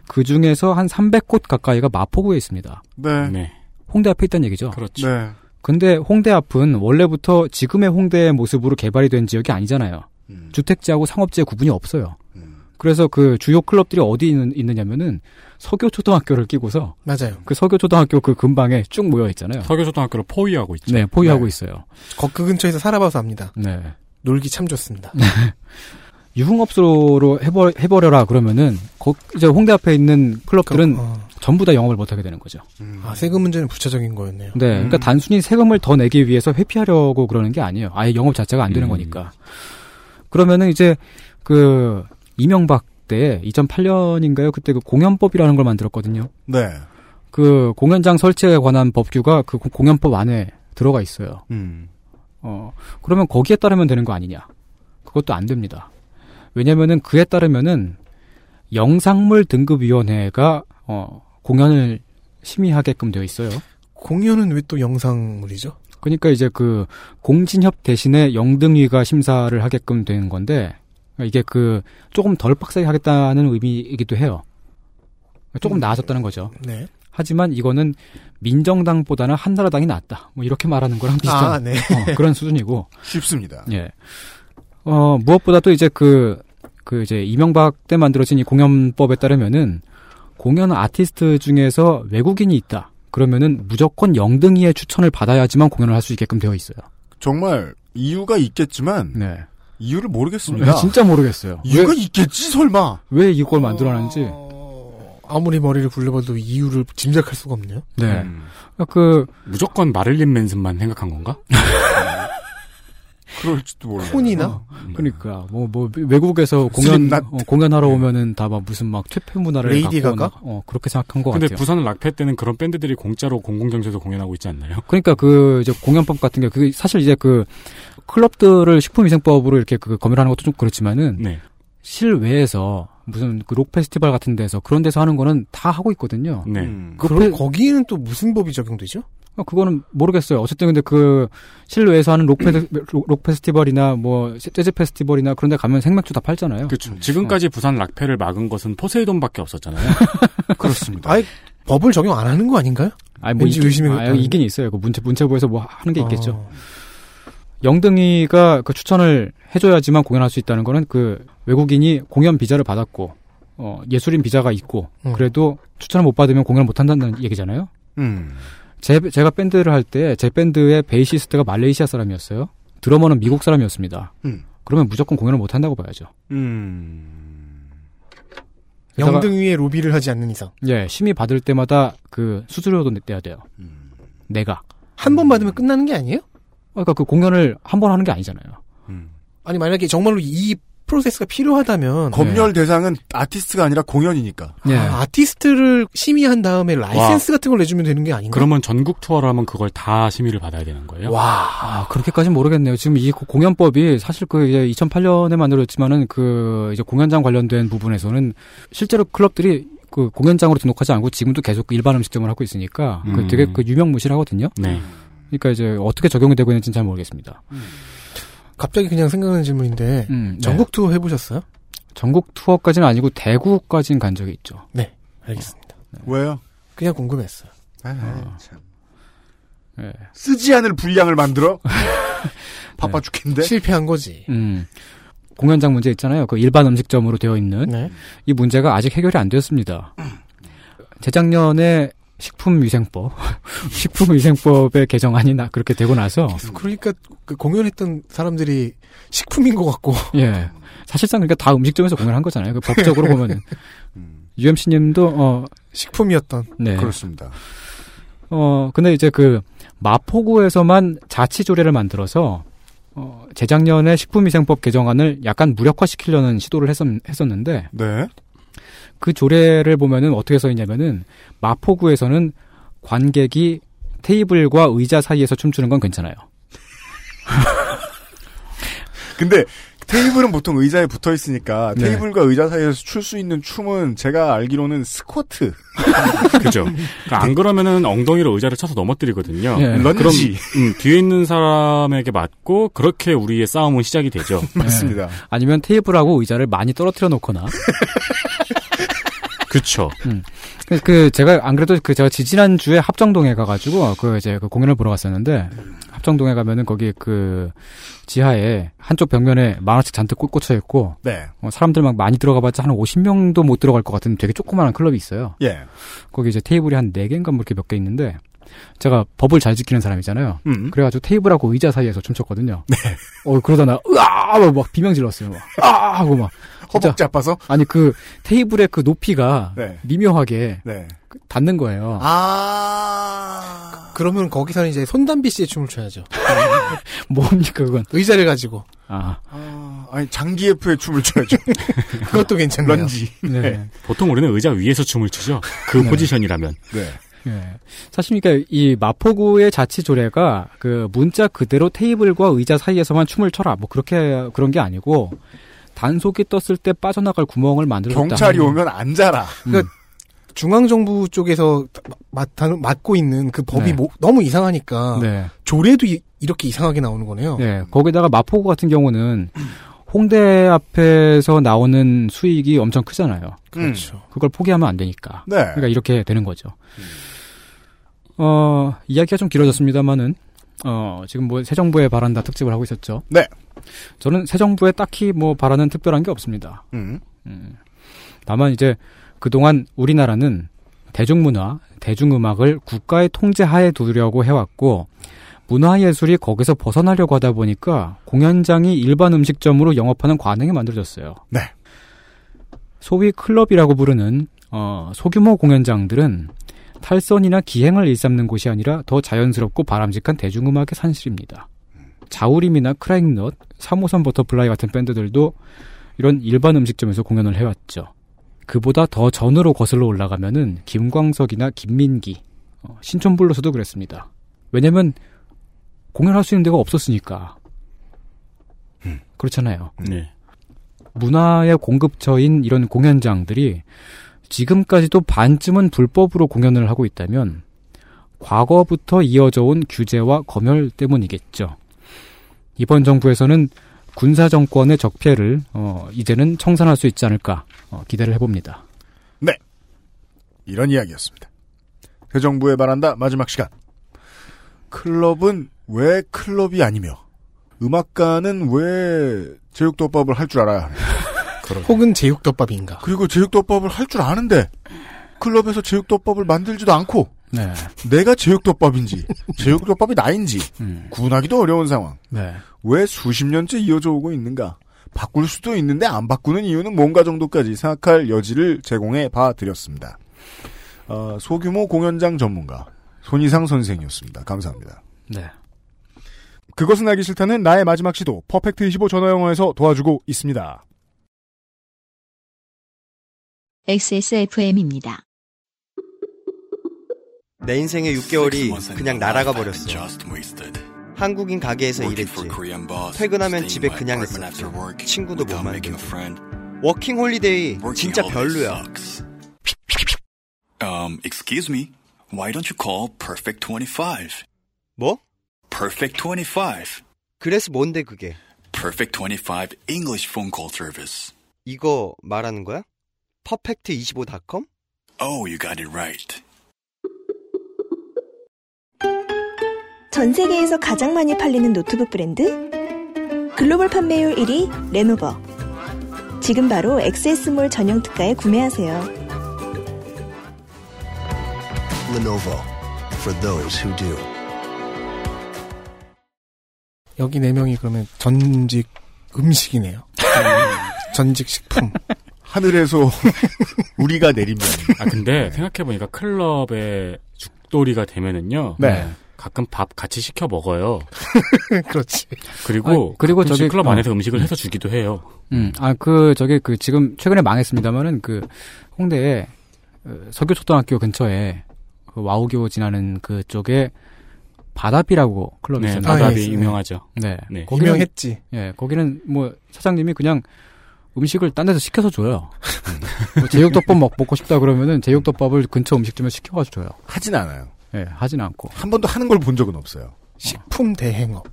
Speaker 5: 그 중에서 한 300곳 가까이가 마포구에 있습니다.
Speaker 3: 네.
Speaker 5: 홍대 앞에 있다는 얘기죠.
Speaker 4: 그렇죠.
Speaker 3: 네.
Speaker 5: 근데 홍대 앞은 원래부터 지금의 홍대의 모습으로 개발이 된 지역이 아니잖아요. 주택지하고 상업지의 구분이 없어요. 그래서 그 주요 클럽들이 어디 있는, 있느냐면은 서교초등학교를 끼고서
Speaker 6: 맞아요.
Speaker 5: 그 서교초등학교 그 근방에 쭉 모여 있잖아요.
Speaker 4: 서교초등학교를 포위하고 있죠.
Speaker 5: 네, 포위하고 있어요.
Speaker 6: 거- 그 근처에서 살아봐서 압니다.
Speaker 5: 네.
Speaker 6: 놀기 참 좋습니다.
Speaker 5: 유흥업소로 해버, 해버려라 그러면은 거- 이제 홍대 앞에 있는 클럽들은
Speaker 6: 어.
Speaker 5: 전부 다 영업을 못하게 되는 거죠.
Speaker 6: 아, 세금 문제는 부차적인 거였네요.
Speaker 5: 네, 그러니까 단순히 세금을 더 내기 위해서 회피하려고 그러는 게 아니에요. 아예 영업 자체가 안 되는 거니까. 그러면은 이제 그 이명박 때 2008년인가요? 그때 그 공연법이라는 걸 만들었거든요.
Speaker 3: 네.
Speaker 5: 그 공연장 설치에 관한 법규가 그 고- 공연법 안에 들어가 있어요.
Speaker 3: 음.
Speaker 5: 어, 그러면 거기에 따르면 되는 거 아니냐? 그것도 안 됩니다. 왜냐면은 그에 따르면은 영상물 등급위원회가 어, 공연을 심의하게끔 되어 있어요.
Speaker 6: 공연은 왜 또 영상물이죠?
Speaker 5: 그러니까 이제 그 공진협 대신에 영등위가 심사를 하게끔 되는 건데 이게 그 조금 덜 빡세게 하겠다는 의미이기도 해요.
Speaker 6: 음.
Speaker 5: 조금 나아졌다는 거죠.
Speaker 6: 네.
Speaker 5: 하지만 이거는 민정당보다는 한나라당이 낫다. 뭐 이렇게 말하는 거랑 비슷한
Speaker 6: 아, 네.
Speaker 5: 어, 그런 수준이고.
Speaker 3: 쉽습니다.
Speaker 5: 예. 어, 무엇보다도 이제 그, 그 이제 이명박 때 만들어진 이 공연법에 따르면은 공연 아티스트 중에서 외국인이 있다. 그러면은 무조건 영등이의 추천을 받아야지만 공연을 할 수 있게끔 되어 있어요. 네.
Speaker 3: 정말 이유가 있겠지만 이유를 모르겠습니다.
Speaker 5: 아, 진짜 모르겠어요.
Speaker 4: 예.
Speaker 3: 이유가
Speaker 5: 왜-
Speaker 3: 있겠지 설마.
Speaker 5: 왜 이걸 만들어놨는지.
Speaker 4: 아.
Speaker 6: 아무리 머리를 굴려봐도 이유를 짐작할 수가 없네요.
Speaker 5: 네.
Speaker 4: 음.
Speaker 3: 음.
Speaker 5: 그
Speaker 4: 무조건 마를린 맨슨만 생각한 건가?
Speaker 3: 그럴지도 어. 몰라.
Speaker 6: 콘이나?
Speaker 5: 그러니까 뭐 뭐 외국에서 공연
Speaker 4: 슬립낫?
Speaker 5: 어, 공연하러 오면은 다 막 무슨 막 퇴폐 문화를
Speaker 4: 예. 레이디
Speaker 5: 갖고
Speaker 4: 가가?
Speaker 5: 오나- 어 그렇게 생각한 것
Speaker 4: 근데
Speaker 5: 같아요.
Speaker 4: 부산 락페 때는 그런 밴드들이 공짜로 공공장소에서 공연하고 있지 않나요?
Speaker 5: 그러니까 그 이제 공연법 같은 게 그게 사실 이제 그
Speaker 6: 음.
Speaker 5: 클럽들을 식품위생법으로 이렇게 그 검열하는 것도 좀 그렇지만은
Speaker 4: 네.
Speaker 5: 실외에서 무슨 그 록 페스티벌 같은 데서 그런 데서 하는 거는 다 하고 있거든요.
Speaker 4: 네.
Speaker 5: 그럼
Speaker 6: 음.
Speaker 5: 어,
Speaker 6: 거기는 또 무슨 법이 적용되죠?
Speaker 5: 그거는 모르겠어요. 어쨌든 근데 그 실내에서 하는 록, 페, 록 페스티벌이나 뭐 재즈 페스티벌이나 그런 데 가면 생맥주 다 팔잖아요.
Speaker 4: 그렇죠.
Speaker 5: 네.
Speaker 4: 지금까지 부산 락페를 막은 것은 포세이돈밖에 없었잖아요.
Speaker 5: 그렇습니다.
Speaker 6: 아예 법을 적용 안 하는 거 아닌가요?
Speaker 5: 아니 뭐
Speaker 6: 왠지
Speaker 5: 있긴,
Speaker 6: 의심이
Speaker 5: 아,
Speaker 6: 갔다는.
Speaker 5: 이긴 있어요. 그 문체 문체부에서 뭐 하는 게
Speaker 6: 어.
Speaker 5: 있겠죠. 영등이가 그 추천을 해줘야지만 공연할 수 있다는 거는 그 외국인이 공연 비자를 받았고 어, 예술인 비자가 있고
Speaker 6: 음.
Speaker 5: 그래도 추천을 못 받으면 공연을 못 한다는 얘기잖아요.
Speaker 3: 음.
Speaker 5: 제, 제가 밴드를 할 때 제 밴드의 베이시스트가 말레이시아 사람이었어요. 드러머는 미국 사람이었습니다.
Speaker 3: 음.
Speaker 5: 그러면 무조건 공연을 못 한다고 봐야죠. 음. 게다가-
Speaker 6: 영등위에 로비를 하지 않는 이상
Speaker 5: 예, 심의 받을 때마다 그 수수료도 내야 돼요.
Speaker 6: 음.
Speaker 5: 내가.
Speaker 6: 한
Speaker 5: 음.
Speaker 6: 번 받으면 끝나는 게 아니에요?
Speaker 5: 그러니까 그 공연을 한 번 하는 게 아니잖아요. 음.
Speaker 6: 아니 만약에 정말로 이 프로세스가
Speaker 3: 네.
Speaker 6: 필요하다면
Speaker 3: 검열 대상은 아티스트가 아니라 공연이니까.
Speaker 5: 네.
Speaker 6: 아, 아티스트를 심의한 다음에 라이센스 같은 걸 내주면 되는 게 아닌가?
Speaker 4: 그러면 전국 투어를 하면 그걸 다 심의를 받아야 되는 거예요?
Speaker 5: 와, 그렇게까지는 모르겠네요. 지금 이 고- 공연법이 사실 그 이제 2008년에 만들어졌지만은 그 이제 공연장 관련된 부분에서는 실제로 클럽들이 그 공연장으로 등록하지 않고 지금도 계속 그 일반 음식점을 하고 있으니까 그
Speaker 4: 음.
Speaker 5: 되게 그 유명무실하거든요.
Speaker 4: 네.
Speaker 5: 그러니까 이제 어떻게 적용이 되고 있는지는 잘 모르겠습니다.
Speaker 6: 갑자기 그냥 생각나는 질문인데
Speaker 5: 음, 네.
Speaker 6: 전국 투어 해보셨어요?
Speaker 5: 전국 투어까지는 아니고 대구까지는 간 적이 있죠.
Speaker 6: 네, 알겠습니다.
Speaker 3: 왜요? 아,
Speaker 6: 그냥 궁금했어요.
Speaker 5: 아, 예.
Speaker 3: 쓰지 않을 분량을 만들어?
Speaker 5: 네.
Speaker 3: 바빠 죽겠는데?
Speaker 6: 실패한 거지.
Speaker 4: 예.
Speaker 5: 음. 공연장 문제 있잖아요. 그 일반 음식점으로 네. 되어 있는
Speaker 6: 네.
Speaker 5: 이 문제가 아직 해결이 안 되었습니다. 재작년에 식품위생법, 식품위생법의 개정안이 나, 그렇게 되고 나서
Speaker 6: 그러니까 그 공연했던 사람들이 식품인 것 같고
Speaker 5: 예. 사실상 그러니까 다 음식점에서 공연한 거잖아요. 그 법적으로 보면은. UMC 님도, 어.
Speaker 6: 식품이었던.
Speaker 5: 네.
Speaker 3: 그렇습니다.
Speaker 5: 어, 근데 이제 그 마포구에서만 자치조례를 만들어서 어, 재작년에 식품위생법 개정안을 약간 무력화시키려는 시도를 했었, 는데
Speaker 3: 네.
Speaker 5: 그 조례를 보면은 어떻게 써 있냐면은 마포구에서는 관객이 테이블과 의자 사이에서 춤추는 건 괜찮아요.
Speaker 3: 근데 테이블은 보통 의자에 붙어 있으니까
Speaker 5: 네.
Speaker 3: 테이블과 의자 사이에서 출 수 있는 춤은 제가 알기로는 스쿼트.
Speaker 4: 그죠. 그러니까
Speaker 5: 네.
Speaker 4: 안 그러면은 엉덩이로 의자를 쳐서 넘어뜨리거든요.
Speaker 3: 예. 런지.
Speaker 4: 그럼 음, 뒤에 있는 사람에게 맞고 그렇게 우리의 싸움은 시작이 되죠.
Speaker 5: 맞습니다. 아니면 테이블하고 의자를 많이 떨어뜨려 놓거나.
Speaker 4: 그쵸.
Speaker 5: 음. 그- 그 제가 안 그래도 그 제가 지지난 주에 합정동에 가가지고 그 이제 그 공연을 보러 갔었는데 합정동에 가면은 거기 그 지하에 한쪽 벽면에 만 원씩 잔뜩 꽂- 꽂혀 있고
Speaker 3: 네.
Speaker 5: 어, 사람들 막 많이 들어가봤자 한 50명도 못 들어갈 것 같은 되게 조그마한 클럽이 있어요.
Speaker 3: 예.
Speaker 5: 거기 이제 테이블이 한 4개인가 뭐 이렇게 몇 개 있는데, 제가 법을 잘 지키는 사람이잖아요.
Speaker 3: 음.
Speaker 5: 그래가지고 테이블하고 의자 사이에서 춤췄거든요.
Speaker 6: 네.
Speaker 5: 어, 그러다 나, 으아! 하고 막 비명 질렀어요. 막, 아! 하고 막. 허벅지
Speaker 3: 아파서?
Speaker 5: 아니, 그 테이블의 그 높이가
Speaker 3: 네.
Speaker 5: 미묘하게
Speaker 3: 네.
Speaker 5: 그- 닿는 거예요.
Speaker 6: 아 그러면 거기서는 이제 손담비 씨의 춤을 춰야죠.
Speaker 5: 뭡니까 그건?
Speaker 6: 의자를 가지고.
Speaker 5: 아.
Speaker 3: 아니 장기F의 춤을 춰야죠.
Speaker 6: 그것도 괜찮네요.
Speaker 3: 런지.
Speaker 5: 네.
Speaker 4: 보통 우리는 의자 위에서 춤을 추죠. 그
Speaker 5: 네.
Speaker 4: 포지션이라면.
Speaker 5: 예. 사실 그러니까 이 마포구의 자치조례가 그 문자 그대로 테이블과 의자 사이에서만 춤을 춰라 뭐 그렇게 그런 게 아니고 단속이 떴을 때 빠져나갈 구멍을 만들었다.
Speaker 6: 경찰이 오면
Speaker 3: 앉아라.
Speaker 6: 그러니까 중앙정부 쪽에서 맡, 맡고 있는 그 법이
Speaker 5: 네.
Speaker 6: 뭐- 너무 이상하니까
Speaker 5: 네.
Speaker 6: 조례도 이, 렇게 이상하게 나오는 거네요.
Speaker 5: 예. 거기다가 마포구 같은 경우는 홍대 앞에서 나오는 수익이 엄청 크잖아요.
Speaker 6: 그렇죠.
Speaker 3: 음.
Speaker 5: 그걸 포기하면 안 되니까.
Speaker 6: 네.
Speaker 5: 그러니까 이렇게 되는 거죠. 어, 이야기가 좀 길어졌습니다만은 어, 지금 뭐 새 정부에 바란다 특집을 하고 있었죠.
Speaker 3: 네.
Speaker 5: 저는 새 정부에 딱히 뭐 바라는 특별한 게 없습니다.
Speaker 3: 음.
Speaker 5: 다만 이제 그동안 우리나라는 대중문화, 대중음악을 국가의 통제 하에 두려고 해왔고 문화예술이 거기서 벗어나려고 하다 보니까 공연장이 일반 음식점으로 영업하는 관행이 만들어졌어요.
Speaker 3: 네.
Speaker 5: 소위 클럽이라고 부르는 어, 소규모 공연장들은 탈선이나 기행을 일삼는 곳이 아니라 더 자연스럽고 바람직한 대중음악의 산실입니다. 자우림이나 크라잉넛, 3호선 버터플라이 같은 밴드들도 이런 일반 음식점에서 공연을 해왔죠. 그보다 더 전으로 거슬러 올라가면은 김광석이나 김민기, 어, 신촌불로서도 그랬습니다. 왜냐면 공연할 수 있는 데가 없었으니까. 그렇잖아요.
Speaker 4: 네.
Speaker 5: 문화의 공급처인 이런 공연장들이 지금까지도 반쯤은 불법으로 공연을 하고 있다면 과거부터 이어져 온 규제와 검열 때문이겠죠. 이번 정부에서는 군사 정권의 적폐를 어, 이제는 청산할 수 있지 않을까 어, 기대를 해봅니다.
Speaker 3: 네. 이런 이야기였습니다. 새 정부에 바란다 마지막 시간. 클럽은 왜 클럽이 아니며 음악가는 왜 제육덮밥을 할 줄 알아야 하는가?
Speaker 6: 혹은 제육덮밥인가?
Speaker 3: 그리고 제육덮밥을 할 줄 아는데 클럽에서 제육덮밥을 만들지도 않고
Speaker 5: 네.
Speaker 3: 내가 제육덮밥인지 제육덮밥이 나인지 구분하기도 어려운 상황.
Speaker 5: 음. 네.
Speaker 3: 왜 수십 년째 이어져 오고 있는가? 바꿀 수도 있는데 안 바꾸는 이유는 뭔가 정도까지 생각할 여지를 제공해 봐 드렸습니다. 어, 소규모 공연장 전문가 손이상 선생이었습니다. 감사합니다.
Speaker 5: 네.
Speaker 3: 그것은 알기 싫다는 나의 마지막 시도 퍼펙트 25 전화 영어에서 도와주고 있습니다.
Speaker 1: XSFM입니다.
Speaker 15: 내 인생의 6개월이 그냥 날아가 버렸어. 한국인 가게에서 일했지. 퇴근하면 집에 그냥 있었지. 친구도 못 만들고. 워킹 홀리데이 진짜 별로야.
Speaker 16: Um, excuse me. Why don't you call Perfect 25?
Speaker 15: 뭐?
Speaker 16: Perfect 25.
Speaker 15: 그래서 뭔데 그게?
Speaker 16: Perfect 25 English phone call service.
Speaker 15: 이거 말하는 거야? 퍼펙트25.com?
Speaker 16: Oh, you got it right.
Speaker 10: 전 세계에서 가장 많이 팔리는 노트북 브랜드? 글로벌 판매율 1위 레노버. 지금 바로 XS몰 전용 특가에 구매하세요.
Speaker 12: Lenovo for those who do.
Speaker 6: 여기 네 명이 그러면 전직 음식이네요. 전직 식품.
Speaker 3: 하늘에서 우리가 내리면.
Speaker 4: 아 근데 생각해 보니까 클럽의 죽돌이가 되면은요.
Speaker 5: 네.
Speaker 4: 가끔 밥 같이 시켜 먹어요.
Speaker 6: 그렇지.
Speaker 15: 네.
Speaker 4: 그리고
Speaker 5: 아, 그리고
Speaker 4: 가끔씩
Speaker 5: 저기-
Speaker 4: 클럽
Speaker 5: 어.
Speaker 4: 안에서 음식을 해서 주기도 해요.
Speaker 5: 음, 아, 그, 저게, 그, 지금, 최근에 망했습니다만은, 그, 홍대에, 어, 서교초등학교 근처에, 그 와우교 지나는 그쪽에, 바다비라고 클럽이
Speaker 4: 네,
Speaker 5: 있어요.
Speaker 4: 바다비 아, 예, 유명하죠.
Speaker 5: 네.
Speaker 4: 네.
Speaker 5: 거기는-
Speaker 6: 유명했지.
Speaker 5: 예, 거기는 뭐, 사장님이 그냥 음식을 딴 데서 시켜서 줘요. 뭐 제육덮밥 먹, 먹고 싶다 그러면은, 제육덮밥을 근처 음식점에 시켜가지고 줘요.
Speaker 3: 하진 않아요.
Speaker 5: 예, 하진 않고.
Speaker 3: 한 번도 하는 걸 본 적은 없어요.
Speaker 6: 식품 대행업.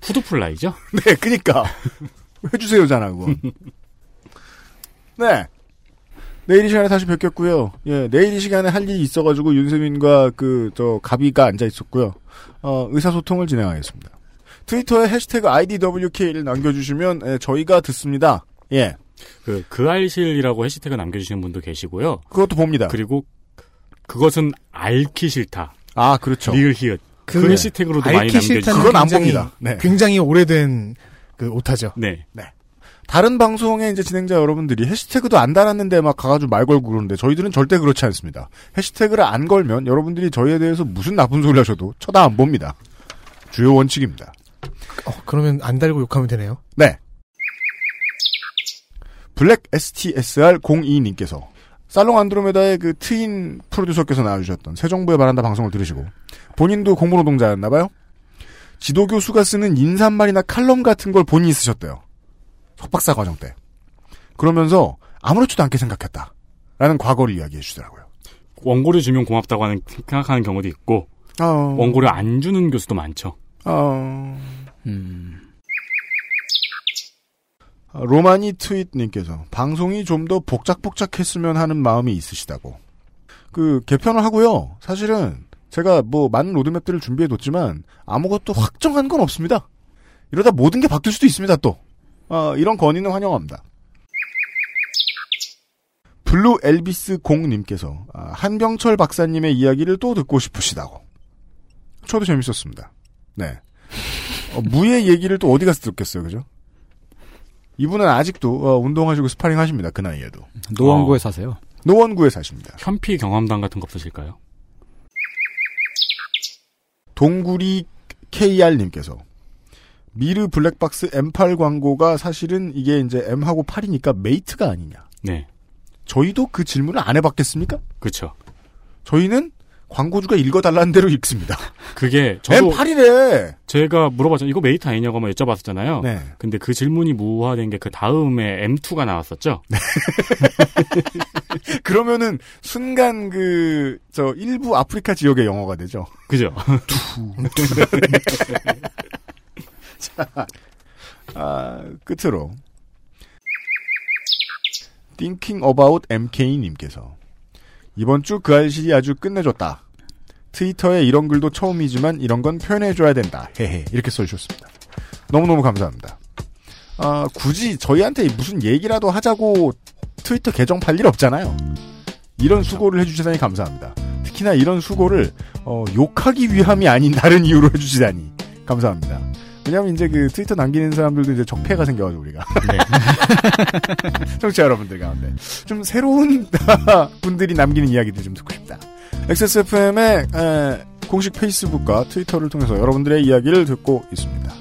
Speaker 4: 푸드플라이죠?
Speaker 3: 네, 그니까. 해주세요잖아, 그건. 네. 내일 이 시간에 다시 뵙겠고요. 예, 내일 이 시간에 할 일이 있어가지고 윤세민과 그, 저, 가비가 앉아있었고요. 어, 의사소통을 진행하겠습니다. 트위터에 해시태그 IDWK를 남겨주시면 예, 저희가 듣습니다. 예.
Speaker 4: 그, 그 알실이라고 해시태그 남겨주시는 분도 계시고요.
Speaker 3: 그것도 봅니다.
Speaker 4: 그러니까. 그리고 그것은 알기 싫다.
Speaker 3: 아, 그렇죠.
Speaker 4: 리을 히읗. 그, 해시태그로도 많이
Speaker 6: 알기
Speaker 4: 남겨주시고.
Speaker 6: 싫다는 굉장히-
Speaker 15: 네.
Speaker 6: 굉장히 오래된 그 오타죠.
Speaker 4: 네.
Speaker 3: 다른 방송의 이제 진행자 여러분들이 해시태그도 안 달았는데 막 가가지고 말 걸고 그러는데 저희들은 절대 그렇지 않습니다. 해시태그를 안 걸면 여러분들이 저희에 대해서 무슨 나쁜 소리를 하셔도 쳐다 안 봅니다. 주요 원칙입니다.
Speaker 6: 어, 그러면 안 달고 욕하면 되네요.
Speaker 3: 네. 블랙 STSR02님께서 살롱 안드로메다의 그 트인 프로듀서께서 나와주셨던 새 정부의 바란다 방송을 들으시고 본인도 공무노동자였나봐요. 지도 교수가 쓰는 인사말이나 칼럼 같은 걸 본인이 쓰셨대요. 석박사 과정 때. 그러면서 아무렇지도 않게 생각했다. 라는 과거를 이야기해 주더라고요.
Speaker 4: 원고를 주면 고맙다고 하는, 생각하는 경우도 있고,
Speaker 3: 어.
Speaker 4: 원고를 안 주는 교수도 많죠.
Speaker 3: 어...
Speaker 5: 음.
Speaker 3: 아, 로마니 트윗님께서 방송이 좀 더 복작복작했으면 하는 마음이 있으시다고. 그 개편을 하고요. 사실은 제가 뭐 많은 로드맵들을 준비해 뒀지만 아무것도 확정한 건 없습니다. 이러다 모든 게 바뀔 수도 있습니다. 또 아, 이런 건의는 환영합니다. 블루 엘비스 공님께서 아, 한병철 박사님의 이야기를 또 듣고 싶으시다고. 저도 재밌었습니다. 네. 어, 무의 얘기를 또 어디 가서 듣겠어요, 그죠? 이분은 아직도 어, 운동하시고 스파링 하십니다. 그 나이에도.
Speaker 4: 어.
Speaker 5: 노원구에 사세요.
Speaker 3: 노원구에 사십니다.
Speaker 4: 현피 경험담 같은 거 없으실까요?
Speaker 3: 동구리 KR님께서 미르 블랙박스 M8 광고가 사실은 이게 이제 M하고 8이니까 메이트가 아니냐.
Speaker 4: 네.
Speaker 3: 저희도 그 질문을 안 해봤겠습니까?
Speaker 4: 그렇죠.
Speaker 3: 저희는 광고주가 읽어달라는 대로 읽습니다.
Speaker 4: 그게 저도
Speaker 3: M8이래.
Speaker 4: 제가 물어봤잖아요. 이거 메이트 아니냐고 한번 여쭤봤었잖아요.
Speaker 3: 네.
Speaker 4: 근데 그 질문이 무화된 게 그 다음에 M2가 나왔었죠.
Speaker 3: 그러면은 순간 그 저 일부 아프리카 지역의 영어가 되죠.
Speaker 4: 그죠.
Speaker 3: 자, 아, 끝으로 Thinking About MK님께서 이번 주 그 알실이 아주 끝내줬다. 트위터에 이런 글도 처음이지만 이런 건 표현해줘야 된다. 헤헤 이렇게 써주셨습니다. 너무너무 감사합니다. 아, 굳이 저희한테 무슨 얘기라도 하자고 트위터 계정 팔일 없잖아요. 이런 수고를 해주시다니 감사합니다. 특히나 이런 수고를 어, 욕하기 위함이 아닌 다른 이유로 해주시다니 감사합니다. 왜냐하면 이제 그 트위터 남기는 사람들도 이제 적폐가 생겨가지고 우리가 청취자 여러분들 가운데 좀 새로운 분들이 남기는 이야기들 좀 듣고 싶다. XSFM의 공식 페이스북과 트위터를 통해서 여러분들의 이야기를 듣고 있습니다.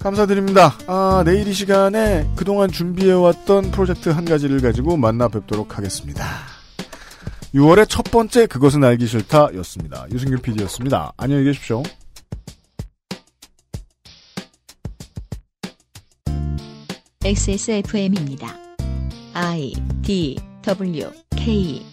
Speaker 3: 감사드립니다. 아, 내일 이 시간에 그동안 준비해왔던 프로젝트 한 가지를 가지고 만나 뵙도록 하겠습니다. 6월의 첫 번째 그것은 알기 싫다였습니다. 유승균 PD였습니다. 안녕히 계십시오.
Speaker 1: XSFM입니다. I D W K